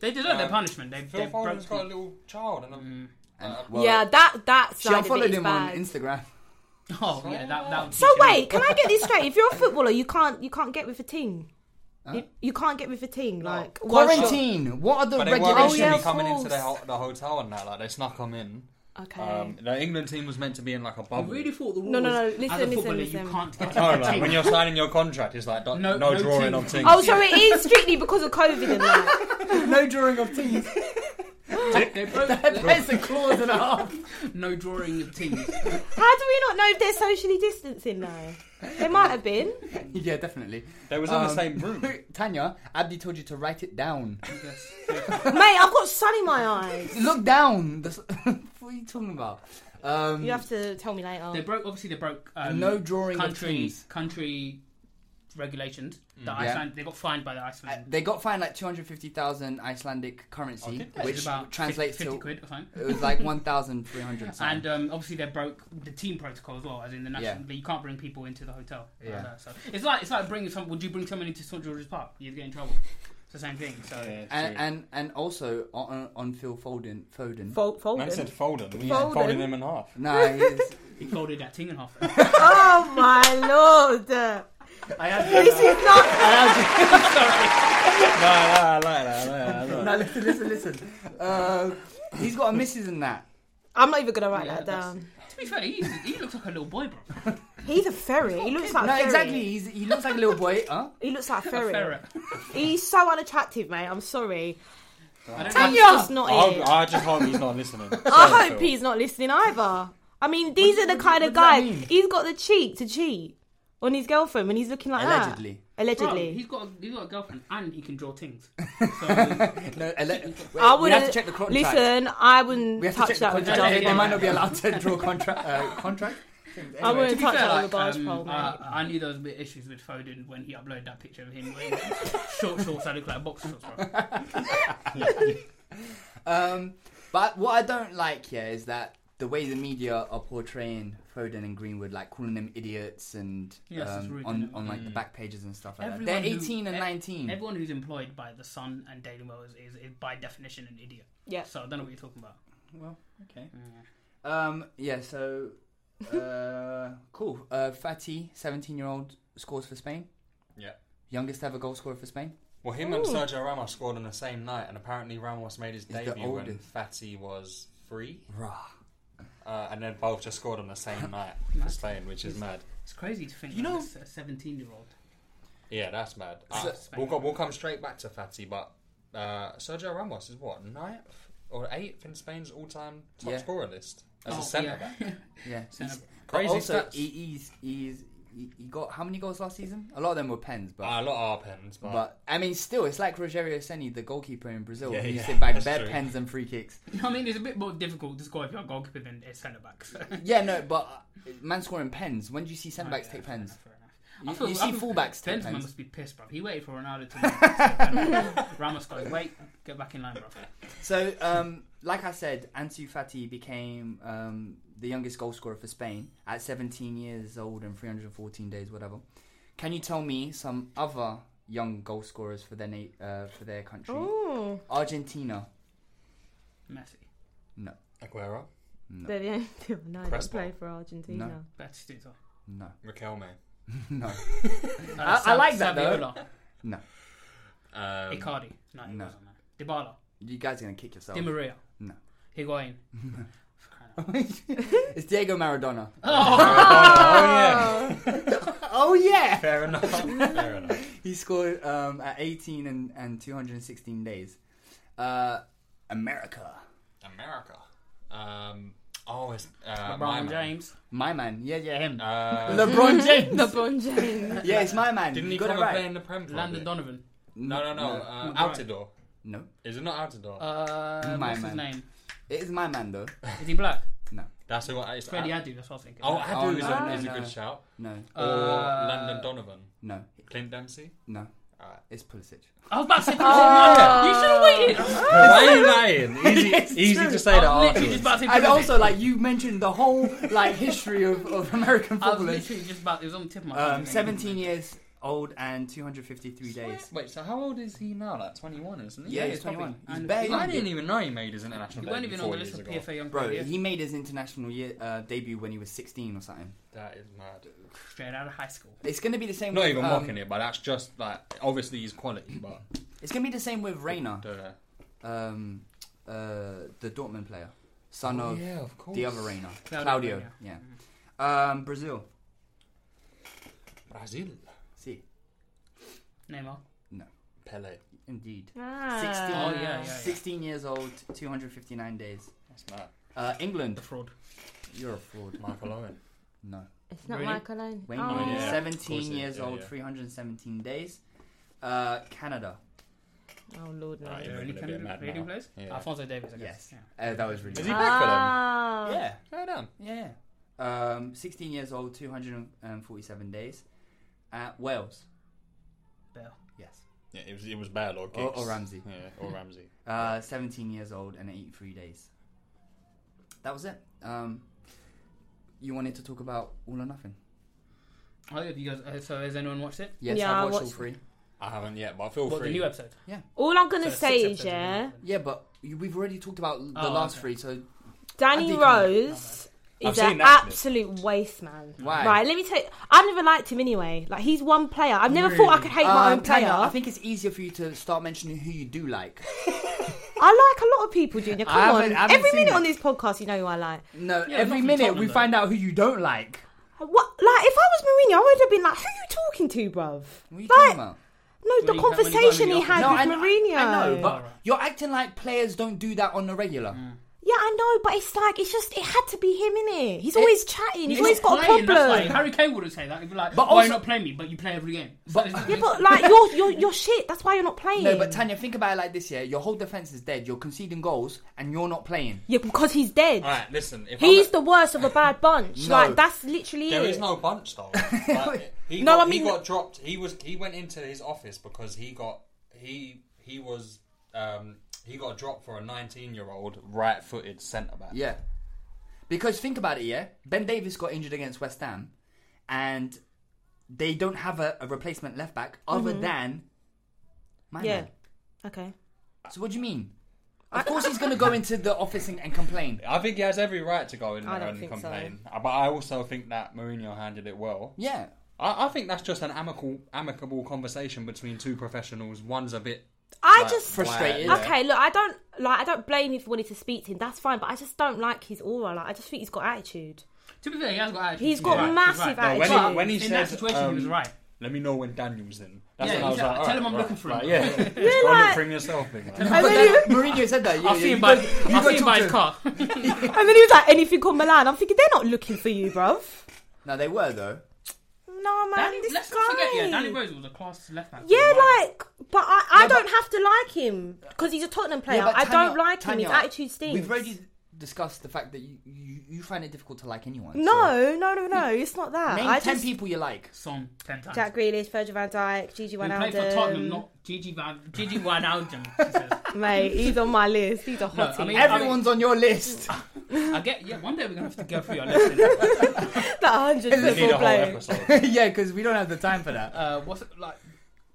Speaker 3: They deserve
Speaker 1: Uh,
Speaker 3: their
Speaker 5: Um,
Speaker 3: punishment. They,
Speaker 5: Phil
Speaker 3: they broke Mm.
Speaker 5: Foden's got a uh,
Speaker 3: them.
Speaker 5: little child, and I'm,
Speaker 1: And,
Speaker 6: yeah, that that
Speaker 1: She
Speaker 6: side of it
Speaker 1: unfollowed
Speaker 6: is
Speaker 1: him
Speaker 6: bad.
Speaker 1: on Instagram.
Speaker 3: Oh, yeah, that, that would
Speaker 6: so
Speaker 3: teach him.
Speaker 6: wait, can I get this straight? If you're a footballer, you can't you can't get with a team. You, you can't get with a team like one shot.
Speaker 1: Quarantine. What are the
Speaker 5: but they weren't
Speaker 1: regulations?
Speaker 5: actually
Speaker 6: yeah, of
Speaker 5: coming into the,
Speaker 6: course.
Speaker 5: ho- the hotel and that. Like they snuck them in.
Speaker 6: Okay.
Speaker 5: Um, the England team was meant to be in like a
Speaker 3: I
Speaker 5: bubble.
Speaker 3: really thought the war
Speaker 6: No, no,
Speaker 3: was-
Speaker 6: no, listen,
Speaker 3: as a
Speaker 6: listen,
Speaker 3: footballer,
Speaker 6: listen.
Speaker 3: you can't get
Speaker 5: No, like, when you're signing your contract, it's like do-
Speaker 3: No-
Speaker 5: no,
Speaker 3: no
Speaker 5: drawing
Speaker 3: team.
Speaker 5: of teams.
Speaker 6: oh, so it is strictly because of COVID and that.
Speaker 1: no drawing of teams.
Speaker 3: They both
Speaker 1: There's a clause and a half.
Speaker 3: No drawing of teams.
Speaker 6: How do we not know if they're socially distancing now? They might have been.
Speaker 1: yeah, definitely. Um,
Speaker 5: They was in
Speaker 3: Um,
Speaker 5: the same room.
Speaker 1: Tanya, Abdi told you to write it down.
Speaker 6: Mate, I've got sun in my eyes.
Speaker 1: Look down. That's- what are you talking about? Um,
Speaker 6: You have to tell me later.
Speaker 3: They broke. Obviously, they broke. Um,
Speaker 1: Oh. No drawing of
Speaker 3: country
Speaker 1: teams.
Speaker 3: country regulations. The
Speaker 1: Yeah.
Speaker 3: Iceland. They got fined by the Iceland.
Speaker 1: Uh, they got fined like 250,000 Icelandic currency,
Speaker 3: Which
Speaker 1: which
Speaker 3: is about
Speaker 1: translates
Speaker 3: 50
Speaker 1: to
Speaker 3: quid or something.
Speaker 1: it was like 1,300. something.
Speaker 3: and um, obviously they broke the team protocol as well, as in the national. You can't bring people into the hotel.
Speaker 1: Yeah.
Speaker 3: Uh, so it's like it's like bringing some. Would you bring someone into St George's Park? You'd get in trouble. It's the same thing. So
Speaker 1: and, and and also on, on Phil Foden. Foden.
Speaker 6: Fol-
Speaker 5: Man
Speaker 6: folded.
Speaker 5: said folded. We
Speaker 6: Folded.
Speaker 5: folded him in half.
Speaker 1: no, he's,
Speaker 3: he folded that thing in half.
Speaker 6: oh my lord.
Speaker 3: I had uh,
Speaker 6: This is not.
Speaker 5: I like that. I like that.
Speaker 1: no, listen, listen, listen. Um, he's got a missus in that.
Speaker 6: I'm not even gonna write
Speaker 3: Yeah,
Speaker 6: that
Speaker 3: that's-
Speaker 6: down.
Speaker 3: To be fair, he, he looks like a little boy,
Speaker 1: Oh,
Speaker 3: bro.
Speaker 6: He's a ferret. He looks like a
Speaker 1: No,
Speaker 6: ferret.
Speaker 1: exactly. He's, he looks like a little boy. Huh?
Speaker 6: He looks like a
Speaker 3: A
Speaker 6: ferret.
Speaker 3: ferret.
Speaker 6: He's so unattractive, mate. I'm sorry.
Speaker 3: I don't
Speaker 6: That's
Speaker 3: know.
Speaker 6: just not
Speaker 5: I,
Speaker 6: it.
Speaker 5: hope, I just hope he's not listening.
Speaker 6: I hope he's not listening either. I mean, these are the kind of
Speaker 1: what does that
Speaker 6: guys.
Speaker 1: mean?
Speaker 6: He's got the cheek to cheat on his girlfriend when he's looking like
Speaker 1: Allegedly.
Speaker 6: that.
Speaker 3: Bro,
Speaker 6: Allegedly.
Speaker 3: he's got a, he's got a girlfriend and he can draw things. So,
Speaker 1: No, ele-
Speaker 6: I
Speaker 1: we have to
Speaker 6: wouldn't
Speaker 1: check the contract.
Speaker 6: listen. I wouldn't
Speaker 1: we have to
Speaker 6: touch
Speaker 1: check the
Speaker 6: that with a
Speaker 1: contract.
Speaker 6: jarring
Speaker 3: Johnny.
Speaker 1: They might
Speaker 6: pole.
Speaker 1: not be allowed to draw contract. Uh, contract.
Speaker 6: I
Speaker 3: to
Speaker 6: wouldn't
Speaker 3: be
Speaker 6: touch
Speaker 3: fair,
Speaker 6: that with a
Speaker 3: like,
Speaker 6: barge
Speaker 3: um,
Speaker 6: pole, mate.
Speaker 3: uh, I knew there was a bit of issues with Foden when he uploaded that picture of him wearing short shorts. I look like a boxer shorts, bro.
Speaker 1: Um, but what I don't like here is that the way the media are portraying Foden and Greenwood, like calling them idiots and
Speaker 3: Yes, it's
Speaker 1: um,
Speaker 3: rude,
Speaker 1: on,
Speaker 3: isn't it?
Speaker 1: on like the
Speaker 6: Mm.
Speaker 1: back pages and stuff like that.
Speaker 3: Everyone
Speaker 1: They're
Speaker 3: who-
Speaker 1: 18 and
Speaker 3: e-
Speaker 1: 19.
Speaker 3: Everyone who's employed by the Sun and Daily Mail is, is, is by definition an idiot.
Speaker 6: Yeah.
Speaker 3: So I don't know what you're talking about.
Speaker 1: Well, okay.
Speaker 3: Mm.
Speaker 1: Um, yeah, so uh, cool. Uh, Fatty, 17 year old, scores for Spain.
Speaker 5: Yeah.
Speaker 1: Youngest ever goal scorer for Spain.
Speaker 5: Well, him and Sergio Ramos scored on the same night, and apparently Ramos made his
Speaker 1: the
Speaker 5: debut when
Speaker 1: oldest.
Speaker 5: Fatty was three,
Speaker 1: Rah.
Speaker 5: uh, and then both just scored on the same night for Spain, which is mad.
Speaker 3: It's crazy to think
Speaker 5: You
Speaker 3: you
Speaker 5: know-
Speaker 3: know, a 17 year old.
Speaker 5: Yeah, that's mad. Uh, we'll, go, we'll come straight back to Fatty, but uh, Sergio Ramos is what ninth or eighth in Spain's all-time top
Speaker 1: Yeah.
Speaker 5: scorer list as a
Speaker 3: Oh,
Speaker 5: centre
Speaker 3: yeah.
Speaker 5: back.
Speaker 1: Yeah. He's-
Speaker 5: Crazy
Speaker 1: also,
Speaker 5: stats.
Speaker 1: he, he's, he's, he, he got how many goals last season? A lot of them were pens, but.
Speaker 5: Uh, a lot of our pens, but,
Speaker 1: But I mean, still, it's like Rogerio Seni, the goalkeeper in Brazil,
Speaker 5: Yeah,
Speaker 1: who used
Speaker 5: yeah,
Speaker 1: to bag
Speaker 5: that's
Speaker 1: bare
Speaker 5: true.
Speaker 1: pens and free kicks.
Speaker 3: I mean, it's a bit more difficult to score if you're a goalkeeper than a centre back. so-
Speaker 1: Yeah, no, but uh, man scoring pens. When do you see centre backs
Speaker 3: Yeah,
Speaker 1: take
Speaker 3: fair
Speaker 1: pens?
Speaker 3: enough, fair enough.
Speaker 1: You-
Speaker 3: I feel-
Speaker 1: you
Speaker 3: I
Speaker 1: see
Speaker 3: feel
Speaker 1: fullbacks take
Speaker 3: Benzema
Speaker 1: pens.
Speaker 3: must be pissed, bro. He waited for Ronaldo to. make a mistake. Ramos goes, wait, get back in line, bro.
Speaker 1: So, um, like I said, Ansu Fati became um, the youngest goal scorer for Spain at 17 years old and 314 days, whatever. Can you tell me some other young goal scorers for their na- uh, for their country?
Speaker 6: Ooh.
Speaker 1: Argentina,
Speaker 3: Messi,
Speaker 1: no,
Speaker 5: Aguero,
Speaker 6: They're the only two I know that
Speaker 5: Crespo.
Speaker 6: play for Argentina.
Speaker 1: No.
Speaker 3: Batistuta.
Speaker 1: no,
Speaker 5: Riquelme,
Speaker 1: no,
Speaker 3: Uh,
Speaker 1: I
Speaker 3: Sa-
Speaker 1: like that, though.
Speaker 3: Saviola.
Speaker 1: no.
Speaker 5: um,
Speaker 3: Icardi. No, he
Speaker 1: No.
Speaker 3: wasn't. No. Dybala.
Speaker 1: You guys are gonna kick yourself.
Speaker 3: Di Maria.
Speaker 1: No.
Speaker 3: Higuain.
Speaker 1: it's Diego Maradona.
Speaker 5: Oh,
Speaker 1: Oh yeah.
Speaker 5: yeah. Fair enough. Fair enough.
Speaker 1: He scored um, at 18 and, and 216 days. Uh, America.
Speaker 5: America. Um, oh, it's uh, my
Speaker 3: LeBron
Speaker 5: man.
Speaker 3: James.
Speaker 1: My man. Yeah, yeah, him.
Speaker 5: Uh,
Speaker 1: LeBron James.
Speaker 6: LeBron James.
Speaker 1: yeah, it's my man.
Speaker 5: didn't he
Speaker 1: You got
Speaker 5: come
Speaker 1: it
Speaker 5: and play
Speaker 1: right.
Speaker 5: in the Prem? for a
Speaker 3: Landon
Speaker 5: bit?
Speaker 3: Donovan.
Speaker 5: No, no, no.
Speaker 1: No.
Speaker 5: Uh,
Speaker 3: Not
Speaker 5: Outdoor.
Speaker 1: No.
Speaker 5: Is it not Outdoor?
Speaker 3: Uh,
Speaker 1: My
Speaker 3: what's his
Speaker 1: man.
Speaker 3: name?
Speaker 1: It is my man, though.
Speaker 3: Is he black?
Speaker 5: That's who I. It's
Speaker 3: Freddie
Speaker 5: Ad-
Speaker 3: Adu, that's what I was thinking.
Speaker 5: oh, Adu
Speaker 1: Oh,
Speaker 5: is,
Speaker 1: no,
Speaker 5: a,
Speaker 1: no,
Speaker 5: is
Speaker 1: no.
Speaker 5: a good shout.
Speaker 1: No.
Speaker 5: Or Landon Donovan.
Speaker 1: No.
Speaker 5: Clint Dempsey.
Speaker 1: No.
Speaker 5: Alright.
Speaker 1: It's Pulisic.
Speaker 3: I was about to say
Speaker 1: Ah.
Speaker 3: Pulisic. You should have waited. I
Speaker 5: Why are you lying? Easy, easy to say that
Speaker 3: was literally
Speaker 5: afterwards.
Speaker 3: just about to say
Speaker 1: And
Speaker 3: Pulisic.
Speaker 1: also, like, you mentioned the whole, like, history of, of American
Speaker 3: I was
Speaker 1: footballers.
Speaker 3: literally just about. It was on the tip of my tongue.
Speaker 1: Um, 17 years old and 253 days.
Speaker 5: Wait, so how old is he now? Like 21, isn't he?
Speaker 1: Yeah, he's 21. He's
Speaker 3: And
Speaker 1: bare
Speaker 3: he-
Speaker 1: young.
Speaker 5: I didn't even know he made his international
Speaker 3: You
Speaker 5: debut
Speaker 3: weren't even on
Speaker 5: four
Speaker 3: the list
Speaker 5: years
Speaker 3: of
Speaker 5: ago.
Speaker 3: PFA Young
Speaker 1: Bro,
Speaker 3: Player of the
Speaker 1: he
Speaker 3: Year.
Speaker 1: made his international year, uh, debut when he was 16 or something.
Speaker 5: That is mad.
Speaker 3: straight out of high school.
Speaker 1: It's going to be the same.
Speaker 5: Not
Speaker 1: with,
Speaker 5: even
Speaker 1: um,
Speaker 5: mocking it, but that's just like obviously his quality, but
Speaker 1: It's gonna be the same with Reina,
Speaker 5: uh,
Speaker 1: um, uh, the Dortmund player, son
Speaker 5: Oh,
Speaker 1: of,
Speaker 5: yeah, of course.
Speaker 1: the other Reina, Claudio.
Speaker 3: Claudio Reyna.
Speaker 1: Yeah, um, Brazil.
Speaker 5: Brazil,
Speaker 1: See,
Speaker 3: Neymar.
Speaker 1: no,
Speaker 5: Pelé, Pele.
Speaker 1: Indeed.
Speaker 6: Ah.
Speaker 1: 16,
Speaker 6: Oh, yeah, yeah, yeah.
Speaker 1: 16 years old, 259 days.
Speaker 5: That's mad.
Speaker 1: Uh, England.
Speaker 3: The fraud.
Speaker 1: You're a fraud.
Speaker 5: Michael Owen.
Speaker 1: No.
Speaker 6: It's not Michael Owen.
Speaker 1: Wayne
Speaker 6: Oh.
Speaker 1: Rooney,
Speaker 6: Yeah, of course
Speaker 1: 17
Speaker 6: it-
Speaker 1: years
Speaker 6: yeah,
Speaker 1: old,
Speaker 6: yeah.
Speaker 1: 317 days. Uh, Canada.
Speaker 6: Oh Lord, no.
Speaker 1: Right,
Speaker 3: you're Really gonna be a Canada- mad Canadian man. players? Yeah. Alphonso Davies, I guess.
Speaker 1: Yes.
Speaker 3: Yeah.
Speaker 1: Uh, that was really
Speaker 3: Is he back for them?
Speaker 6: Ah.
Speaker 1: Yeah.
Speaker 5: Well done.
Speaker 1: Yeah. Um, 16 years old, 247 days. Uh, Wales.
Speaker 3: Bell.
Speaker 1: Yes.
Speaker 8: Yeah, it was it was bad or
Speaker 1: Or,
Speaker 8: kicks.
Speaker 1: or Ramsey.
Speaker 8: Yeah, or Ramsey.
Speaker 1: Uh, 17 years old and 83 days. That was it. Um, you wanted to talk about All or Nothing?
Speaker 3: Oh, yeah, you guys, uh, so has anyone watched it?
Speaker 1: Yes,
Speaker 6: Yeah, I
Speaker 1: I've watched, all
Speaker 6: watched-
Speaker 1: three.
Speaker 8: I haven't yet, but I feel
Speaker 3: What, the
Speaker 8: free.
Speaker 3: new episode?
Speaker 1: Yeah.
Speaker 6: All I'm gonna
Speaker 1: So
Speaker 6: say
Speaker 1: six
Speaker 6: is yeah,
Speaker 1: Yeah, but you- we've already talked about the
Speaker 6: Oh,
Speaker 1: last
Speaker 6: okay.
Speaker 1: three, so
Speaker 6: Danny Rose
Speaker 1: I've
Speaker 6: is
Speaker 1: seen
Speaker 6: an
Speaker 1: that clip.
Speaker 6: absolute waste man.
Speaker 1: Why?
Speaker 6: Right, let me tell you. I've never liked him anyway. Like he's one player. I've never thought I could hate my
Speaker 1: Um,
Speaker 6: own player.
Speaker 1: Tanya, I think it's easier for you to start mentioning who you do like.
Speaker 6: I like a lot of people, Junior.
Speaker 1: I
Speaker 6: Come on.
Speaker 1: haven't- I haven't
Speaker 6: Every
Speaker 1: seen
Speaker 6: minute
Speaker 1: it.
Speaker 6: on this podcast, you know who I like. Yeah,
Speaker 1: No,
Speaker 6: not
Speaker 1: every
Speaker 6: from
Speaker 1: minute
Speaker 6: Tottenham,
Speaker 1: we
Speaker 6: though.
Speaker 1: find out who you don't like.
Speaker 6: What? Like, if I was Mourinho, I would have been like, "Who you talking to, bruv?"
Speaker 1: What are you
Speaker 6: Like,
Speaker 1: talking about?
Speaker 6: no, the conversation he had with
Speaker 1: I-
Speaker 6: Mourinho.
Speaker 1: I know, but you're acting like players don't do that on the
Speaker 6: Mm.
Speaker 1: regular.
Speaker 6: yeah, I know, but it's like it's just it had to be him in it. He's always chatting. He's,
Speaker 3: He's
Speaker 6: always got a
Speaker 3: playing, that's
Speaker 6: problem.
Speaker 3: why. Harry Kane wouldn't say that. He'd be like,
Speaker 1: But
Speaker 3: "Why
Speaker 1: also-
Speaker 3: you not playing me? But you play every game."
Speaker 1: But
Speaker 6: yeah, but like you're you're you're shit. That's why you're not playing.
Speaker 1: No, but Tanya, think about it like this: Yeah, your whole defense is dead. You're conceding goals, and you're not playing.
Speaker 6: yeah, because he's dead.
Speaker 8: Alright, listen. If
Speaker 6: He's
Speaker 8: I'm
Speaker 6: the worst of a bad bunch.
Speaker 8: No.
Speaker 6: Like that's literally
Speaker 8: there
Speaker 6: it.
Speaker 8: is no bunch though. Like, he
Speaker 6: No,
Speaker 8: got,
Speaker 6: I mean-
Speaker 8: he got dropped. He was he went into his office because he got he he was um he got dropped for a 19 year old right footed centre back.
Speaker 1: Yeah, because think about it. Yeah, Ben Davis got injured against West Ham, and they don't have a, a replacement left back other
Speaker 6: Mhm.
Speaker 1: than my
Speaker 6: yeah.
Speaker 1: man.
Speaker 6: Okay.
Speaker 1: So what do you mean? Of course, he's going to go into the office and, and complain.
Speaker 8: I think he has every right to go in
Speaker 1: I
Speaker 8: there
Speaker 1: don't
Speaker 8: and
Speaker 1: think
Speaker 8: complain. Uh, But I also think that Mourinho handled it well.
Speaker 1: Yeah.
Speaker 8: I, I think that's just an amicable amicable conversation between two professionals. One's a bit
Speaker 6: I
Speaker 8: like,
Speaker 6: just
Speaker 8: frustrated.
Speaker 6: Okay, look, I don't like. I don't blame him for wanting to speak to him. That's fine, but I just don't like his aura. Like, I just think he's got attitude.
Speaker 3: To be fair, he has got attitude.
Speaker 6: He's got
Speaker 3: right, he's
Speaker 6: massive
Speaker 3: right.
Speaker 8: No,
Speaker 6: attitude.
Speaker 8: when he, when he
Speaker 3: In
Speaker 8: said,
Speaker 3: that situation, he
Speaker 8: um,
Speaker 3: was right.
Speaker 8: Let me know when Daniel's in. That's
Speaker 3: Yeah,
Speaker 8: when I was like,
Speaker 3: exactly. Tell
Speaker 8: alright,
Speaker 3: him I'm
Speaker 8: right,
Speaker 3: looking for him.
Speaker 8: right, yeah,
Speaker 3: They're
Speaker 8: just go
Speaker 3: like-
Speaker 8: and bring yourself in.
Speaker 3: Tell him
Speaker 6: And
Speaker 3: I'm
Speaker 6: then
Speaker 3: looking-
Speaker 1: Mourinho said that. Yeah,
Speaker 3: I'll
Speaker 1: yeah,
Speaker 3: see him
Speaker 1: you
Speaker 3: by,
Speaker 1: go- you
Speaker 3: I'll
Speaker 1: go
Speaker 3: see him
Speaker 1: talk
Speaker 3: by
Speaker 1: to
Speaker 3: his
Speaker 1: him.
Speaker 3: car.
Speaker 6: and then he was like, "Anything on Milan?" I'm thinking they're not looking for you, bruv.
Speaker 1: No, they were though.
Speaker 6: No man,
Speaker 3: Danny,
Speaker 6: this
Speaker 3: let's
Speaker 6: guy.
Speaker 3: not forget, yeah, Danny Rose was a class left back.
Speaker 6: Yeah,
Speaker 3: Wow.
Speaker 6: like, but I, I don't have to like him because he's a Tottenham player.
Speaker 1: Yeah, but
Speaker 6: I
Speaker 1: Tanya-
Speaker 6: don't like him. His
Speaker 1: Tanya,
Speaker 6: attitude stinks.
Speaker 1: We've already discussed the fact that you, you, you find it difficult to like anyone. so-
Speaker 6: no, no, no, no. It's not that.
Speaker 1: Name
Speaker 6: I
Speaker 1: ten
Speaker 6: just
Speaker 1: people you like.
Speaker 3: Son, ten times.
Speaker 6: Jack Grealish, Virgil Van Dijk, Gigi
Speaker 3: Who played for Tottenham,
Speaker 6: Wijnaldum.
Speaker 3: not Gigi Van Gigi Wijnaldum.
Speaker 6: Mate, he's on my list. He's a
Speaker 3: No,
Speaker 6: hottie.
Speaker 3: I mean,
Speaker 1: Everyone's on your list.
Speaker 3: I get. Yeah, one day we're gonna have to go through your list. innit?
Speaker 6: the hundred football players.
Speaker 1: yeah, because we don't have the time for that.
Speaker 3: Uh, what's it, like?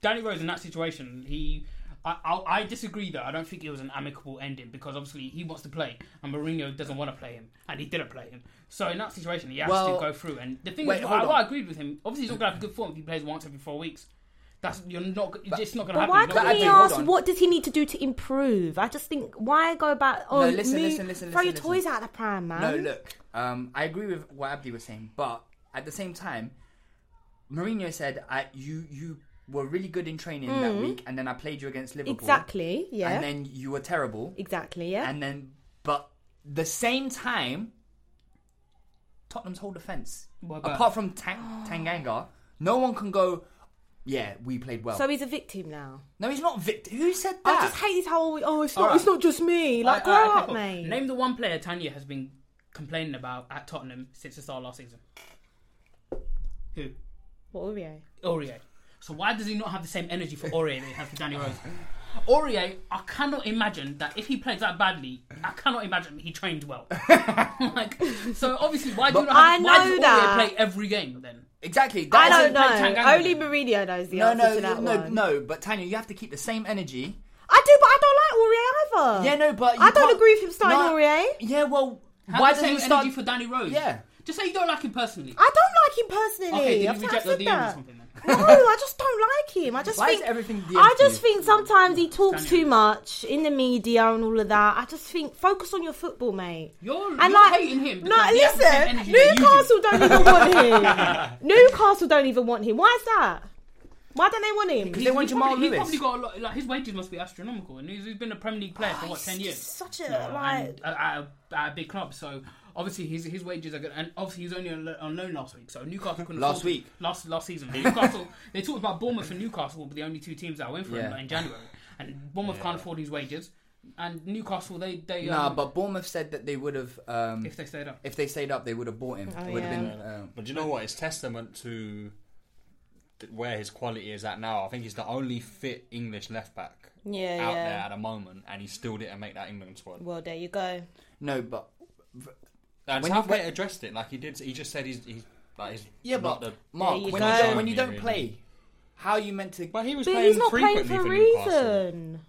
Speaker 3: Danny Rose in that situation, he. I, I, I disagree though. I don't think it was an amicable ending because obviously he wants to play and Mourinho doesn't want to play him and he didn't play him. So in that situation, he has
Speaker 1: Well-
Speaker 3: to go through. And the thing
Speaker 1: Wait,
Speaker 3: is,
Speaker 1: hold
Speaker 3: I,
Speaker 1: on.
Speaker 3: I agreed with him. Obviously, he's not gonna have good form if he plays once every four weeks. That's you're not. it's just not gonna
Speaker 6: But
Speaker 3: happen.
Speaker 6: why
Speaker 3: You're not
Speaker 6: can't
Speaker 3: gonna-
Speaker 6: he
Speaker 1: hold
Speaker 6: ask
Speaker 1: on.
Speaker 6: what does he need to do to improve? I just think why go about oh
Speaker 1: No, listen,
Speaker 6: move,
Speaker 1: listen, listen,
Speaker 6: throw your
Speaker 1: listen,
Speaker 6: toys
Speaker 1: listen.
Speaker 6: out the pram, man.
Speaker 1: No, look, um, I agree with what Abdi was saying, but at the same time, Mourinho said, I, "You you were really good in training that
Speaker 6: Mm.
Speaker 1: week, and then I played you against Liverpool.
Speaker 6: Exactly, yeah.
Speaker 1: And then you were terrible.
Speaker 6: Exactly, yeah.
Speaker 1: And then, but the same time, Tottenham's whole defense,
Speaker 3: What about-
Speaker 1: apart from Tang- Tanganga, no one can go. Yeah, we played well.
Speaker 6: so he's a victim now.
Speaker 1: no, he's not Victor. Who said that?
Speaker 6: I just hate this whole oh it's not
Speaker 3: Alright.
Speaker 6: it's not just me. Like
Speaker 3: All right,
Speaker 6: grow
Speaker 3: okay,
Speaker 6: up,
Speaker 3: cool.
Speaker 6: mate.
Speaker 3: Name the one player Tanya has been complaining about at Tottenham since the start of last season. Who?
Speaker 6: What were we?
Speaker 3: Aurier. So why does he not have the same energy for Aurier that he has for Danny Rose? Aurier, I cannot imagine that if he plays that badly, I cannot imagine he trained well. like, so obviously, why do you
Speaker 1: But
Speaker 3: not have,
Speaker 6: I
Speaker 3: why
Speaker 6: know
Speaker 3: does Aurier
Speaker 6: that.
Speaker 3: play every game then?
Speaker 1: exactly.
Speaker 6: I
Speaker 1: that
Speaker 6: don't
Speaker 1: isn't-
Speaker 6: know.
Speaker 3: Tanganga
Speaker 6: Only
Speaker 3: then?
Speaker 6: Mourinho knows the
Speaker 1: No,
Speaker 6: answer
Speaker 1: no,
Speaker 6: to that
Speaker 1: no,
Speaker 6: one.
Speaker 1: no. But Tanya, you have to keep the same energy.
Speaker 6: I do, but I don't like Aurier either.
Speaker 1: Yeah, no, but you
Speaker 6: Uh, I don't
Speaker 1: can't-
Speaker 6: agree with him starting
Speaker 1: No,
Speaker 6: Aurier.
Speaker 1: Yeah, well,
Speaker 3: Have
Speaker 1: why
Speaker 3: the
Speaker 1: does
Speaker 3: same
Speaker 1: he start?
Speaker 3: energy for Danny Rose?
Speaker 1: Yeah.
Speaker 3: Just say you don't like him personally.
Speaker 6: I don't like him personally.
Speaker 3: Okay, did
Speaker 6: I've
Speaker 3: you
Speaker 6: said-
Speaker 3: reject
Speaker 6: I've
Speaker 3: the
Speaker 6: said
Speaker 3: DM or
Speaker 6: that.
Speaker 3: something then?
Speaker 6: No, I just don't like him. I just
Speaker 1: Why is
Speaker 6: think
Speaker 1: everything DM
Speaker 6: I
Speaker 1: to
Speaker 6: just
Speaker 1: you?
Speaker 6: think sometimes he talks too much in the media and all of that. I just think focus on your football, mate.
Speaker 3: You're,
Speaker 6: and
Speaker 3: you're
Speaker 6: like,
Speaker 3: hating him.
Speaker 6: No,
Speaker 3: because he has the same
Speaker 6: listen.
Speaker 3: energy that you do.
Speaker 6: Newcastle don't even want him. Newcastle don't even want him. Why is that? Why don't they want him?
Speaker 3: He- he probably, He probably got a lot. Like his wages must be astronomical, and he's, he's been a Premier League player for what ten years.
Speaker 6: such a,
Speaker 3: Yeah,
Speaker 6: like-
Speaker 3: and at, at a, at a big club. So obviously his his wages are good, and obviously he's only on, lo- on loan last week. So Newcastle couldn't
Speaker 1: Last
Speaker 3: afford
Speaker 1: week?
Speaker 3: him. last last season. Newcastle they talked about Bournemouth and Newcastle were the only two teams that went for him
Speaker 1: Yeah.
Speaker 3: in January, and Bournemouth
Speaker 1: Yeah.
Speaker 3: can't afford his wages, and Newcastle they they
Speaker 1: Nah,
Speaker 3: um,
Speaker 1: but Bournemouth said that they would have. Um,
Speaker 3: If they stayed up.
Speaker 1: If they stayed up, they would have bought him.
Speaker 3: Oh,
Speaker 1: It would have
Speaker 3: yeah.
Speaker 1: been. Um,
Speaker 5: But do you know what? It's testament to th- where his quality is at now. I think he's the only fit English left back
Speaker 6: Yeah,
Speaker 5: out
Speaker 6: yeah.
Speaker 5: there at the moment, and he still didn't make that England squad.
Speaker 6: Well, there you go.
Speaker 1: uh, No, but
Speaker 5: And
Speaker 1: When you-
Speaker 5: Southgate addressed it. Like he did. He just said he's. he's like he's
Speaker 1: Yeah,
Speaker 5: not
Speaker 1: but
Speaker 5: the
Speaker 1: Mark,
Speaker 5: he's
Speaker 1: when
Speaker 5: not
Speaker 1: you,
Speaker 5: the
Speaker 1: don't, when you
Speaker 5: only
Speaker 1: don't
Speaker 5: reason.
Speaker 1: play, how are you meant to?
Speaker 5: But he was
Speaker 6: But
Speaker 5: playing
Speaker 6: he's not playing
Speaker 5: frequently
Speaker 6: for a
Speaker 5: for Newcastle.
Speaker 6: reason.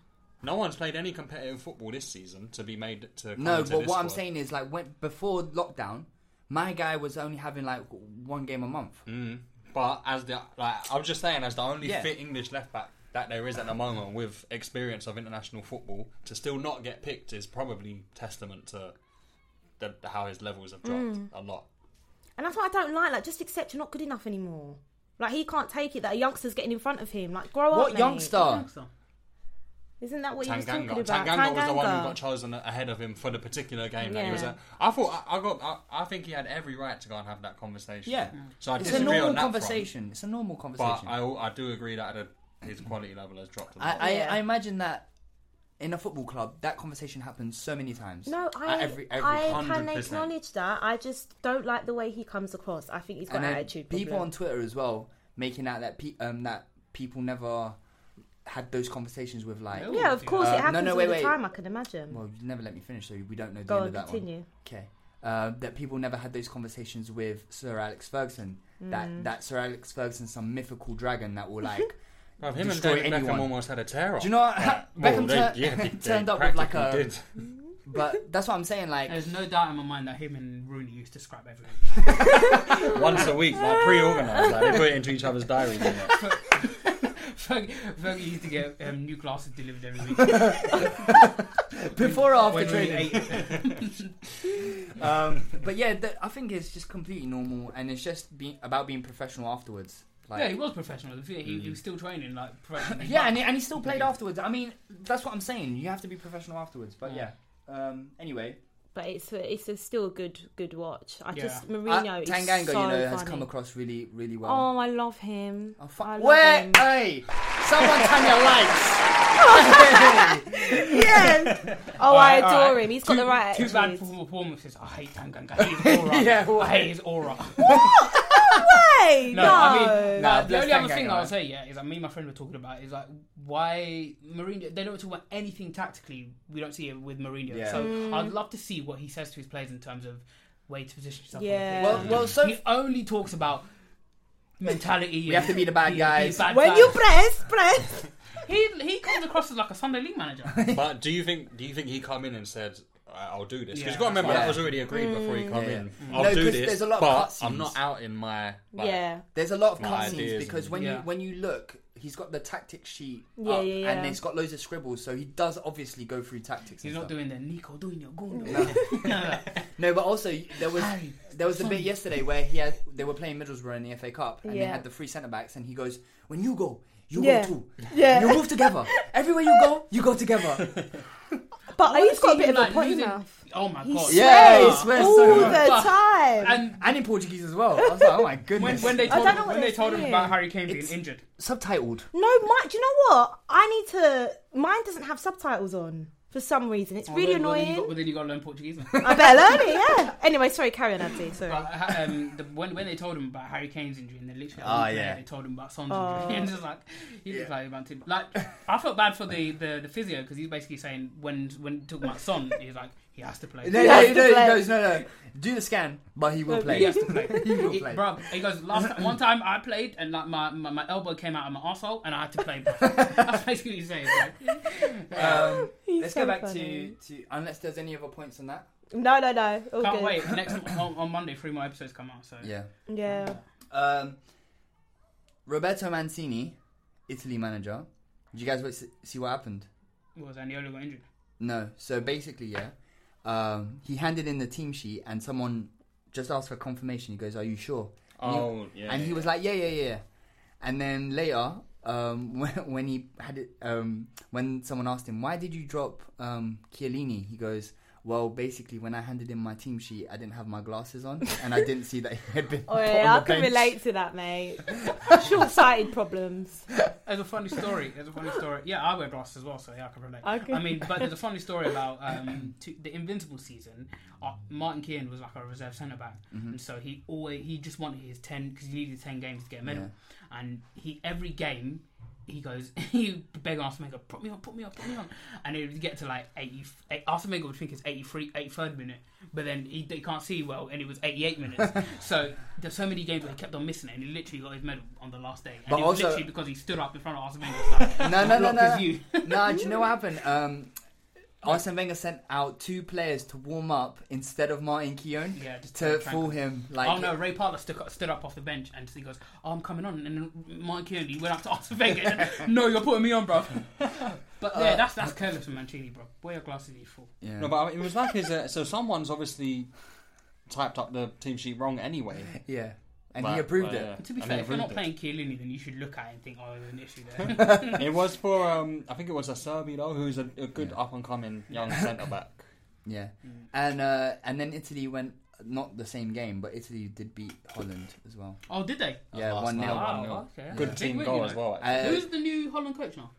Speaker 5: No one's played any competitive football this season to be made to. come
Speaker 1: No,
Speaker 5: into
Speaker 1: but
Speaker 5: this
Speaker 1: what I'm
Speaker 5: squad.
Speaker 1: saying is, like, when before lockdown, my guy was only having like one game a month.
Speaker 5: Mm. But as the like, I'm just saying, as the only
Speaker 1: Yeah.
Speaker 5: fit English left back that there is at the moment, with experience of international football, to still not get picked is probably testament to the, how his levels have dropped
Speaker 6: Mm.
Speaker 5: a lot.
Speaker 6: And that's what I don't like. Like, just accept you're not good enough anymore. Like, he can't take it that a youngster's getting in front of him. Like, grow up.
Speaker 1: What
Speaker 6: mate.
Speaker 1: youngster?
Speaker 6: Isn't that what you was talking
Speaker 5: Tanganga,
Speaker 6: about?
Speaker 5: Tanganga, was the one who
Speaker 6: Tanganga.
Speaker 5: got chosen ahead of him for the particular game that he was
Speaker 6: Yeah.
Speaker 5: at. I thought I, I got. I, I think he had every right to go and have that conversation.
Speaker 1: Yeah,
Speaker 5: so I
Speaker 1: it's a
Speaker 5: disagree
Speaker 1: normal
Speaker 5: on that front,
Speaker 1: conversation. It's a normal
Speaker 5: but
Speaker 1: conversation.
Speaker 5: I, I do agree that the, his quality level has dropped a lot.
Speaker 1: I, I, I imagine that in a football club, that conversation happens so many times.
Speaker 6: No, I,
Speaker 1: At every, every
Speaker 6: I can acknowledge that. I just don't like the way he comes across. I think he's got
Speaker 1: And
Speaker 6: an
Speaker 1: then
Speaker 6: attitude
Speaker 1: people
Speaker 6: problem.
Speaker 1: on Twitter as well making out that pe- um, that people never had those conversations with like.
Speaker 6: yeah, of course,
Speaker 1: Uh,
Speaker 6: it happens
Speaker 1: no, no,
Speaker 6: all
Speaker 1: wait,
Speaker 6: the
Speaker 1: wait.
Speaker 6: time. I can imagine.
Speaker 1: Well, you never let me finish, so we don't know the
Speaker 6: Go
Speaker 1: end
Speaker 6: on,
Speaker 1: of that
Speaker 6: continue.
Speaker 1: one. Okay. Uh, that people never had those conversations with Sir Alex Ferguson.
Speaker 6: Mm.
Speaker 1: That that Sir Alex Ferguson's some mythical dragon that will like
Speaker 5: Bruv, him and
Speaker 1: destroy
Speaker 5: David
Speaker 1: anyone.
Speaker 5: Beckham almost had a tear off.
Speaker 1: Do you know what?
Speaker 5: Like, well,
Speaker 1: Beckham
Speaker 5: they-
Speaker 1: tur-
Speaker 5: yeah, they- they
Speaker 1: turned up with like a.
Speaker 5: practically did.
Speaker 1: But that's what I'm saying. Like,
Speaker 3: there's no doubt in my mind that him and Rooney used to scrap everything.
Speaker 5: once a week, like pre-organised, like, they put it into each other's diaries. and that.
Speaker 3: Fergie, Fergie used to get um, new glasses delivered every week.
Speaker 1: Before or after
Speaker 3: When we
Speaker 1: training?
Speaker 3: ate.
Speaker 1: um, but yeah, th- I think it's just completely normal, and it's just being about being professional afterwards. Like,
Speaker 3: yeah, he was professional. He, he, he was still training like professionally.
Speaker 1: yeah,
Speaker 3: but-
Speaker 1: and he, and he still played afterwards. I mean, that's what I'm saying. You have to be professional afterwards. But yeah.
Speaker 3: Yeah.
Speaker 1: Um, anyway,
Speaker 6: But it's a, it's a still a good good watch. I just
Speaker 1: Yeah.
Speaker 6: Mourinho
Speaker 1: Uh,
Speaker 6: is
Speaker 1: Tanganga,
Speaker 6: so
Speaker 1: you know, has
Speaker 6: funny.
Speaker 1: come across really, really well.
Speaker 6: Oh, I love him. Oh,
Speaker 1: fuck.
Speaker 6: I love
Speaker 1: Wait,
Speaker 6: him.
Speaker 1: hey, someone turn your lights.
Speaker 6: yes. Oh, I
Speaker 3: Alright,
Speaker 6: adore
Speaker 3: alright.
Speaker 6: him. He's got
Speaker 3: Too-
Speaker 6: the right
Speaker 3: Too
Speaker 6: attitude.
Speaker 3: bad for performances. I hate Tanganga. His aura.
Speaker 1: Yeah.
Speaker 3: I hate his aura.
Speaker 6: Hey, no.
Speaker 3: No, I mean,
Speaker 1: Nah,
Speaker 3: uh, the
Speaker 1: bless
Speaker 3: only other
Speaker 1: Tanganga,
Speaker 3: thing I'll
Speaker 1: man.
Speaker 3: say, yeah, is like me and my friend were talking about is like why Mourinho. They don't talk about anything tactically. We don't see it with Mourinho.
Speaker 1: Yeah.
Speaker 3: So
Speaker 1: Mm.
Speaker 3: I'd love to see what he says to his players in terms of way to position yourself. on the
Speaker 6: Yeah.
Speaker 3: pitch.
Speaker 6: Well- well,
Speaker 1: so-
Speaker 3: he only talks about mentality.
Speaker 1: We have to be the bad guys.
Speaker 6: When you press, press.
Speaker 3: he he comes across as like a Sunday league manager.
Speaker 5: But do you think? Do you think he come in and said, "I- "I'll do this"? Because
Speaker 3: Yeah,
Speaker 5: you got to remember
Speaker 1: yeah.
Speaker 5: that was already agreed before he
Speaker 1: Mm.
Speaker 5: come
Speaker 1: Yeah, yeah.
Speaker 5: in.
Speaker 1: Mm.
Speaker 5: I'll
Speaker 1: No,
Speaker 5: do
Speaker 1: 'cause
Speaker 5: this,
Speaker 1: there's a lot of
Speaker 5: but
Speaker 1: cutscenes.
Speaker 5: I'm not out in my. Like,
Speaker 6: Yeah.
Speaker 1: There's a lot of
Speaker 5: my
Speaker 1: cutscenes
Speaker 5: ideas
Speaker 1: because
Speaker 5: and-
Speaker 1: when you
Speaker 5: Yeah.
Speaker 1: when you look, he's got the tactic sheet
Speaker 6: Yeah,
Speaker 1: up,
Speaker 6: yeah,
Speaker 1: and
Speaker 6: yeah.
Speaker 1: it's got loads of scribbles. So he does obviously go through tactics.
Speaker 3: He's
Speaker 1: and
Speaker 3: not
Speaker 1: stuff.
Speaker 3: doing the Nico doing your goal.
Speaker 1: No, but also there was there was the bit
Speaker 3: Harry.
Speaker 1: yesterday where he had they were playing Middlesbrough in the FA Cup and they
Speaker 6: Yeah.
Speaker 1: had the three centre backs and he goes when you go you
Speaker 6: Yeah.
Speaker 1: go too
Speaker 6: Yeah.
Speaker 1: you move together everywhere you go you go together
Speaker 6: But he's got a
Speaker 3: see
Speaker 6: bit of
Speaker 3: him,
Speaker 6: a
Speaker 3: like,
Speaker 6: point
Speaker 3: losing-
Speaker 6: now.
Speaker 3: Oh my
Speaker 6: He
Speaker 3: god!
Speaker 1: yeah he swears so
Speaker 6: all
Speaker 1: much.
Speaker 6: the
Speaker 3: But-
Speaker 6: time.
Speaker 3: And
Speaker 1: and in Portuguese as well I was like oh my
Speaker 3: when,
Speaker 1: goodness
Speaker 3: when they
Speaker 6: I don't
Speaker 3: told
Speaker 6: know
Speaker 3: him,
Speaker 6: what
Speaker 3: when they
Speaker 6: they're
Speaker 3: told him
Speaker 6: saying.
Speaker 3: about Harry Kane being injured,
Speaker 1: subtitled
Speaker 6: No, my, do you know what? I need to. Mine doesn't have subtitles on for some reason. It's
Speaker 3: Oh,
Speaker 6: really
Speaker 3: well, Then you
Speaker 6: annoying.
Speaker 3: got, well, then you got to learn Portuguese. man.
Speaker 6: I better learn it. Yeah. Anyway, sorry. Carry on, Abdi. Sorry.
Speaker 3: But ha- um, the, when when they told him about Harry Kane's injury, and they literally
Speaker 1: Ah,
Speaker 3: on the day
Speaker 1: yeah.
Speaker 3: they told him about Son's
Speaker 6: Oh.
Speaker 3: injury, and just like he looked like he about to like I felt bad for the the, the physio because he's basically saying when when talking about Son, he's like he has to play.
Speaker 1: no
Speaker 3: He
Speaker 1: no,
Speaker 3: has
Speaker 1: no,
Speaker 3: to
Speaker 1: no, he
Speaker 3: play.
Speaker 1: goes no no do the scan but he will
Speaker 3: No,
Speaker 1: play
Speaker 3: He has to play.
Speaker 1: he will
Speaker 3: He-
Speaker 1: play
Speaker 3: bruv, he goes. Last ti- one time I played, and like my, my, my elbow came out of my asshole, and I had to play. bruv." That's basically what he's saying. Like,
Speaker 1: um,
Speaker 6: He's
Speaker 1: let's
Speaker 6: so
Speaker 1: go back
Speaker 6: funny.
Speaker 1: to to unless there's any other points on that
Speaker 6: No, no, no. All
Speaker 3: can't
Speaker 6: good.
Speaker 3: wait. Next on, on Monday, three more episodes come out. So
Speaker 1: yeah
Speaker 6: Yeah.
Speaker 1: Um, Roberto Mancini, Italy manager. Did you guys wa- see what happened?
Speaker 3: was Aniola got injured?
Speaker 1: No. So basically, yeah, um, he handed in the team sheet, and someone just asked for confirmation. He goes, "Are you sure?" And he-
Speaker 5: Oh, yeah,
Speaker 1: And he
Speaker 5: yeah,
Speaker 1: was like, "Yeah, yeah, yeah." And then later, um, when, when he had it, um, when someone asked him, "Why did you drop um, Chiellini?" He goes, "Well, basically, when I handed in my team sheet, I didn't have my glasses on, and I didn't see that he had been."
Speaker 6: Oh
Speaker 1: put
Speaker 6: yeah, I
Speaker 1: on the
Speaker 6: can
Speaker 1: bench."
Speaker 6: relate to that, mate. Short-sighted problems.
Speaker 3: There's a funny story. There's a funny story. Yeah, I wear glasses as well, so yeah, I can relate.
Speaker 6: Okay.
Speaker 3: I mean, but there's a funny story about um, to, the Invincible season. Uh, Martin Keane was like a reserve centre back,
Speaker 1: Mhm.
Speaker 3: and so he always he just wanted his ten because he needed ten games to get a medal, and he every game. He goes, he begged Arsemago, put me on, put me on, put me on. And it would get to like 80, eight, Arsemago would think it's 83, 83rd minute, but then he, they can't see well, and it was 88 minutes. so there's so many games where he kept on missing it, and he literally got his medal on the last day. And
Speaker 1: But
Speaker 3: it was
Speaker 1: also-
Speaker 3: literally because he stood up in front of
Speaker 1: no,
Speaker 3: Arsemago.
Speaker 1: no, no,
Speaker 3: Blocked
Speaker 1: no.
Speaker 3: his view.
Speaker 1: no, do you know what happened? Um, Arsene Wenger sent out two players to warm up instead of Martin Keown
Speaker 3: Yeah, just
Speaker 1: to
Speaker 3: try and-
Speaker 1: fool him. Like,
Speaker 3: oh no, Ray Parler stood, stood up off the bench and he goes, oh, "I'm coming on," and then Mike Kearney went up to Arsene Wenger. and, no, you're putting me on, bro. But yeah,
Speaker 5: Uh,
Speaker 3: that's that's careless from Mancini, bro. Wear your glasses, you fool.
Speaker 8: No, but I mean, it was like his. Uh, so someone's obviously typed up the team sheet wrong anyway.
Speaker 1: Yeah. And he approved it.
Speaker 3: To be
Speaker 8: And he
Speaker 3: fair, if you're
Speaker 8: approved
Speaker 3: not
Speaker 8: it.
Speaker 3: playing Chiellini, then you should look at it and think, "Oh, there's an issue there."
Speaker 8: it was for um, I think it was a Serbi though, who's a, a good up and coming young centre back.
Speaker 1: Yeah,
Speaker 3: Mm.
Speaker 1: and uh, and then Italy went not the same game, but Italy did beat Holland as well.
Speaker 3: oh, did they?
Speaker 1: Yeah, one 0
Speaker 3: Wow, okay.
Speaker 8: Good team
Speaker 3: win,
Speaker 8: goal Uh,
Speaker 3: you know.
Speaker 8: as well,
Speaker 1: actually.
Speaker 3: Who's the new Holland coach now?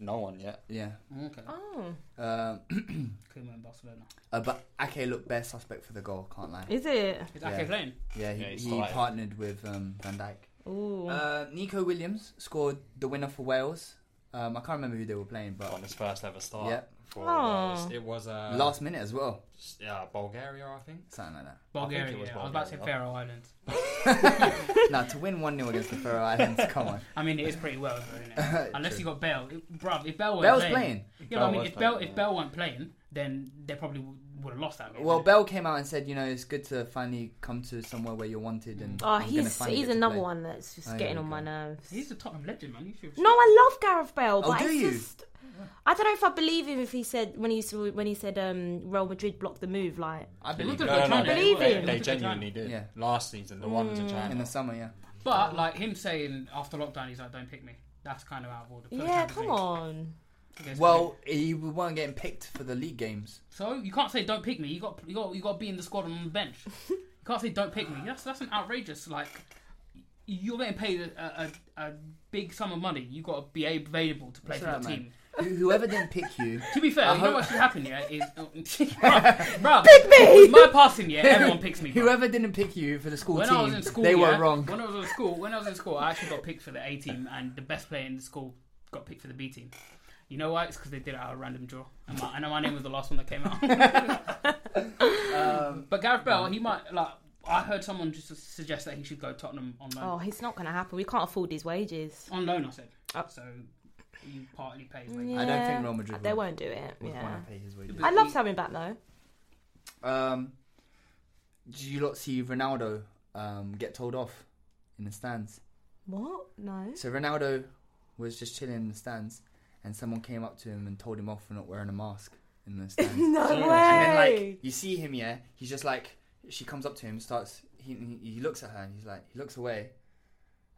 Speaker 8: No one yet.
Speaker 1: Yeah.
Speaker 3: Okay.
Speaker 6: Oh.
Speaker 1: Uh,
Speaker 3: Kuma in Barcelona.
Speaker 1: uh, but Ake looked best suspect for the goal. Can't lie.
Speaker 6: Is it?
Speaker 3: Is Ake playing?
Speaker 1: Yeah, he,
Speaker 3: Yeah, he's
Speaker 1: he
Speaker 3: starting.
Speaker 1: partnered with um, Van Dyke.
Speaker 6: Ooh.
Speaker 1: Uh, Nico Williams scored the winner for Wales. Um, I can't remember who they were playing, but
Speaker 5: Oh,
Speaker 8: on his first ever start.
Speaker 1: Yeah.
Speaker 8: For Wales. It was uh,
Speaker 1: last minute as well.
Speaker 8: Yeah, Bulgaria, I think.
Speaker 1: Something like that.
Speaker 3: Bulgaria.
Speaker 8: I think it was
Speaker 3: yeah. I was about to say
Speaker 8: Bulgaria.
Speaker 3: Faroe Islands.
Speaker 1: now to win one 0 against the Faroe Islands, come on.
Speaker 3: I mean, it is pretty well, isn't it? unless
Speaker 1: True.
Speaker 3: you got Bell. It, bruv, if Bell was
Speaker 1: Bell's
Speaker 3: playing,
Speaker 1: playing.
Speaker 3: yeah,
Speaker 1: Bell
Speaker 3: but I mean,
Speaker 1: was
Speaker 3: if Bell
Speaker 1: playing,
Speaker 3: if Bell weren't playing, then they probably would have lost that game.
Speaker 1: Well, Bell came out and said, you know, it's good to finally come to somewhere where you're wanted. And
Speaker 6: Oh,
Speaker 1: I'm gonna
Speaker 6: he's
Speaker 1: finally
Speaker 6: he's
Speaker 1: get to
Speaker 6: another
Speaker 1: play.
Speaker 6: one that's just
Speaker 1: Oh, yeah,
Speaker 6: getting on
Speaker 1: okay.
Speaker 6: my nerves.
Speaker 3: He's a Tottenham legend, man. You should-
Speaker 6: No, I love Gareth Bale,
Speaker 1: Oh,
Speaker 6: but
Speaker 1: do
Speaker 6: it's
Speaker 1: you?
Speaker 6: just I don't know if I believe him if he said when he used to, when he said um, Real Madrid blocked the move. Like
Speaker 1: I
Speaker 8: believe
Speaker 6: it.
Speaker 8: no, no, no,
Speaker 6: I believe
Speaker 8: they,
Speaker 6: him.
Speaker 8: They genuinely did.
Speaker 1: Yeah.
Speaker 8: Last season, the one to
Speaker 6: Mm.
Speaker 8: China.
Speaker 1: in the summer, yeah.
Speaker 3: But like him saying after lockdown, he's like, "Don't pick me." That's kind of out of order. for the
Speaker 6: Yeah,
Speaker 3: Champions
Speaker 6: come
Speaker 3: League.
Speaker 6: on.
Speaker 3: Against
Speaker 1: Well, he weren't getting picked for the league games.
Speaker 3: So you can't say don't pick me. You got you got you got to be in the squad and on the bench. you can't say don't pick me. That's that's an outrageous like. You're getting paid a, a, a big sum of money. You got to be available to play
Speaker 1: That's
Speaker 3: for
Speaker 1: right,
Speaker 3: the
Speaker 1: man.
Speaker 3: team.
Speaker 1: Who- Whoever didn't pick you.
Speaker 3: To be fair,
Speaker 1: I
Speaker 3: you know
Speaker 1: hope-
Speaker 3: what should happen, yeah? Is bruv, pick
Speaker 1: me!
Speaker 3: With my passing, yeah, everyone picks me. bruv.
Speaker 1: Whoever didn't pick you for the school
Speaker 3: When
Speaker 1: team,
Speaker 3: I was in school,
Speaker 1: they
Speaker 3: yeah,
Speaker 1: were wrong.
Speaker 3: When I was in school, when I was in school, I actually got picked for the A team, and the best player in the school got picked for the B team. You know why? It's because they did it out of random draw, and my, and my name was the last one that came out. but Gareth Bell, he might like. I heard someone just suggest that he should go Tottenham on loan.
Speaker 6: Oh, it's not going to happen. We can't afford these wages.
Speaker 3: On loan, I said. So you partly pay. his wages.
Speaker 6: Yeah.
Speaker 1: I don't think Real Madrid
Speaker 6: They
Speaker 1: would-
Speaker 6: won't do it.
Speaker 1: would
Speaker 6: Yeah.
Speaker 1: wanna pay his wages.
Speaker 6: I love Sammy back though.
Speaker 1: Um, did you lot see Ronaldo um, get told off in the stands?
Speaker 6: What? No.
Speaker 1: So Ronaldo was just chilling in the stands, and someone came up to him and told him off for not wearing a mask in the stands.
Speaker 6: No
Speaker 1: And then,
Speaker 6: way.
Speaker 1: like you see him, yeah, he's just like she comes up to him, starts he he looks at her, and he's like he looks away,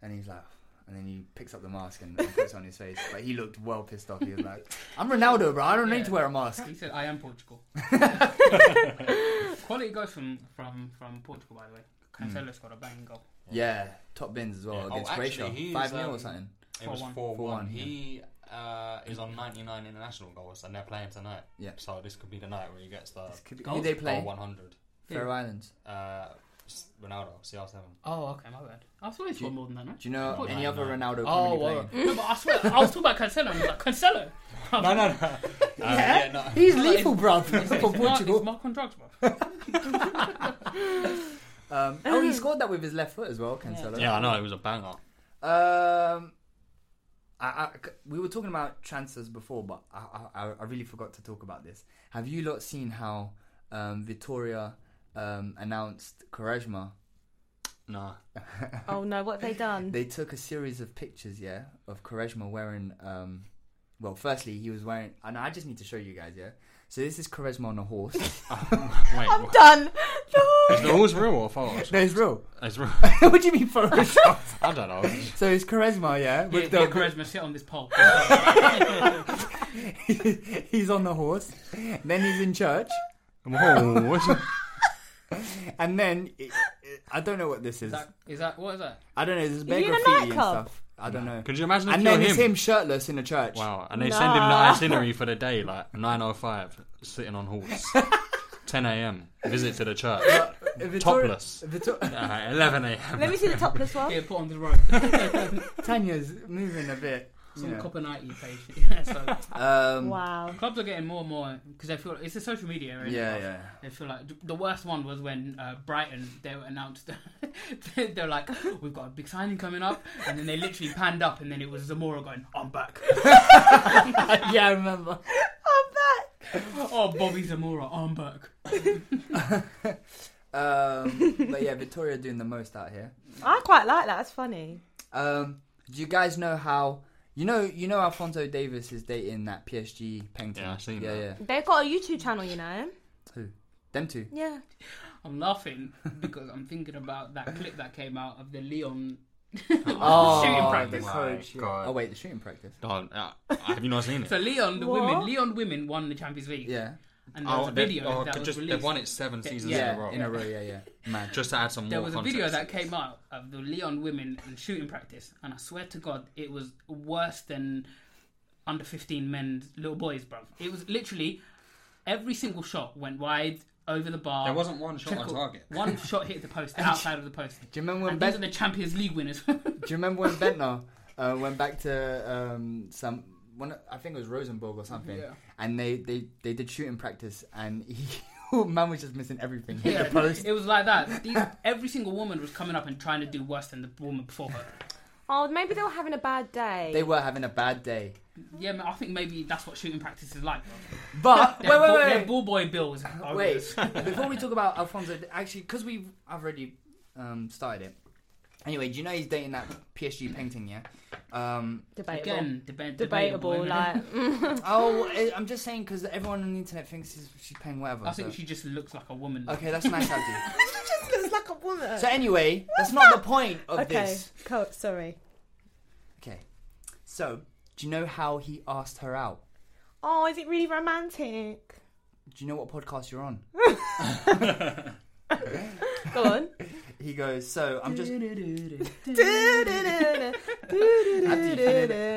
Speaker 1: and he's like. And then he picks up the mask and, and puts it on his face. But he looked well pissed off. He was like, "I'm Ronaldo, bro. I don't need to wear a mask."
Speaker 3: He said, "I am Portugal." Quality goes from from from Portugal, by the way.
Speaker 1: Hmm.
Speaker 3: Cancelo's got a banging goal.
Speaker 1: Yeah, top bins as well
Speaker 8: Oh,
Speaker 1: against
Speaker 8: actually,
Speaker 1: Croatia.
Speaker 8: he's,
Speaker 1: Five 0
Speaker 8: um,
Speaker 1: or something.
Speaker 8: It was
Speaker 3: 4-1.
Speaker 8: 4 1.
Speaker 1: 4-1, yeah.
Speaker 8: He uh, is on 99 international goals, and they're playing tonight.
Speaker 1: Yeah.
Speaker 8: So this could be the night where he gets the.
Speaker 1: This could be-
Speaker 8: goal-
Speaker 1: who they
Speaker 8: goal
Speaker 1: play?
Speaker 8: 100.
Speaker 1: Faroe Islands.
Speaker 8: Uh, s- Ronaldo, CR7.
Speaker 3: Oh, okay, my bad. I thought he scored more than that. No?
Speaker 1: Do you know
Speaker 3: Portugal.
Speaker 1: any other Ronaldo
Speaker 3: Oh,
Speaker 1: currently
Speaker 3: well,
Speaker 1: playing?
Speaker 3: no, but I swear, I was talking about Cancelo. and I was like, Cancelo. no,
Speaker 8: no, no.
Speaker 3: yeah.
Speaker 8: Um, yeah, no.
Speaker 1: He's lethal, bro.
Speaker 3: Is it-
Speaker 1: For
Speaker 3: is Mark, is
Speaker 1: Portugal.
Speaker 3: Mark on drugs, bro?
Speaker 1: Um, oh, he scored that with his left foot as well, Cancelo.
Speaker 8: Yeah, I know, it was a banger.
Speaker 1: Um, I, I- c- we were talking about transfers before, but I, I, I really forgot to talk about this. Have you lot seen how um, Vittoria um, announced Quaresma?
Speaker 8: No.
Speaker 6: Oh no, what have they done?
Speaker 1: They took a series of pictures, yeah, of Quaresma wearing. Um, well, firstly, he was wearing. And I just need to show you guys, yeah. So this is Charisma on a horse.
Speaker 5: Wait,
Speaker 6: I'm done. No.
Speaker 5: Is the horse real or false?
Speaker 1: No, it's real.
Speaker 5: It's real.
Speaker 1: what do you mean Photoshop?
Speaker 5: I don't know.
Speaker 1: so it's Charisma, yeah?
Speaker 3: Yeah,
Speaker 1: With
Speaker 3: yeah,
Speaker 1: the-
Speaker 3: charisma, sit on this pole.
Speaker 1: he's on the horse. Then he's in church. and then it- it- I don't know what this is.
Speaker 3: is that what is that?
Speaker 1: I don't know. There's
Speaker 3: Are you
Speaker 1: bear
Speaker 3: in a
Speaker 1: graffiti and
Speaker 3: nightclub?
Speaker 1: stuff. I don't know.
Speaker 5: Could you imagine if
Speaker 1: And
Speaker 5: you were
Speaker 1: then it's
Speaker 5: him?
Speaker 1: him shirtless in a church.
Speaker 5: Wow, and they send him the
Speaker 1: Nah.
Speaker 5: itinerary for the day, like 9.05, sitting on horse. 10 a.m., visit to the church. Topless. Uh, 11 a.m.
Speaker 6: Let me see the topless one.
Speaker 3: Yeah, put on the rope.
Speaker 1: Tanya's moving a bit.
Speaker 3: Some
Speaker 1: you know.
Speaker 3: copper ninety page. Yeah, so
Speaker 1: Um,
Speaker 6: Wow.
Speaker 3: Clubs are getting more and more because they feel it's a social media. Area
Speaker 1: Yeah,
Speaker 3: now.
Speaker 1: yeah.
Speaker 3: They feel like the worst one was when uh, Brighton they were announced they- they're like we've got a big signing coming up, and then they literally panned up, and then it was Zamora going I'm back.
Speaker 1: yeah, I remember.
Speaker 3: oh, Bobby Zamora, I'm back.
Speaker 1: Um, but yeah, Victoria doing the most out here.
Speaker 6: I quite like that. That's funny.
Speaker 1: Um, do you guys know how? You know, you know, Alfonso Davis is dating that PSG painter. Yeah,
Speaker 5: I've seen
Speaker 1: yeah,
Speaker 5: that.
Speaker 1: yeah.
Speaker 6: They've got a YouTube channel, you know.
Speaker 1: Who? Them two.
Speaker 6: Yeah.
Speaker 3: I'm laughing because I'm thinking about that clip that came out of the Leon
Speaker 1: Oh,
Speaker 3: shooting
Speaker 1: the
Speaker 3: practice.
Speaker 1: coach. yeah.
Speaker 5: God.
Speaker 1: Oh wait, the shooting practice.
Speaker 5: Don't, uh, have you not seen it?
Speaker 3: So Leon, the
Speaker 6: What?
Speaker 3: women, Leon women won the Champions League.
Speaker 1: Yeah.
Speaker 3: And there was
Speaker 5: Oh,
Speaker 3: a
Speaker 5: they-
Speaker 3: video
Speaker 5: oh,
Speaker 3: that
Speaker 5: could
Speaker 3: was
Speaker 5: just-
Speaker 3: released.
Speaker 5: they've won it seven seasons
Speaker 3: yeah.
Speaker 5: in a row.
Speaker 1: in a row. Yeah, yeah. Man.
Speaker 5: Just to add some
Speaker 3: There
Speaker 5: more
Speaker 3: was a
Speaker 5: context.
Speaker 3: video that came out of the Leon women in shooting practice, and I swear to God, it was worse than under 15 men's little boys, bro. It was literally every single shot went wide, over the bar.
Speaker 5: There wasn't one shot on
Speaker 3: Trickle-
Speaker 5: target.
Speaker 3: One shot hit the post, outside of the post.
Speaker 1: Do you remember when
Speaker 3: And these
Speaker 1: Ben-
Speaker 3: are the Champions League winners.
Speaker 1: Do you remember when Bentner uh, went back to um, some? One, I think it was Rosenborg or something,
Speaker 3: Yeah.
Speaker 1: and they, they, they did shooting practice, and he, man was just missing everything. Hit
Speaker 3: Yeah,
Speaker 1: the post.
Speaker 3: It was like that. These, every single woman was coming up and trying to do worse than the woman before her.
Speaker 6: Oh, maybe they were having a bad day.
Speaker 1: They were having a bad day,
Speaker 3: Yeah, man, I think maybe that's what shooting practice is like.
Speaker 1: but wait,
Speaker 3: Their ball-
Speaker 1: wait,
Speaker 3: Their
Speaker 1: wait,
Speaker 3: ball boy bills. are
Speaker 1: Wait, before we talk about Alfonso, actually, because we've I've already um, started it. Anyway, do you know he's dating that PSG painting? Yeah. Um,
Speaker 6: Debatable.
Speaker 3: Again, deba-
Speaker 6: Debatable.
Speaker 3: debatable.
Speaker 6: like,
Speaker 1: oh, I- I'm just saying because everyone on the internet thinks he's, she's paying whatever.
Speaker 3: I think
Speaker 1: so-
Speaker 3: she just looks like a woman.
Speaker 1: Okay, that's nice, of you.
Speaker 6: just looks like a woman.
Speaker 1: So anyway, that's not the point of
Speaker 6: okay.
Speaker 1: this.
Speaker 6: Co- sorry.
Speaker 1: Okay. So, do you know how he asked her out?
Speaker 6: Oh, is it really romantic?
Speaker 1: Do you know what podcast you're on?
Speaker 6: Go on.
Speaker 1: He goes, so I'm just.
Speaker 6: oh,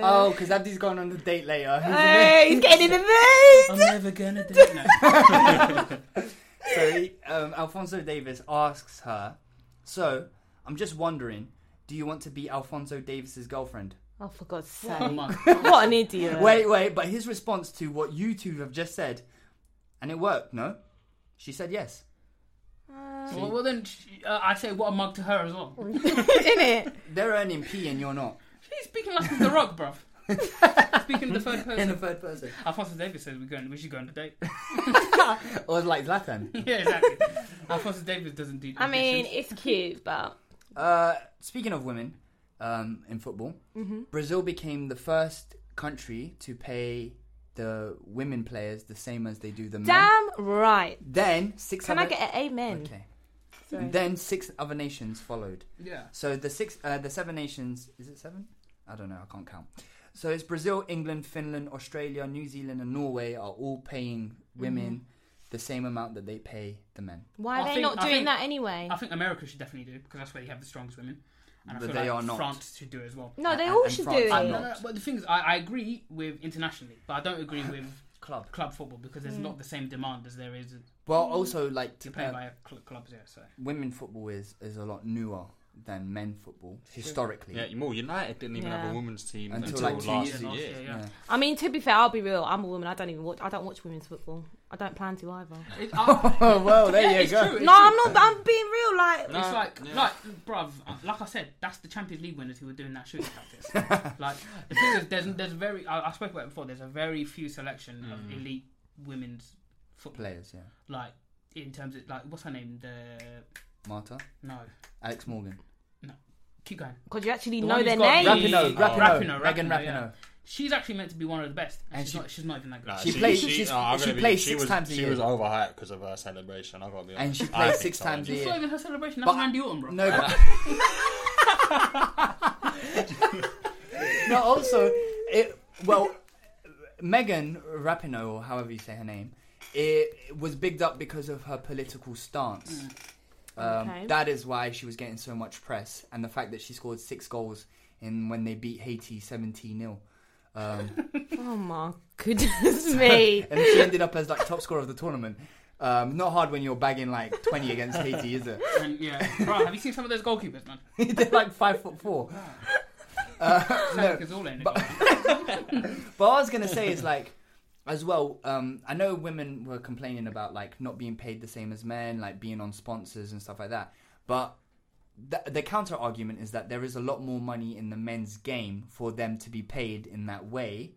Speaker 1: Oh, because Abdi's going on the date later. He's a bit-
Speaker 6: hey, he's getting in the mood.
Speaker 3: I'm never gonna do that.
Speaker 1: So he- um, Alfonso Davis asks her, so I'm just wondering, do you want to be Alfonso Davis's girlfriend?
Speaker 6: Oh, for God's sake!
Speaker 3: Come on.
Speaker 6: What an idiot!
Speaker 1: Wait, wait, but his response to what you two have just said, and it worked, no? She said yes.
Speaker 3: Well, well then, sh- uh, I'd say what a mug to her as well.
Speaker 6: in it.
Speaker 1: They're earning P and you're not.
Speaker 3: He's speaking like he's the Rock, bruv. speaking in the third person.
Speaker 1: In the third person.
Speaker 3: Alfonso Davis says we're going. We should go on a date.
Speaker 1: Or like Zlatan.
Speaker 3: yeah, exactly. Alfonso Davis doesn't do.
Speaker 6: I mean,
Speaker 3: auditions.
Speaker 6: it's cute, but
Speaker 1: Uh, speaking of women um, in football,
Speaker 6: Mm-hmm.
Speaker 1: Brazil became the first country to pay the women players the same as they do the men.
Speaker 6: damn right.
Speaker 1: Then six
Speaker 6: Can I
Speaker 1: other...
Speaker 6: get an amen?
Speaker 1: Okay.
Speaker 6: Sorry.
Speaker 1: And then six other nations followed.
Speaker 3: yeah.
Speaker 1: So the six, uh, the seven nations. Is it seven? I don't know. I can't count. So it's Brazil, England, Finland, Australia, New Zealand, and Norway are all paying women
Speaker 6: Mm-hmm.
Speaker 1: the same amount that they pay the men.
Speaker 6: Why are
Speaker 3: I
Speaker 6: they
Speaker 3: think-
Speaker 6: not
Speaker 3: I
Speaker 6: doing
Speaker 3: think-
Speaker 6: that anyway?
Speaker 3: I think America should definitely do because that's where you have the strongest women, and I
Speaker 1: But
Speaker 3: feel
Speaker 1: they
Speaker 3: like
Speaker 1: are not.
Speaker 3: France should do it as well.
Speaker 6: no, they
Speaker 1: and-
Speaker 6: all
Speaker 1: and
Speaker 6: should do
Speaker 1: France
Speaker 6: it.
Speaker 1: are
Speaker 3: No,
Speaker 1: not.
Speaker 3: no, but the thing is, I, I agree with internationally, but I don't agree with
Speaker 1: Club.
Speaker 3: club football because there's not the same demand as there is
Speaker 1: Well,
Speaker 6: Mm-hmm.
Speaker 1: also like to
Speaker 3: to play
Speaker 1: uh,
Speaker 3: by cl- clubs. Yeah, so
Speaker 1: women football is is a lot newer than men football historically.
Speaker 5: Yeah, more United didn't even have
Speaker 6: Yeah.
Speaker 5: a women's team
Speaker 1: Until
Speaker 5: until,
Speaker 1: like two
Speaker 5: last
Speaker 1: years
Speaker 3: ago.
Speaker 5: year.
Speaker 3: Yeah, yeah.
Speaker 6: I mean, to be fair, I'll be real. I'm a woman. I don't even watch. I don't watch women's football. I don't plan to either.
Speaker 3: It- I-
Speaker 1: Oh well, there
Speaker 3: Yeah,
Speaker 1: you
Speaker 3: it's
Speaker 1: go.
Speaker 3: true, it's
Speaker 6: No,
Speaker 3: true.
Speaker 6: I'm not. I'm being real. Like,
Speaker 3: It's
Speaker 5: Uh,
Speaker 3: like,
Speaker 5: yeah.
Speaker 3: like, bruv, uh, like I said, that's the Champions League winners who were doing that shooting practice. like, the thing is, there's, there's very, I, I spoke about it before, there's a very few selection
Speaker 1: Mm.
Speaker 3: of elite women's football.
Speaker 1: Players, yeah.
Speaker 3: Like, in terms of, like, what's her name? The,
Speaker 1: Marta,
Speaker 3: no,
Speaker 1: Alex Morgan,
Speaker 3: no. Keep going.
Speaker 6: because you actually
Speaker 3: The
Speaker 6: know
Speaker 3: one
Speaker 6: their
Speaker 3: who's got
Speaker 6: name.
Speaker 3: the-
Speaker 1: Rapinoe,
Speaker 3: Oh,
Speaker 1: Rapinoe,
Speaker 3: Rapinoe,
Speaker 1: Megan
Speaker 3: Rapinoe, yeah.
Speaker 1: Rapinoe.
Speaker 3: She's actually meant to be one of the best, and,
Speaker 1: And
Speaker 3: she's,
Speaker 1: she-
Speaker 3: not, she's not even that good.
Speaker 5: Nah,
Speaker 3: she's
Speaker 5: no, I'm gonna be- she was, She was
Speaker 3: over.
Speaker 5: overhyped because of her celebration. I gotta be honest.
Speaker 1: And she
Speaker 5: I
Speaker 1: played
Speaker 5: think
Speaker 1: six
Speaker 5: so,
Speaker 1: times a
Speaker 5: yeah.
Speaker 3: It's not even her celebration. That's
Speaker 1: But-
Speaker 3: Randy Orton, bro.
Speaker 1: No, but- no, also, it well, Megan Rapinoe, or however you say her name, it was bigged up because of her political stance.
Speaker 3: Mm.
Speaker 1: Um,
Speaker 3: Okay.
Speaker 1: That is why she was getting so much press, and the fact that she scored six goals in when they beat Haiti 17 0. Um,
Speaker 6: Oh my goodness me.
Speaker 1: and she ended up as like top scorer of the tournament. Um, not hard when you're bagging like 20 against Haiti, is it?
Speaker 3: And yeah, bro, have you seen some of those goalkeepers, man?
Speaker 1: They're like five foot four. Uh, no,
Speaker 3: It's all in.
Speaker 1: but, but what I was gonna say is like, as well. Um, I know women were complaining about like not being paid the same as men, like being on sponsors and stuff like that. But th- the counter argument is that there is a lot more money in the men's game for them to be paid in that way.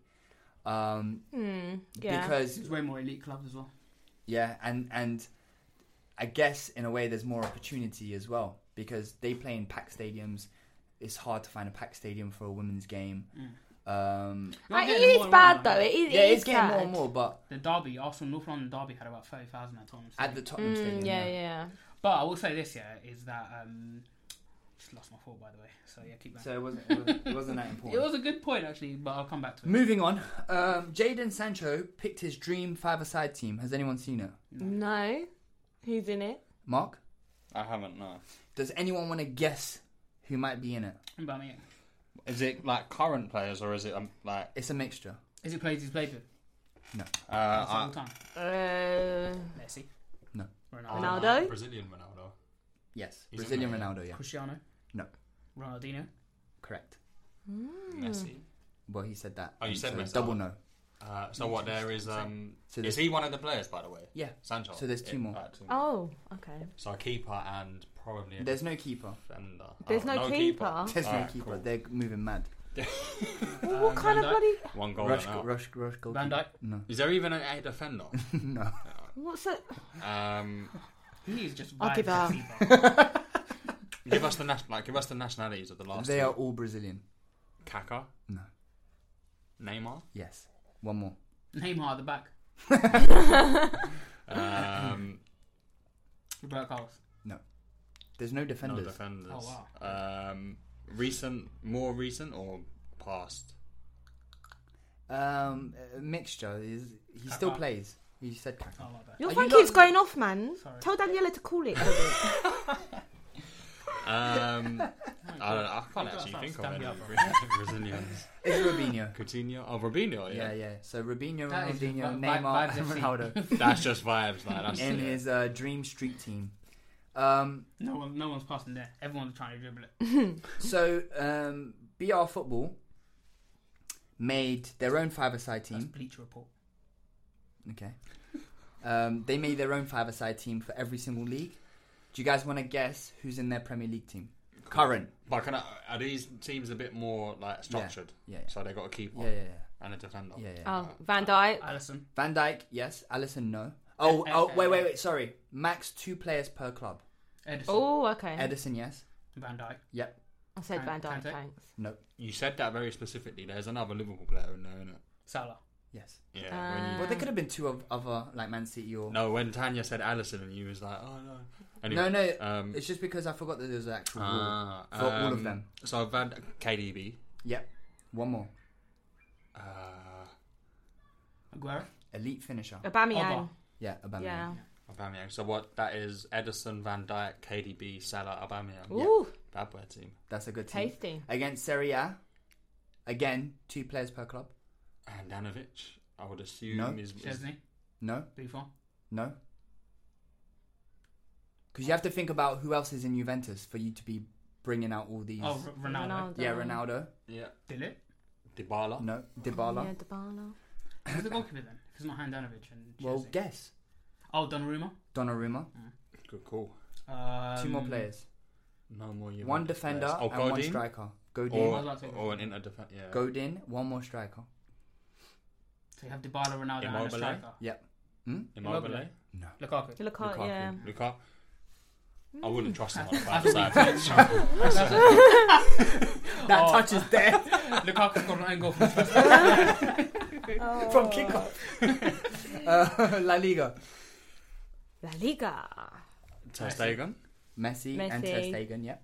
Speaker 1: Um,
Speaker 6: Hmm, yeah.
Speaker 1: Because
Speaker 3: There's way more elite clubs as well.
Speaker 1: yeah, and and I guess in a way there's more opportunity as well because they play in packed stadiums. It's hard to find a packed stadium for a women's game. Um,
Speaker 6: Like, it is bad though. It is.
Speaker 1: yeah,
Speaker 6: it
Speaker 1: it's
Speaker 6: is
Speaker 1: getting
Speaker 6: bad.
Speaker 1: more and more, but
Speaker 3: The Derby, Arsenal, North London Derby had about 30,000 at Tottenham
Speaker 1: at the Tottenham
Speaker 6: Mm,
Speaker 1: stadium,
Speaker 6: yeah,
Speaker 1: yeah.
Speaker 6: yeah.
Speaker 3: But I will say this, yeah, is that. um Just lost my thought, by the way. So yeah, keep going.
Speaker 1: So it wasn't it wasn't, it wasn't that
Speaker 3: It
Speaker 1: important.
Speaker 3: was a good point, actually, but I'll come back to it.
Speaker 1: Moving on, um, Jaden Sancho picked his dream five-a-side team. Has anyone seen it?
Speaker 6: No. Who's in it?
Speaker 1: Mark,
Speaker 5: I haven't. No.
Speaker 1: does anyone want to guess who might be in it?
Speaker 3: Aubameyang.
Speaker 5: Is it like current players or is it um, like?
Speaker 1: It's a mixture.
Speaker 3: Is it players he's played with?
Speaker 5: Uh,
Speaker 3: That's all
Speaker 5: I,
Speaker 3: the time.
Speaker 6: Uh,
Speaker 3: Messi.
Speaker 1: No.
Speaker 3: Ronaldo.
Speaker 6: Ronaldo?
Speaker 5: uh, Brazilian Ronaldo.
Speaker 1: Yes,
Speaker 5: He's
Speaker 1: Brazilian
Speaker 5: in there,
Speaker 1: Ronaldo. Yeah,
Speaker 3: Cristiano.
Speaker 1: No.
Speaker 3: Ronaldinho.
Speaker 1: correct.
Speaker 6: Hmm.
Speaker 5: Messi.
Speaker 1: Well, he said that.
Speaker 5: Oh, you said
Speaker 1: so
Speaker 5: Messi.
Speaker 1: double no.
Speaker 5: Uh, so what? There is um.
Speaker 1: So
Speaker 5: is
Speaker 1: there's-
Speaker 5: he one of the players, by the way?
Speaker 1: Yeah.
Speaker 5: Sancho.
Speaker 1: So there's two
Speaker 5: Yeah,
Speaker 1: more.
Speaker 5: right, two more.
Speaker 6: oh, okay.
Speaker 1: uh,
Speaker 5: So a keeper and probably a
Speaker 1: There's no keeper.
Speaker 5: defender.
Speaker 6: There's
Speaker 5: Oh,
Speaker 6: no keeper?
Speaker 1: There's no
Speaker 5: Alright,
Speaker 1: keeper.
Speaker 5: cool.
Speaker 1: They're moving mad.
Speaker 6: Well, what kind of
Speaker 3: Van Dijk.
Speaker 6: bloody?
Speaker 5: One goal.
Speaker 1: Rush,
Speaker 5: and out.
Speaker 1: rush, rush, goal.
Speaker 3: Van Dijk.
Speaker 1: No,
Speaker 5: Is there even a, a defender?
Speaker 1: no.
Speaker 6: What's that?
Speaker 5: um,
Speaker 3: He is just.
Speaker 6: I'll
Speaker 3: vibing
Speaker 6: give up.
Speaker 3: FIFA.
Speaker 5: give us the nation, like give us the nationalities of the last.
Speaker 1: They
Speaker 5: two.
Speaker 1: are all Brazilian.
Speaker 5: Kaká.
Speaker 1: No.
Speaker 5: Neymar.
Speaker 1: Yes. One more.
Speaker 3: Neymar at the back.
Speaker 5: Um,
Speaker 3: Roberto Carlos.
Speaker 1: There's no
Speaker 5: no
Speaker 1: defenders.
Speaker 5: defenders.
Speaker 3: Oh,
Speaker 5: Um, recent, more recent or past?
Speaker 1: um, a mixture is. He still
Speaker 3: Kaká.
Speaker 1: plays. You said Kaká.
Speaker 3: Oh, my bad.
Speaker 6: Your
Speaker 1: Are
Speaker 6: phone
Speaker 1: you
Speaker 6: keeps
Speaker 1: not-
Speaker 6: going off, man.
Speaker 3: Sorry.
Speaker 6: Tell Daniela to call it. for me.
Speaker 5: Um, I don't know. I can't
Speaker 3: You've got
Speaker 5: actually
Speaker 3: that
Speaker 5: think of
Speaker 3: stamp
Speaker 5: any
Speaker 3: up, bro.
Speaker 5: Brazilians.
Speaker 1: It's Robinho.
Speaker 5: Coutinho, oh Robinho, yeah.
Speaker 1: yeah, yeah. So Robinho,
Speaker 3: That is just
Speaker 1: Ronaldinho,
Speaker 3: vi-
Speaker 1: Neymar,
Speaker 3: vi-
Speaker 1: and
Speaker 3: vibes
Speaker 1: Ronaldo
Speaker 5: That's just vibes, like that's
Speaker 1: in his uh, dream street team. Um,
Speaker 3: No one, no one's passing there. Everyone's trying to dribble it.
Speaker 1: so um, BR Football made their own five-a-side team.
Speaker 3: That's Bleacher Report.
Speaker 1: Okay. Um, they made their own five-a-side team for every single league. Do you guys want to guess who's in their Premier League team? Current.
Speaker 5: But can I, are these teams a bit more like structured?
Speaker 1: Yeah, yeah.
Speaker 5: So they got a keeper
Speaker 1: Yeah, yeah,
Speaker 5: and a defender.
Speaker 1: yeah. yeah, yeah.
Speaker 6: oh, Van Dyke.
Speaker 3: Allison.
Speaker 1: Van Dijk, yes. Allison, no. Oh,
Speaker 3: Eh, eh,
Speaker 1: oh,
Speaker 3: eh,
Speaker 1: wait,
Speaker 3: eh.
Speaker 1: wait, wait. Sorry. Max, two players per club.
Speaker 3: Edison.
Speaker 6: Oh, okay.
Speaker 1: Edison, yes.
Speaker 3: Van Dijk.
Speaker 1: Yep.
Speaker 6: I said Van Dyke.
Speaker 3: Kante.
Speaker 6: Thanks.
Speaker 1: No.
Speaker 5: You said that very specifically. There's another Liverpool player in there, isn't it?
Speaker 3: Salah.
Speaker 1: Yes.
Speaker 5: Yeah.
Speaker 6: Uh,
Speaker 1: Well, there could have been two of other like Man City or
Speaker 5: when you, no, when Tanya said Allison, and you was like, oh no.
Speaker 1: no, no.
Speaker 5: Um,
Speaker 1: it's just because I forgot that there was an actual rule
Speaker 5: ah,
Speaker 1: for all of
Speaker 5: um,
Speaker 1: them.
Speaker 5: So Van KDB.
Speaker 1: Yep. One more.
Speaker 5: Uh,
Speaker 3: Aguero.
Speaker 1: Elite finisher.
Speaker 6: Aubameyang.
Speaker 3: Oba.
Speaker 1: Yeah, Aubameyang.
Speaker 6: Yeah.
Speaker 5: Aubameyang. So what? That is Edison, Van Dijk, KDB, Salah, Aubameyang.
Speaker 6: Ooh,
Speaker 5: Bad boy team.
Speaker 1: That's a good team.
Speaker 6: tasty.
Speaker 1: Against Serie A. Again, two players per club.
Speaker 5: And Danovic, I would assume
Speaker 1: No.
Speaker 5: is, is
Speaker 3: Chesney.
Speaker 1: No.
Speaker 3: Buffon.
Speaker 1: No. Because you have to think about who else is in Juventus for you to be bringing out all these.
Speaker 3: Oh, R- Ronaldo.
Speaker 1: yeah, Ronaldo.
Speaker 5: yeah.
Speaker 3: Dilip.
Speaker 5: Dybala.
Speaker 1: No, Dybala.
Speaker 6: Yeah, Dybala.
Speaker 3: Who's the goalkeeper then? If it's not Handanovic and Chesney.
Speaker 1: well, guess
Speaker 3: Oh, Donnarumma.
Speaker 1: Donnarumma.
Speaker 5: Good call.
Speaker 3: Um,
Speaker 1: Two more players.
Speaker 5: No more. Juventus
Speaker 1: One defender
Speaker 5: players. Oh,
Speaker 1: and one
Speaker 5: Godin?
Speaker 1: striker.
Speaker 5: Or,
Speaker 1: Godin.
Speaker 3: I'd like to-
Speaker 5: or an inter defender. Yeah.
Speaker 1: Godin. One more striker.
Speaker 3: So you have Dybala, Ronaldo, and a
Speaker 5: Immobile.
Speaker 3: striker.
Speaker 1: Yep. Hmm?
Speaker 5: Immobile.
Speaker 3: Lukaku.
Speaker 6: Look out,
Speaker 5: Lukaku.
Speaker 6: yeah.
Speaker 5: Lukaku. I wouldn't trust him on a
Speaker 3: I
Speaker 5: bad
Speaker 3: believe
Speaker 5: side.
Speaker 3: that
Speaker 5: Oh.
Speaker 3: touch is there. Lukaku's got an angle from, from
Speaker 1: kickoff. uh, La Liga.
Speaker 6: La Liga.
Speaker 5: Ter Stegen.
Speaker 1: Messi, and Ter
Speaker 6: Messi.
Speaker 1: Stegen, yep.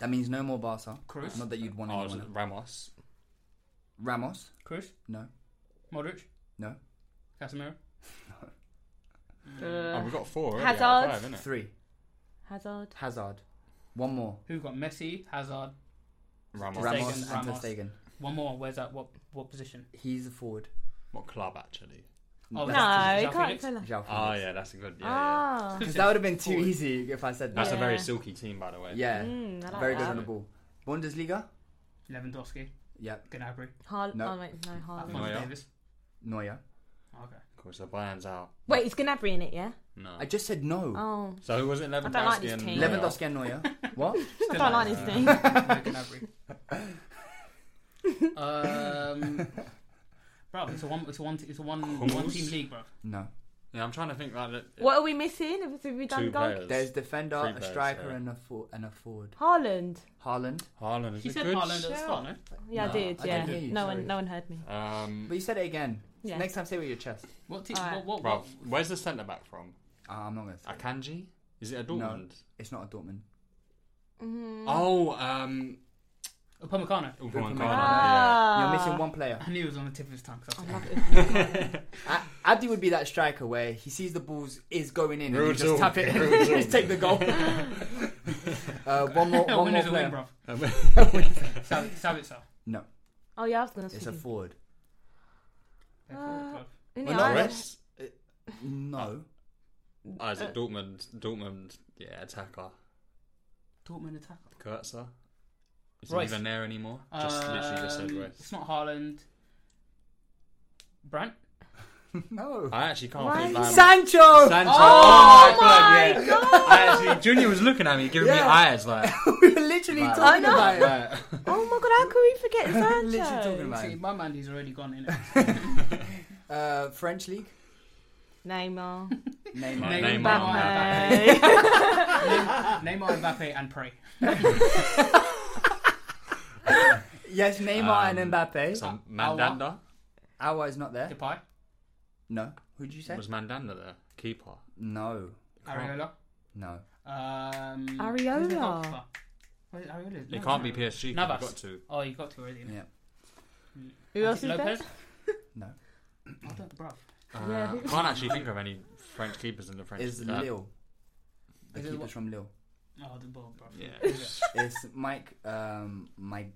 Speaker 1: That means no more Barca.
Speaker 3: Cruz.
Speaker 1: Not that you'd want
Speaker 5: Oh,
Speaker 1: anyone.
Speaker 5: Ramos.
Speaker 1: Ramos?
Speaker 3: Cruz,
Speaker 1: No.
Speaker 3: Modric,
Speaker 1: No.
Speaker 3: Casemiro.
Speaker 6: Uh,
Speaker 1: Mm.
Speaker 5: Oh, we've got four already
Speaker 6: Hazard.
Speaker 5: out of five, innit?
Speaker 1: Three.
Speaker 6: Hazard.
Speaker 1: Hazard. One more.
Speaker 3: Who've got Messi, Hazard,
Speaker 5: Ramos.
Speaker 3: Ter Stegen,
Speaker 1: Ramos and Ter
Speaker 3: Ramos.
Speaker 1: Stegen.
Speaker 3: One more. Where's that? What what position?
Speaker 1: He's a forward.
Speaker 5: What club, actually?
Speaker 6: No,
Speaker 3: Oh, that's-
Speaker 6: you
Speaker 3: Joao
Speaker 6: can't
Speaker 3: Felix.
Speaker 6: tell us.
Speaker 1: Joao
Speaker 5: Oh,
Speaker 1: Felix.
Speaker 5: yeah, that's a good. Yeah, yeah.
Speaker 6: Ah.
Speaker 1: Because that would have been too easy if I said that.
Speaker 5: That's a very
Speaker 6: Yeah.
Speaker 5: silky team, by the way.
Speaker 1: Yeah.
Speaker 6: Mm, I like
Speaker 1: very good
Speaker 6: that.
Speaker 1: on the ball. Bundesliga?
Speaker 3: Lewandowski,
Speaker 1: Yep.
Speaker 3: Gnabry,
Speaker 6: Har-
Speaker 1: No.
Speaker 6: Oh, wait, no, Harlan.
Speaker 5: Neuer.
Speaker 3: Alphonso Davis.
Speaker 1: Neuer.
Speaker 3: Okay.
Speaker 5: Of course, the Bayern's out.
Speaker 6: Wait, it's Gnabry in it, yeah?
Speaker 5: No.
Speaker 1: I just said no.
Speaker 6: Oh.
Speaker 5: So who was it? Lewandowski
Speaker 6: don't like this
Speaker 5: and
Speaker 6: team.
Speaker 5: Neuer?
Speaker 1: Lewandowski and Neuer. what?
Speaker 6: I don't like this thing.
Speaker 3: Gnabry. um, bro, it's a one. It's a one. It's a one. One team league, bro.
Speaker 1: No.
Speaker 5: Yeah, I'm trying to think like that.
Speaker 6: What are we missing? Have we- have we done
Speaker 5: two
Speaker 6: goal?
Speaker 5: players.
Speaker 1: There's defender,
Speaker 5: Three
Speaker 1: a
Speaker 5: players,
Speaker 1: striker,
Speaker 5: yeah.
Speaker 1: and a for- and a forward.
Speaker 6: Haaland.
Speaker 1: Haaland.
Speaker 5: Haaland is
Speaker 3: He
Speaker 5: a
Speaker 3: said
Speaker 5: good
Speaker 3: Haaland at the
Speaker 5: shout.
Speaker 3: start, no?
Speaker 6: Yeah,
Speaker 1: No,
Speaker 6: I did.
Speaker 1: I
Speaker 6: Yeah,
Speaker 1: didn't hear you,
Speaker 6: no
Speaker 1: sorry.
Speaker 6: one, no one heard me.
Speaker 5: Um,
Speaker 1: But you said it again.
Speaker 6: Yeah.
Speaker 1: Next time, say it with your chest.
Speaker 3: What team?
Speaker 6: Alright.
Speaker 3: What? What?
Speaker 5: bro,
Speaker 3: what
Speaker 5: where's the centre back from?
Speaker 1: Uh, I'm not gonna say. it.
Speaker 5: Akanji? Is it a
Speaker 1: No,
Speaker 5: Dortmund?
Speaker 1: it's not a Dortmund.
Speaker 6: Mm.
Speaker 5: Oh, um,
Speaker 3: Upamecano.
Speaker 5: Upamecano. Yeah.
Speaker 6: Ah.
Speaker 1: You're missing one player.
Speaker 3: I knew it was on the tip of his tongue. 'cause I
Speaker 6: I
Speaker 3: was
Speaker 6: love
Speaker 3: like,
Speaker 6: it.
Speaker 1: A- Abdi would be that striker where he sees the balls is going in and you
Speaker 5: Rude
Speaker 1: just
Speaker 5: zone.
Speaker 1: tap it and
Speaker 5: Rude
Speaker 1: just take the goal. uh, one more,
Speaker 3: A
Speaker 1: one
Speaker 3: win
Speaker 1: more
Speaker 3: is a win,
Speaker 1: player.
Speaker 3: bro. Sab- Sabitzer.
Speaker 1: No,
Speaker 6: Oh, yeah, I was going to
Speaker 1: it's a
Speaker 6: say.
Speaker 1: forward.
Speaker 6: Uh, Isn't it Ireland?
Speaker 5: Manolis?
Speaker 1: No,
Speaker 5: Oh, is
Speaker 6: Uh,
Speaker 5: it Dortmund? Dortmund, yeah, attacker.
Speaker 3: Dortmund attacker.
Speaker 5: Kurtzer? Is
Speaker 3: Royce.
Speaker 5: he even there anymore? Just literally just said
Speaker 3: Um,
Speaker 5: Royce.
Speaker 3: It's not Haaland. Brandt?
Speaker 1: no.
Speaker 5: I actually can't
Speaker 6: Why?
Speaker 5: think. man.
Speaker 1: Sancho.
Speaker 5: Um, Sancho.
Speaker 1: Oh,
Speaker 5: my god,
Speaker 6: my
Speaker 5: yeah. I actually, Junior was looking at me, giving me
Speaker 1: Yeah.
Speaker 5: eyes like.
Speaker 1: we were literally
Speaker 5: Right.
Speaker 1: talking
Speaker 6: I know.
Speaker 1: about it.
Speaker 5: like-
Speaker 6: Oh my god, how could we forget Sancho?
Speaker 1: literally talking about
Speaker 3: See,
Speaker 1: it.
Speaker 3: my man, he's already gone in.
Speaker 1: Uh, French league.
Speaker 6: Neymar.
Speaker 1: Neymar.
Speaker 5: Neymar.
Speaker 6: Mbappe.
Speaker 3: Neymar, Mbappe, and Prey.
Speaker 1: Yes, Neymar and Mbappe.
Speaker 5: Um, So Mandanda
Speaker 1: Awa is not there.
Speaker 3: Depay,
Speaker 1: No. Who'd you say?
Speaker 5: was Mandanda there, keeper.
Speaker 1: No.
Speaker 3: Areola.
Speaker 1: No.
Speaker 3: Um,
Speaker 6: Areola.
Speaker 3: who's their goalkeeper? Wait, Areola.
Speaker 5: It can't be PSG. 'cause
Speaker 3: Navas.
Speaker 5: We've got to.
Speaker 3: Oh, you got to already.
Speaker 1: Yeah.
Speaker 6: Who else is there?
Speaker 3: Lopez?
Speaker 1: No.
Speaker 3: I don't, bruv.
Speaker 5: Uh,
Speaker 6: Yeah.
Speaker 5: I can't actually think of any French keepers in the French.
Speaker 1: Is
Speaker 5: uh,
Speaker 1: Lille. The
Speaker 3: Is it
Speaker 1: keeper's
Speaker 3: what-
Speaker 1: from Lille.
Speaker 3: Oh, the ball, bruv.
Speaker 5: Yeah.
Speaker 1: It's Mike. Um, Mike.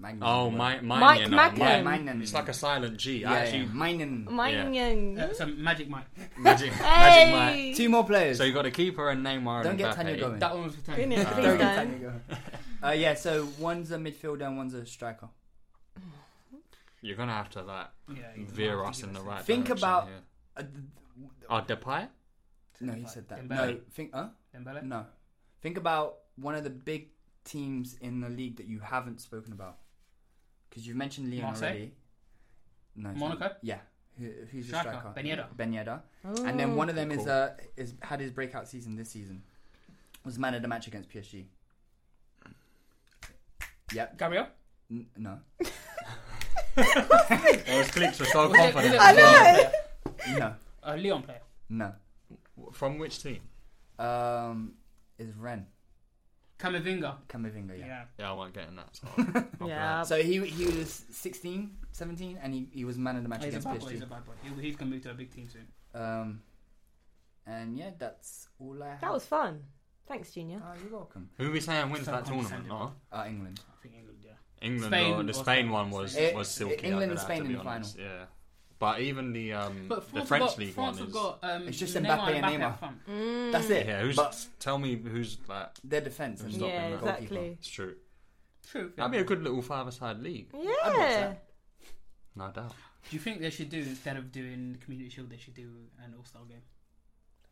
Speaker 1: Magnum.
Speaker 5: Oh, my, my,
Speaker 6: Mike
Speaker 5: you know,
Speaker 6: Magnum.
Speaker 5: my-
Speaker 1: Yeah, Magnum.
Speaker 5: It's like a silent G.
Speaker 1: Yeah,
Speaker 5: I
Speaker 1: yeah.
Speaker 5: actually
Speaker 1: Magnum.
Speaker 6: Mine
Speaker 3: Uh, so Magic Mike.
Speaker 5: magic, magic Mike.
Speaker 6: Hey!
Speaker 1: Two more players.
Speaker 5: So you got a keeper and Neymar.
Speaker 1: Don't
Speaker 5: and
Speaker 1: get
Speaker 5: Mbappe.
Speaker 1: Tanya going.
Speaker 3: That one was for
Speaker 6: Isn't
Speaker 3: ten.
Speaker 6: it?
Speaker 1: Don't
Speaker 6: Please
Speaker 1: get
Speaker 6: don't.
Speaker 1: Tanya going. Uh, yeah, so one's a midfielder and one's a striker.
Speaker 5: You're gonna have to like
Speaker 3: Yeah, you
Speaker 5: veer
Speaker 3: can't
Speaker 5: us in the
Speaker 3: this.
Speaker 5: right.
Speaker 1: Think
Speaker 5: direction
Speaker 1: about-
Speaker 5: Here.
Speaker 1: Uh, th-
Speaker 5: Oh, Depay.
Speaker 1: no, he said that.
Speaker 3: Dembele.
Speaker 1: No, think. Huh?
Speaker 3: Dembele?
Speaker 1: No, think about one of the big teams in the league that you haven't spoken about because you've mentioned Lyon
Speaker 3: Marseille?
Speaker 1: already. No, it's
Speaker 3: Monaco?
Speaker 1: not- Yeah, Who, who's your
Speaker 3: Striker,
Speaker 1: striker?
Speaker 3: Ben Yedder.
Speaker 1: Ben Yedder. And then one of them is
Speaker 5: Cool.
Speaker 1: uh is had his breakout season this season. Was man of the match against PSG. Yep.
Speaker 3: Gabriel?
Speaker 1: N- no.
Speaker 5: Those clicks were so
Speaker 3: Was it- was
Speaker 5: confident.
Speaker 3: it-
Speaker 5: as well.
Speaker 1: No.
Speaker 3: A Leon player.
Speaker 1: No.
Speaker 5: From which team?
Speaker 1: Um, is Ren
Speaker 3: Kamavinga.
Speaker 1: Kamavinga? Yeah.
Speaker 3: Yeah.
Speaker 5: Yeah, I won't get in that. So
Speaker 6: Yeah.
Speaker 1: So he he was 16, 17, and he, he was man of the match
Speaker 3: Oh, He's a
Speaker 1: against
Speaker 3: bad boy. He's a
Speaker 1: PSG.
Speaker 3: bad boy. He- He's gonna move to a big team soon.
Speaker 1: Um, and yeah, that's all I. Have.
Speaker 6: That was fun. Thanks, Junior.
Speaker 1: Oh, you're welcome.
Speaker 5: Who are we saying wins
Speaker 3: So
Speaker 5: that tournament?
Speaker 3: condescending.
Speaker 5: No,
Speaker 1: Uh, England.
Speaker 3: I think England. Yeah.
Speaker 5: England.
Speaker 3: Spain
Speaker 5: or, the
Speaker 3: or
Speaker 5: Spain
Speaker 3: something.
Speaker 5: one was
Speaker 1: It-
Speaker 5: was silky.
Speaker 1: E-
Speaker 5: I
Speaker 1: England and
Speaker 5: could have
Speaker 1: Spain
Speaker 5: to
Speaker 1: in
Speaker 5: be
Speaker 1: the
Speaker 5: honest. Yeah, but even the um
Speaker 3: But
Speaker 5: the
Speaker 3: France
Speaker 5: French
Speaker 3: have got,
Speaker 5: league
Speaker 3: France
Speaker 5: one
Speaker 3: have
Speaker 5: is.
Speaker 3: got. Um,
Speaker 1: It's just
Speaker 3: Neymar
Speaker 1: Mbappe and
Speaker 3: Mbappe
Speaker 1: Neymar.
Speaker 3: up front.
Speaker 6: Mm.
Speaker 1: That's it.
Speaker 5: Yeah, who's
Speaker 1: but
Speaker 5: tell me who's like
Speaker 1: their defense and
Speaker 5: Who's not
Speaker 6: Yeah,
Speaker 5: been
Speaker 1: goalkeeper.
Speaker 6: exactly.
Speaker 5: it's true.
Speaker 3: True.
Speaker 5: That'd be a good little five-a-side league,
Speaker 6: Yeah.
Speaker 5: no doubt.
Speaker 3: Do you think they should do instead of doing Community Shield, they should do an All Star game?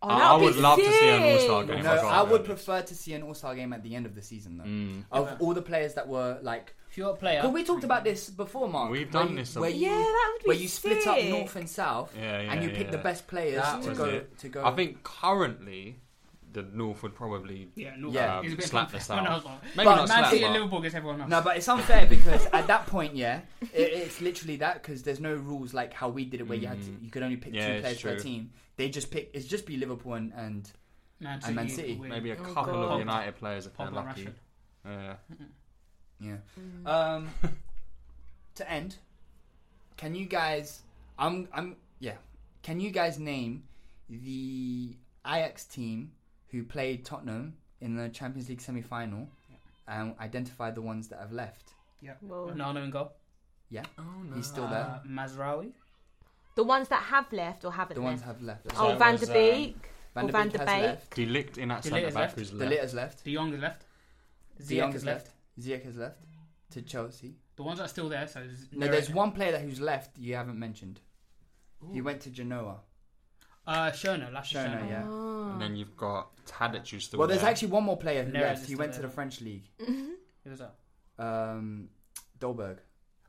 Speaker 6: Oh,
Speaker 5: I-
Speaker 6: that
Speaker 5: I would
Speaker 6: be
Speaker 5: love to see an
Speaker 6: sick.
Speaker 5: All-Star game.
Speaker 1: No,
Speaker 5: I've got
Speaker 1: I
Speaker 5: to
Speaker 1: would
Speaker 5: be honest.
Speaker 1: prefer to see an All-Star game at the end of the season though.
Speaker 5: Mm.
Speaker 1: Of all the players that were like,
Speaker 3: If you're a player,
Speaker 1: Well, we talked about this before, Mark.
Speaker 5: We've
Speaker 1: where
Speaker 5: done
Speaker 1: you-
Speaker 5: this a-
Speaker 1: Where you,
Speaker 6: Yeah, that would be
Speaker 1: where you split up
Speaker 6: sick.
Speaker 1: north and south,
Speaker 5: Yeah, yeah,
Speaker 1: and you
Speaker 5: yeah.
Speaker 1: pick the best players
Speaker 5: That
Speaker 1: to
Speaker 5: was
Speaker 1: go
Speaker 5: it.
Speaker 1: to go.
Speaker 5: I think currently the North would probably
Speaker 3: Yeah, North
Speaker 1: Yeah.
Speaker 5: um,
Speaker 1: is a bit
Speaker 5: slap the
Speaker 1: unfair.
Speaker 3: I know,
Speaker 5: South.
Speaker 3: it's not.
Speaker 5: Maybe
Speaker 1: But
Speaker 5: not
Speaker 1: Man
Speaker 5: slap,
Speaker 1: City
Speaker 3: and
Speaker 5: but-
Speaker 3: Liverpool against everyone else.
Speaker 1: No, but it's unfair because at that point, yeah, it, it's literally that because there's no rules like how we did it where you had to,
Speaker 5: Mhm.
Speaker 1: you could only pick
Speaker 5: Yeah,
Speaker 1: two
Speaker 5: it's
Speaker 1: players per
Speaker 5: true.
Speaker 1: team. They just pick it's just be Liverpool and and
Speaker 3: Man
Speaker 1: and Man
Speaker 3: City
Speaker 1: City.
Speaker 3: win.
Speaker 5: Maybe a
Speaker 3: Oh,
Speaker 5: couple
Speaker 3: God.
Speaker 5: of United players if they're
Speaker 3: Pogba,
Speaker 5: lucky.
Speaker 3: Rashford.
Speaker 5: Yeah.
Speaker 1: Yeah. Um, to end, can you guys? I'm. I'm. Yeah. Can you guys name the Ajax team who played Tottenham in the Champions League semi-final and identify the ones that have left?
Speaker 3: Yeah. Ronaldo in goal.
Speaker 1: Yeah. He's still there.
Speaker 3: Uh, Mazraoui.
Speaker 6: The ones that have left or haven't
Speaker 1: The ones
Speaker 6: left.
Speaker 1: have left.
Speaker 6: Oh,
Speaker 1: So
Speaker 6: Van
Speaker 1: it
Speaker 6: der
Speaker 1: was,
Speaker 6: Beek.
Speaker 1: Van
Speaker 6: or
Speaker 1: der
Speaker 6: Van
Speaker 1: Beek
Speaker 6: der
Speaker 1: has
Speaker 6: Beek.
Speaker 1: left.
Speaker 5: De Ligt in that
Speaker 1: De Ligt
Speaker 5: centre
Speaker 1: is
Speaker 5: back
Speaker 1: left.
Speaker 5: who's
Speaker 1: De
Speaker 5: left.
Speaker 1: Ligt is left.
Speaker 3: De Jong is left.
Speaker 1: De Jong
Speaker 3: Ziyech
Speaker 1: has
Speaker 3: is
Speaker 1: left. Ziyech has left to Chelsea.
Speaker 3: The ones that are still there. So
Speaker 1: No,
Speaker 3: Neres.
Speaker 1: there's one player that who's left you haven't mentioned. He
Speaker 3: Ooh.
Speaker 1: went to Genoa.
Speaker 3: Uh, Shona, last
Speaker 1: Shona, yeah.
Speaker 5: And then you've got Tadic who's still
Speaker 1: Well,
Speaker 5: there.
Speaker 1: there's actually one more player who
Speaker 3: Neres
Speaker 1: left.
Speaker 3: is
Speaker 1: He
Speaker 3: still
Speaker 1: went to
Speaker 3: there.
Speaker 1: the French league.
Speaker 3: Who was that?
Speaker 1: Um, Dolberg.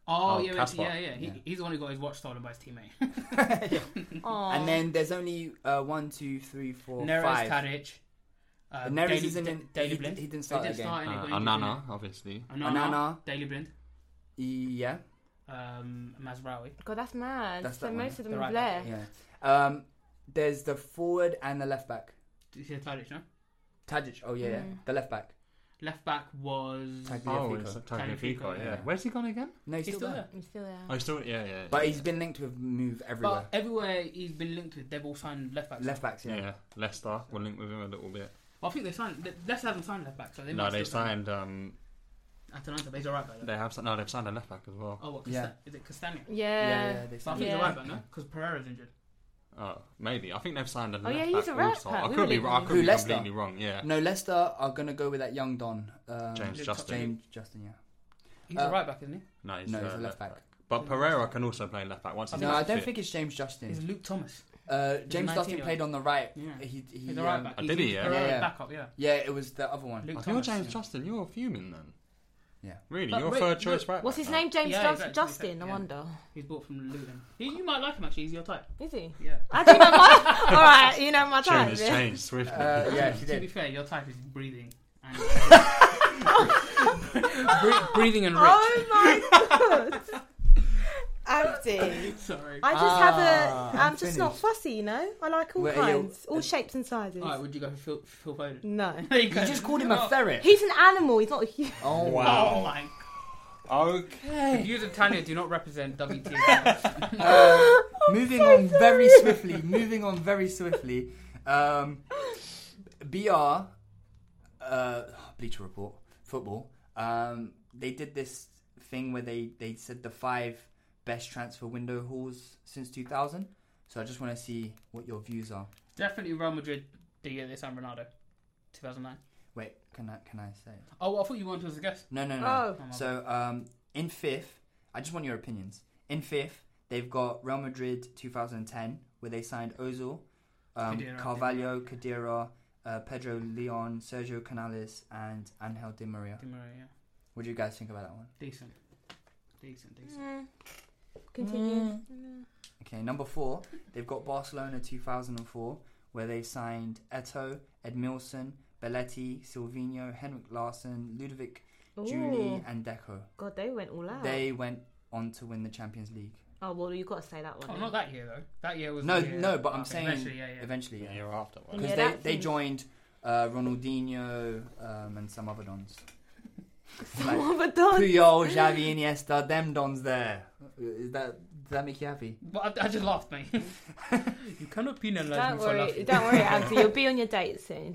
Speaker 3: Oh,
Speaker 5: Oh,
Speaker 3: yeah, wait,
Speaker 5: Kaspar.
Speaker 3: yeah, yeah. He,
Speaker 1: Yeah.
Speaker 3: He's the one who got his watch stolen by his teammate.
Speaker 6: Aw.
Speaker 1: And then there's only uh, one, two, three, four,
Speaker 3: Neres,
Speaker 1: five.
Speaker 3: Tadic. Uh,
Speaker 1: But Neres
Speaker 3: Daily,
Speaker 1: isn't in-
Speaker 3: Daily
Speaker 1: he-
Speaker 3: Blind.
Speaker 1: he didn't start
Speaker 3: He
Speaker 1: the
Speaker 3: didn't
Speaker 1: game.
Speaker 3: start any,
Speaker 5: uh,
Speaker 3: but he did
Speaker 5: Anana, obviously.
Speaker 3: win. Onana,
Speaker 1: Onana.
Speaker 3: Daily Blind,
Speaker 1: Yeah,
Speaker 3: um, Masraoui.
Speaker 6: God, that's mad.
Speaker 1: That's
Speaker 6: so
Speaker 1: that one,
Speaker 6: most of them
Speaker 3: the
Speaker 6: have
Speaker 3: right back,
Speaker 6: left.
Speaker 1: yeah. Um, there's the forward and the left back.
Speaker 3: Did you say Tadic, no?
Speaker 1: Tadic. Oh yeah, yeah. the left back.
Speaker 3: Left back was.
Speaker 1: Tagliafico.
Speaker 5: Oh, it's
Speaker 3: Tagliafico,
Speaker 5: Tagliafico, yeah.
Speaker 3: yeah.
Speaker 5: Where's he gone again?
Speaker 1: No, he's,
Speaker 3: He's
Speaker 1: still,
Speaker 3: still
Speaker 1: there.
Speaker 3: there.
Speaker 6: He's stistill there.
Speaker 5: Oh, he's still, yeah, yeah.
Speaker 1: But he's been linked with move everywhere.
Speaker 3: But everywhere he's been linked with, they've all signed left backs.
Speaker 1: left backs,
Speaker 5: yeah.
Speaker 1: yeah.
Speaker 5: yeah. Leicester, we'll link with him a little bit.
Speaker 3: Well, I think they signed. they- Leicester haven't signed left back, so they
Speaker 5: no,
Speaker 3: might
Speaker 5: they
Speaker 3: still sign
Speaker 5: signed. Um,
Speaker 3: Atalanta, but he's a right back. though.
Speaker 5: they have. si- No, they've signed a left back as well.
Speaker 3: Oh, what? Casta-
Speaker 1: Yeah.
Speaker 3: Is it Castagna?
Speaker 6: Yeah.
Speaker 1: yeah, yeah. They
Speaker 3: So I
Speaker 1: signed
Speaker 3: think he's a
Speaker 6: Yeah.
Speaker 3: right back, no? Because Pereira's injured.
Speaker 1: Uh,
Speaker 5: Oh, maybe. I think they've signed a
Speaker 6: Oh,
Speaker 5: left
Speaker 6: yeah,
Speaker 5: back
Speaker 6: he's a right
Speaker 5: also.
Speaker 6: back.
Speaker 5: I
Speaker 6: We
Speaker 5: could be.
Speaker 6: were
Speaker 5: I
Speaker 6: looking-
Speaker 5: could
Speaker 1: Who,
Speaker 5: be
Speaker 1: Leicester?
Speaker 5: completely wrong. Yeah.
Speaker 1: No, Leicester are gonna go with that young Don. Um,
Speaker 5: James Justin.
Speaker 1: James Justin, yeah.
Speaker 3: He's
Speaker 1: Uh,
Speaker 3: a right back, isn't he?
Speaker 5: No, he's,
Speaker 1: No,
Speaker 5: uh,
Speaker 1: he's a left back.
Speaker 5: But Pereira can also play left back once. he's
Speaker 1: No, I
Speaker 5: fit.
Speaker 1: don't think it's James
Speaker 3: He's
Speaker 1: Justin.
Speaker 3: Luke Thomas.
Speaker 1: Uh,
Speaker 3: a
Speaker 1: James Justin
Speaker 3: 19-year-old.
Speaker 1: played on the right.
Speaker 3: Yeah.
Speaker 1: He, he,
Speaker 3: He's a right
Speaker 1: um,
Speaker 3: back.
Speaker 5: Oh,
Speaker 3: He's
Speaker 5: did he?
Speaker 3: used
Speaker 5: Yeah.
Speaker 3: Pereira's
Speaker 1: Yeah, yeah.
Speaker 3: backup, yeah.
Speaker 1: Yeah, it was the other one.
Speaker 3: Luke
Speaker 5: If you're
Speaker 3: Thomas.
Speaker 5: James
Speaker 3: yeah.
Speaker 5: Justin, you're fuming then.
Speaker 1: Yeah.
Speaker 5: Really,
Speaker 3: But
Speaker 5: your
Speaker 3: wait,
Speaker 5: third
Speaker 3: no.
Speaker 5: choice right
Speaker 6: What's
Speaker 5: back
Speaker 6: his
Speaker 5: now?
Speaker 6: name? James
Speaker 3: Yeah,
Speaker 6: Jus-
Speaker 3: exactly,
Speaker 6: Justin.
Speaker 3: exactly,
Speaker 6: I
Speaker 3: yeah.
Speaker 6: wonder.
Speaker 3: He's bought from Luton. He, you might like him actually. He's your type.
Speaker 6: Is he?
Speaker 3: Yeah.
Speaker 6: I do know my. All right, you know my
Speaker 5: Tune
Speaker 6: time.
Speaker 5: has
Speaker 6: yeah.
Speaker 5: changed swiftly.
Speaker 1: Uh, yeah, she
Speaker 3: to be
Speaker 1: did.
Speaker 3: fair, your type is breathing and uh, Bre- breathing and rich.
Speaker 6: Oh my god, Abdi.
Speaker 3: Sorry.
Speaker 6: I just
Speaker 1: Ah,
Speaker 6: have a. I'm just not
Speaker 1: finished.
Speaker 6: fussy, you know. I like all
Speaker 1: Well, you-
Speaker 6: kinds, all shapes and sizes.
Speaker 3: Alright, would you go for Phil, Phil Foden?
Speaker 6: No,
Speaker 3: There you go.
Speaker 1: You just called him a ferret.
Speaker 6: he's an animal. He's not a human.
Speaker 1: Oh,
Speaker 3: Oh
Speaker 5: Wow.
Speaker 3: my. The
Speaker 5: Okay.
Speaker 3: views of Tanya do not represent WT.
Speaker 1: Moving on very swiftly. Moving on very swiftly. Um, BR, uh, Bleacher Report, football. Um, they did this thing where they, they said the five best transfer window hauls since 2000. So I just want to see what your views are.
Speaker 3: Definitely Real Madrid did get this and Ronaldo. 2009.
Speaker 1: Wait, can I can I say? it?
Speaker 3: Oh, well, I thought you wanted us to guess.
Speaker 1: No, no, no.
Speaker 6: Oh.
Speaker 1: So um, in fifth, I just want your opinions. In fifth, they've got Real Madrid 2010, where they signed Ozil, um,
Speaker 3: Khedira,
Speaker 1: Carvalho, Kadira, uh, Pedro Leon, Sergio Canales, and Angel Di Maria.
Speaker 3: Di Maria, yeah.
Speaker 1: What do you guys think about that one?
Speaker 3: Decent. Decent, decent.
Speaker 6: Mm.
Speaker 1: Mm.
Speaker 6: Continue.
Speaker 1: Okay, number four, they've got Barcelona 2004, where they signed Eto, Edmilson, Belletti, Silvino, Henrik Larsson, Ludovic, Julie,
Speaker 6: Ooh.
Speaker 1: and Deco.
Speaker 6: God, they went all out.
Speaker 1: They went on to win the Champions League.
Speaker 6: Oh well, you have got to say that one.
Speaker 3: Oh, not that year, though. That year was.
Speaker 1: No,
Speaker 3: the year-
Speaker 1: no, but I'm
Speaker 3: Okay,
Speaker 1: saying
Speaker 3: Eventually, yeah, yeah.
Speaker 1: Eventually,
Speaker 5: The
Speaker 1: yeah.
Speaker 5: year after. wasn't
Speaker 1: Because
Speaker 6: Yeah,
Speaker 1: they,
Speaker 6: that's
Speaker 1: they
Speaker 6: it.
Speaker 1: joined uh, Ronaldinho um, and some other dons. like,
Speaker 6: What have I done?
Speaker 1: Puyol, Xavi, Iniesta, them dons there. Uh, Is that, does that make you happy?
Speaker 3: But I, I just laughed, mate. you cannot penalise
Speaker 6: Don't
Speaker 3: me for
Speaker 6: worry,
Speaker 3: laughing.
Speaker 6: don't worry, Abdi. You'll be on your date soon.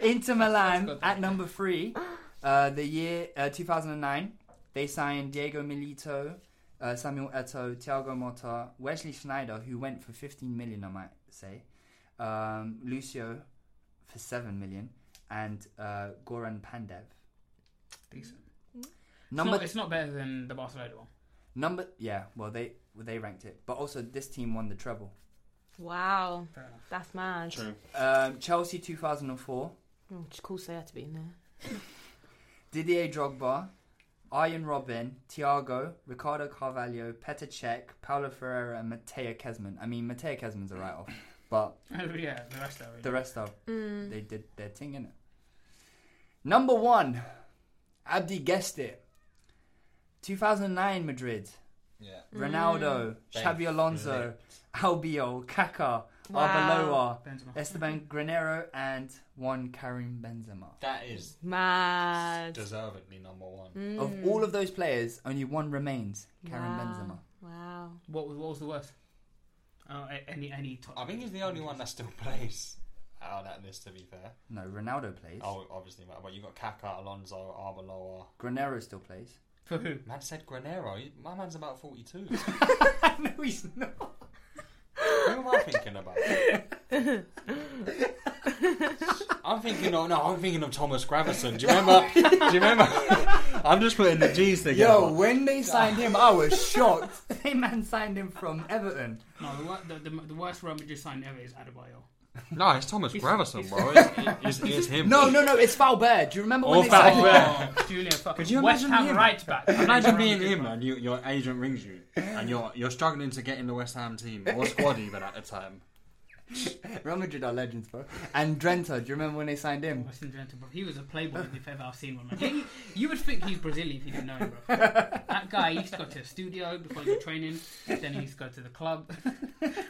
Speaker 1: Inter Milan at number three. Uh, the year uh, 2009, they signed Diego Milito, uh, Samuel Eto, Thiago Motta, Wesley Schneider, who went for 15 million, I might say, um, Lucio for 7 million, and uh, Goran Pandev.
Speaker 3: Decent.
Speaker 1: Number
Speaker 3: it's, not, it's not better than the Barcelona one.
Speaker 1: Number yeah, well they well, they ranked it, but also this team won the treble.
Speaker 6: Wow,
Speaker 3: Fair enough.
Speaker 6: that's mad.
Speaker 5: it? True.
Speaker 1: Um, Chelsea 2004,
Speaker 6: Oh, of course they had to be in there.
Speaker 1: Didier Drogba, Ian Robin, Thiago, Ricardo Carvalho, Petr Cech, Paulo Ferreira, and Mateo Kesman. I mean Mateo Kesman's a write off, But
Speaker 3: Yeah, the rest are.
Speaker 1: the rest of
Speaker 3: Mm.
Speaker 1: they did their thing in it. Number one, Abdi guessed it. 2009 Madrid.
Speaker 5: Yeah.
Speaker 1: Ronaldo,
Speaker 5: They
Speaker 1: Xabi Alonso, Albiol, Kaká,
Speaker 5: Wow.
Speaker 1: Arbeloa, Esteban Granero, and one Karim Benzema.
Speaker 5: That is
Speaker 6: mad.
Speaker 5: Deservedly number one.
Speaker 1: Of all of those players, only one remains: Karim
Speaker 3: Wow.
Speaker 1: Benzema.
Speaker 6: Wow.
Speaker 3: What was what was the worst? Uh, a- any any top.
Speaker 5: I think he's the only one that still plays out of that list. To be fair,
Speaker 1: No, Ronaldo plays.
Speaker 5: oh, obviously, but- but you got Kaká, Alonso, Arbeloa.
Speaker 1: Granero still plays.
Speaker 3: For who?
Speaker 5: Man said Granero. He- My man's about forty-two.
Speaker 1: no, he's not.
Speaker 5: Who am I thinking about? I'm thinking of no. I'm thinking of Thomas Gravison. Do you remember? do you remember? I'm just putting the G's together.
Speaker 1: Yo, when they signed him, I was shocked. they man signed him from Everton.
Speaker 3: No, the, wor- the, the, the worst Real Madrid sign ever is Adebayo.
Speaker 5: No, it's Thomas
Speaker 3: He's-
Speaker 5: Gravison,
Speaker 3: he's-
Speaker 5: bro. It's, it's, it's him.
Speaker 1: No, no, no, it's Falbert. Do you remember when
Speaker 5: Or
Speaker 1: they signed
Speaker 5: Valverde.
Speaker 1: him?
Speaker 3: Junior fucking
Speaker 5: Could you
Speaker 3: West
Speaker 5: imagine
Speaker 3: Ham
Speaker 5: him?
Speaker 3: right back.
Speaker 5: Imagine being him, and you, your agent rings you, and you're you're struggling to get in the West Ham team or squad even at the time.
Speaker 1: Real Madrid are legends, bro. And Drenta, do you remember when they signed him?
Speaker 3: Western Drenta, bro. He was a playboy if ever I've seen one. Man. He, you would think he's Brazilian if you didn't know him, bro. That guy, he used to go to the studio before he got training, then he used to go to the club.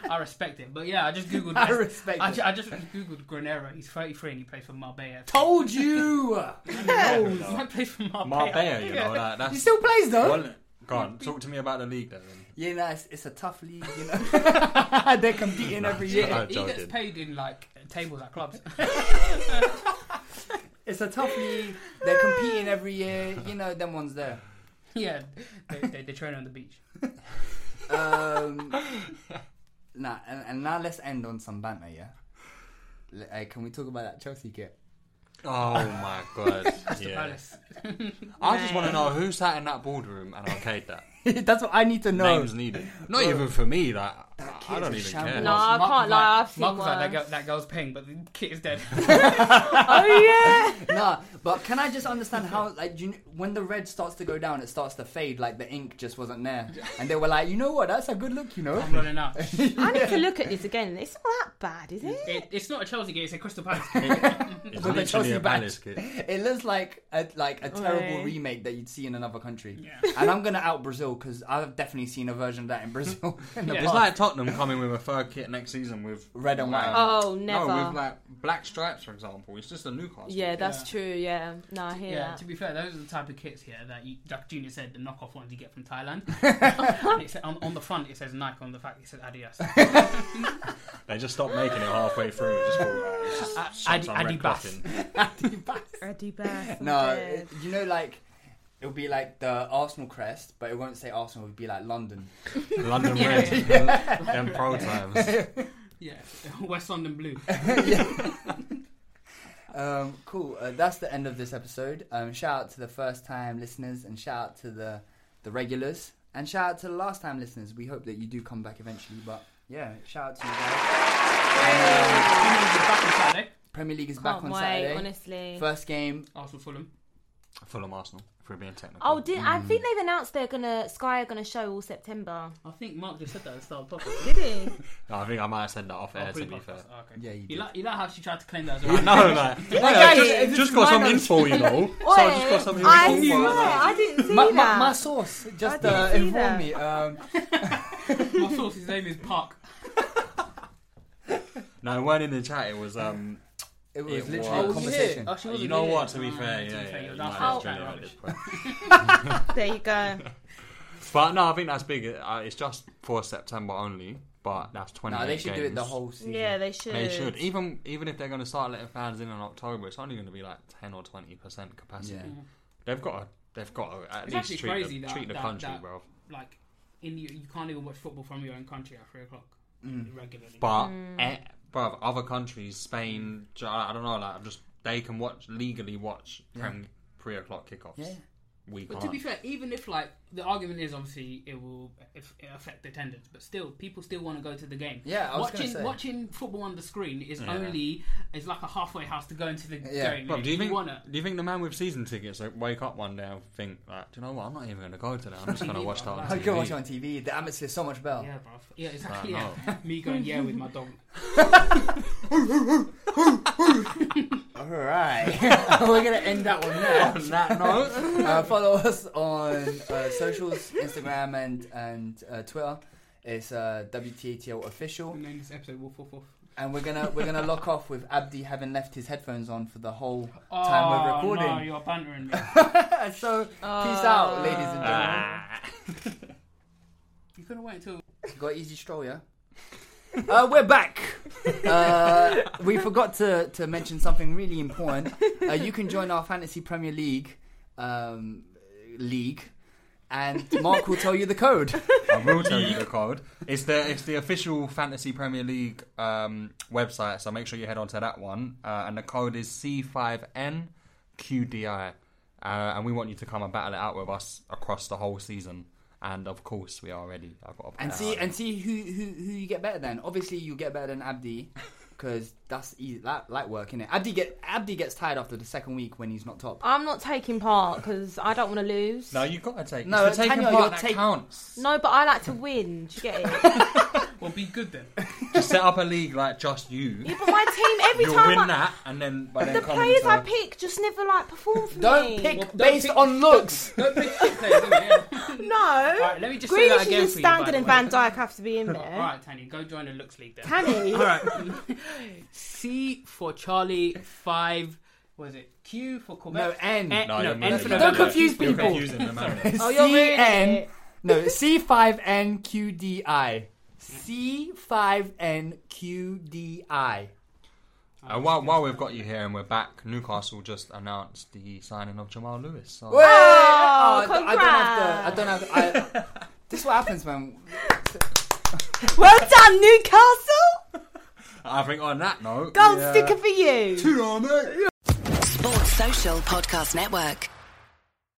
Speaker 3: I respect it, but yeah, I just googled.
Speaker 1: I respect
Speaker 3: I,
Speaker 1: it.
Speaker 3: ju- I just googled Granero. He's 33 and he plays for Marbella.
Speaker 1: Told you.
Speaker 3: No, he plays for Marbella.
Speaker 5: Marbella, you know
Speaker 3: Yeah.
Speaker 5: that. That's,
Speaker 1: He still plays though.
Speaker 5: Well, go on, talk to me about the league then.
Speaker 1: Yeah, no, it's, it's a tough league, you know. They're competing every
Speaker 5: Nah,
Speaker 1: year.
Speaker 5: nah.
Speaker 3: He
Speaker 5: Joking.
Speaker 3: gets paid in like tables at clubs.
Speaker 1: It's a tough league. They're competing every year. You know, them ones there.
Speaker 3: yeah, they, they, they train on the beach.
Speaker 1: Um, nah, and, and now let's end on some banter, yeah? L- uh, can we talk about that Chelsea kit?
Speaker 5: Oh my god! yeah.
Speaker 3: Palace.
Speaker 5: I just want to know who sat in that boardroom and arcade that.
Speaker 1: That's what I need to know.
Speaker 5: Names needed. Not even for me. Like Oh, I don't even care.
Speaker 6: No, I can't lie. I've seen
Speaker 3: Mark was like, that,
Speaker 6: worse.
Speaker 3: girl, that girl's paying, but the kid is dead.
Speaker 6: oh yeah.
Speaker 1: nah, but can I just understand how, like, you, kn- when the red starts to go down, it starts to fade, like the ink just wasn't there. And they were like, you know what? That's a good look, you know?
Speaker 3: I'm running out.
Speaker 6: I need to look at this again. It's not that bad, is it?
Speaker 3: It, it's not a Chelsea game, it's a Crystal Palace game.
Speaker 5: It's
Speaker 1: With the
Speaker 5: literally
Speaker 1: Chelsea
Speaker 5: a Palace
Speaker 1: badge.
Speaker 5: kid.
Speaker 1: It looks like a, like a terrible
Speaker 6: Oi.
Speaker 1: remake that you'd see in another country.
Speaker 3: Yeah.
Speaker 1: And I'm gonna out Brazil because I've definitely seen a version of that in Brazil. in the
Speaker 3: Yeah.
Speaker 5: It's
Speaker 1: past.
Speaker 5: like Tottenham coming with a fur kit next season with
Speaker 1: Red and white.
Speaker 6: Oh,
Speaker 5: No,
Speaker 6: never.
Speaker 5: with like black stripes, for example. It's just a Newcastle.
Speaker 6: Yeah, that's
Speaker 3: Yeah.
Speaker 6: true. Yeah. No, I hear
Speaker 3: yeah,
Speaker 6: that.
Speaker 3: to be fair, those are the type of kits here that, you, like Junior said, the knockoff ones you get from Thailand. and it said, on, on the front, it says Nike, on the back, it says Adidas.
Speaker 5: They just stopped making it halfway through. Just thought, right, it's just
Speaker 3: Adi,
Speaker 5: some red
Speaker 3: Adibas.
Speaker 5: cotton.
Speaker 1: no, it- you know, like it'll be like the Arsenal crest, but it won't say Arsenal. It'll be like London.
Speaker 5: London Red, them pro times.
Speaker 3: Yeah, West London Blue.
Speaker 1: Um, cool. Uh, that's the end of this episode. Um, shout out to the first time listeners, and shout out to the the regulars, and shout out to the last time listeners. We hope that you do come back eventually. But yeah, shout out to you guys.
Speaker 3: Back on Saturday,
Speaker 1: Premier League is back
Speaker 6: Can't
Speaker 1: on
Speaker 6: wait,
Speaker 1: Saturday.
Speaker 6: honestly.
Speaker 1: First game.
Speaker 3: Arsenal Fulham.
Speaker 5: Fulham Arsenal, if we're being technical.
Speaker 6: Oh, did I
Speaker 3: Mm.
Speaker 6: think they've announced they're gonna Sky are gonna show all September?
Speaker 3: I think Mark just said that at the start of the podcast.
Speaker 6: Did he?
Speaker 5: No, I think I might have said that off air,
Speaker 3: Oh,
Speaker 5: to be
Speaker 3: pre-podcast.
Speaker 5: fair.
Speaker 3: Oh, okay.
Speaker 1: Yeah, you
Speaker 3: You
Speaker 1: did.
Speaker 3: like, you like how she tried to claim that as
Speaker 5: I
Speaker 3: well?
Speaker 5: know, like,
Speaker 1: guy, is
Speaker 5: just,
Speaker 1: this
Speaker 5: just got some
Speaker 1: mine?
Speaker 5: info, you know. so I just got some info.
Speaker 6: I swear, I didn't see
Speaker 1: My, my,
Speaker 6: that.
Speaker 1: my source
Speaker 6: I
Speaker 1: just
Speaker 6: didn't
Speaker 1: uh,
Speaker 6: see that.
Speaker 1: informed me. Um,
Speaker 3: My source, his name is Park.
Speaker 5: No, it weren't in the chat. It was um.
Speaker 1: it was
Speaker 5: It
Speaker 1: literally
Speaker 5: was.
Speaker 1: a conversation.
Speaker 3: Oh, she wasn't
Speaker 5: You know
Speaker 3: in it.
Speaker 5: what? To be
Speaker 3: Ah,
Speaker 5: fair,
Speaker 3: to be
Speaker 5: yeah,
Speaker 3: fair,
Speaker 5: yeah.
Speaker 3: you're
Speaker 5: you might
Speaker 3: done. Oh,
Speaker 5: have
Speaker 3: okay,
Speaker 5: been at
Speaker 3: rubbish.
Speaker 5: this point.
Speaker 6: there you go.
Speaker 5: But no, I think that's big. Uh, it's just for September only, but that's twenty.
Speaker 1: No, they should do it the whole season.
Speaker 6: Yeah, they should.
Speaker 5: They should. Even even if they're going to start letting fans in in October, it's only going to be like ten or twenty percent capacity.
Speaker 1: Yeah. Mhm.
Speaker 5: They've got to. They've got to at
Speaker 3: Mm-hmm. It's actually
Speaker 5: least treat
Speaker 3: crazy
Speaker 5: the,
Speaker 3: that-
Speaker 5: treat the
Speaker 3: that-
Speaker 5: country,
Speaker 3: that-
Speaker 5: bro.
Speaker 3: Like, in you, you can't even watch football from your own country at three o'clock
Speaker 1: Mm.
Speaker 3: regularly.
Speaker 5: But eh, bro, other countries, Spain, Ge- I don't know. Like, I'm just they can watch legally watch prem three o'clock kickoffs.
Speaker 1: Yeah.
Speaker 5: we
Speaker 3: But
Speaker 5: can't.
Speaker 3: to be fair, even if like the argument is obviously it will if it affect attendance, but still people still want to go to the game.
Speaker 1: Yeah, I was
Speaker 3: watching
Speaker 1: gonna say.
Speaker 3: watching football on the screen is
Speaker 5: Yeah.
Speaker 3: only is like a halfway house to go into the game.
Speaker 5: Bro, do you
Speaker 3: If
Speaker 5: think?
Speaker 3: wanna-
Speaker 5: Do you think the man with season tickets like wake up one day and think like, do you know what? I'm not even going to go today. I'm just going to watch that on
Speaker 1: I
Speaker 5: TV.
Speaker 1: can watch it on TV. The atmosphere is so much better.
Speaker 3: Yeah, bro. Yeah,
Speaker 5: I
Speaker 3: exactly.
Speaker 5: know.
Speaker 3: Yeah. Me going yeah with my dog.
Speaker 1: All right, we're gonna end that one now.
Speaker 5: Oh,
Speaker 1: On that note, uh, follow us on uh, socials, Instagram and and uh, Twitter. It's uh, WTATL official.
Speaker 3: And then this episode woof woof woof.
Speaker 1: And we're gonna we're gonna lock off with Abdi having left his headphones on for the whole time we're
Speaker 3: Oh,
Speaker 1: recording. Uh,
Speaker 3: No, you're bantering me.
Speaker 1: so peace out, ladies and gentlemen.
Speaker 3: You could have waited until
Speaker 1: Got an easy stroll, yeah. Uh, we're back. Uh, we forgot to, to mention something really important. Uh, you can join our fantasy Premier League um, league, and Mark will tell you the code.
Speaker 5: I will tell you the code. It's the it's the official Fantasy Premier League um, website, so make sure you head on to that one. Uh, and the code is C5NQDI. Uh, and we want you to come and battle it out with us across the whole season. And of course, we are ready. I've got to put
Speaker 1: and
Speaker 5: that
Speaker 1: see
Speaker 5: out.
Speaker 1: and see who, who, who you get better than. Obviously, you get better than Abdi because that's easy, that light work, innit? Abdi get Abdi gets tired after the second week when he's not top.
Speaker 6: I'm not taking part because I don't want to lose.
Speaker 5: No, you've got to take.
Speaker 1: No,
Speaker 5: No, it's the taking
Speaker 1: Tanya, you're
Speaker 5: part that
Speaker 1: take-
Speaker 5: counts.
Speaker 6: No, but I like to win. Do you get it?
Speaker 3: well, be good then.
Speaker 5: Just set up a league like just you.
Speaker 6: yeah, but my team every
Speaker 5: You'll
Speaker 6: time
Speaker 5: win
Speaker 6: I,
Speaker 5: that, and then by then
Speaker 6: the
Speaker 5: come
Speaker 6: players
Speaker 5: to-
Speaker 6: I pick just never like perform for me.
Speaker 1: Don't pick based on looks.
Speaker 3: Don't pick shit players, innit? Yeah.
Speaker 6: No.
Speaker 3: Alright, let me just say
Speaker 6: Grealish
Speaker 3: that again
Speaker 6: is
Speaker 3: for
Speaker 6: a
Speaker 3: you, by
Speaker 6: standard,
Speaker 3: the
Speaker 6: and
Speaker 3: way.
Speaker 6: Van Dijk have to be in
Speaker 3: All
Speaker 6: there.
Speaker 3: right, Tanya, go join the looks league then.
Speaker 6: Tanny.
Speaker 3: All right. C for Charlie. Five. Was it Q for Quebec?
Speaker 1: No, N.
Speaker 3: Eh,
Speaker 5: No,
Speaker 3: no,
Speaker 5: you're
Speaker 3: N
Speaker 5: messing
Speaker 3: for
Speaker 5: it up.
Speaker 1: Don't
Speaker 3: November.
Speaker 1: confuse
Speaker 5: You're
Speaker 1: people.
Speaker 5: confusing them, aren't you?
Speaker 6: Oh, you're
Speaker 1: C
Speaker 6: ruining
Speaker 1: N
Speaker 6: it.
Speaker 1: no C five N Q D I C five N Q D I.
Speaker 5: Uh, while, while we've got you here and we're back, Newcastle just announced the signing of Jamal Lewis. So
Speaker 1: Oh, I
Speaker 6: congrats.
Speaker 1: don't have the. I don't have. The, I, this is what happens when.
Speaker 6: Well done, Newcastle.
Speaker 5: I think on that note,
Speaker 6: Gold sticker for you.
Speaker 5: Two on it.
Speaker 9: Sports Social Podcast Network.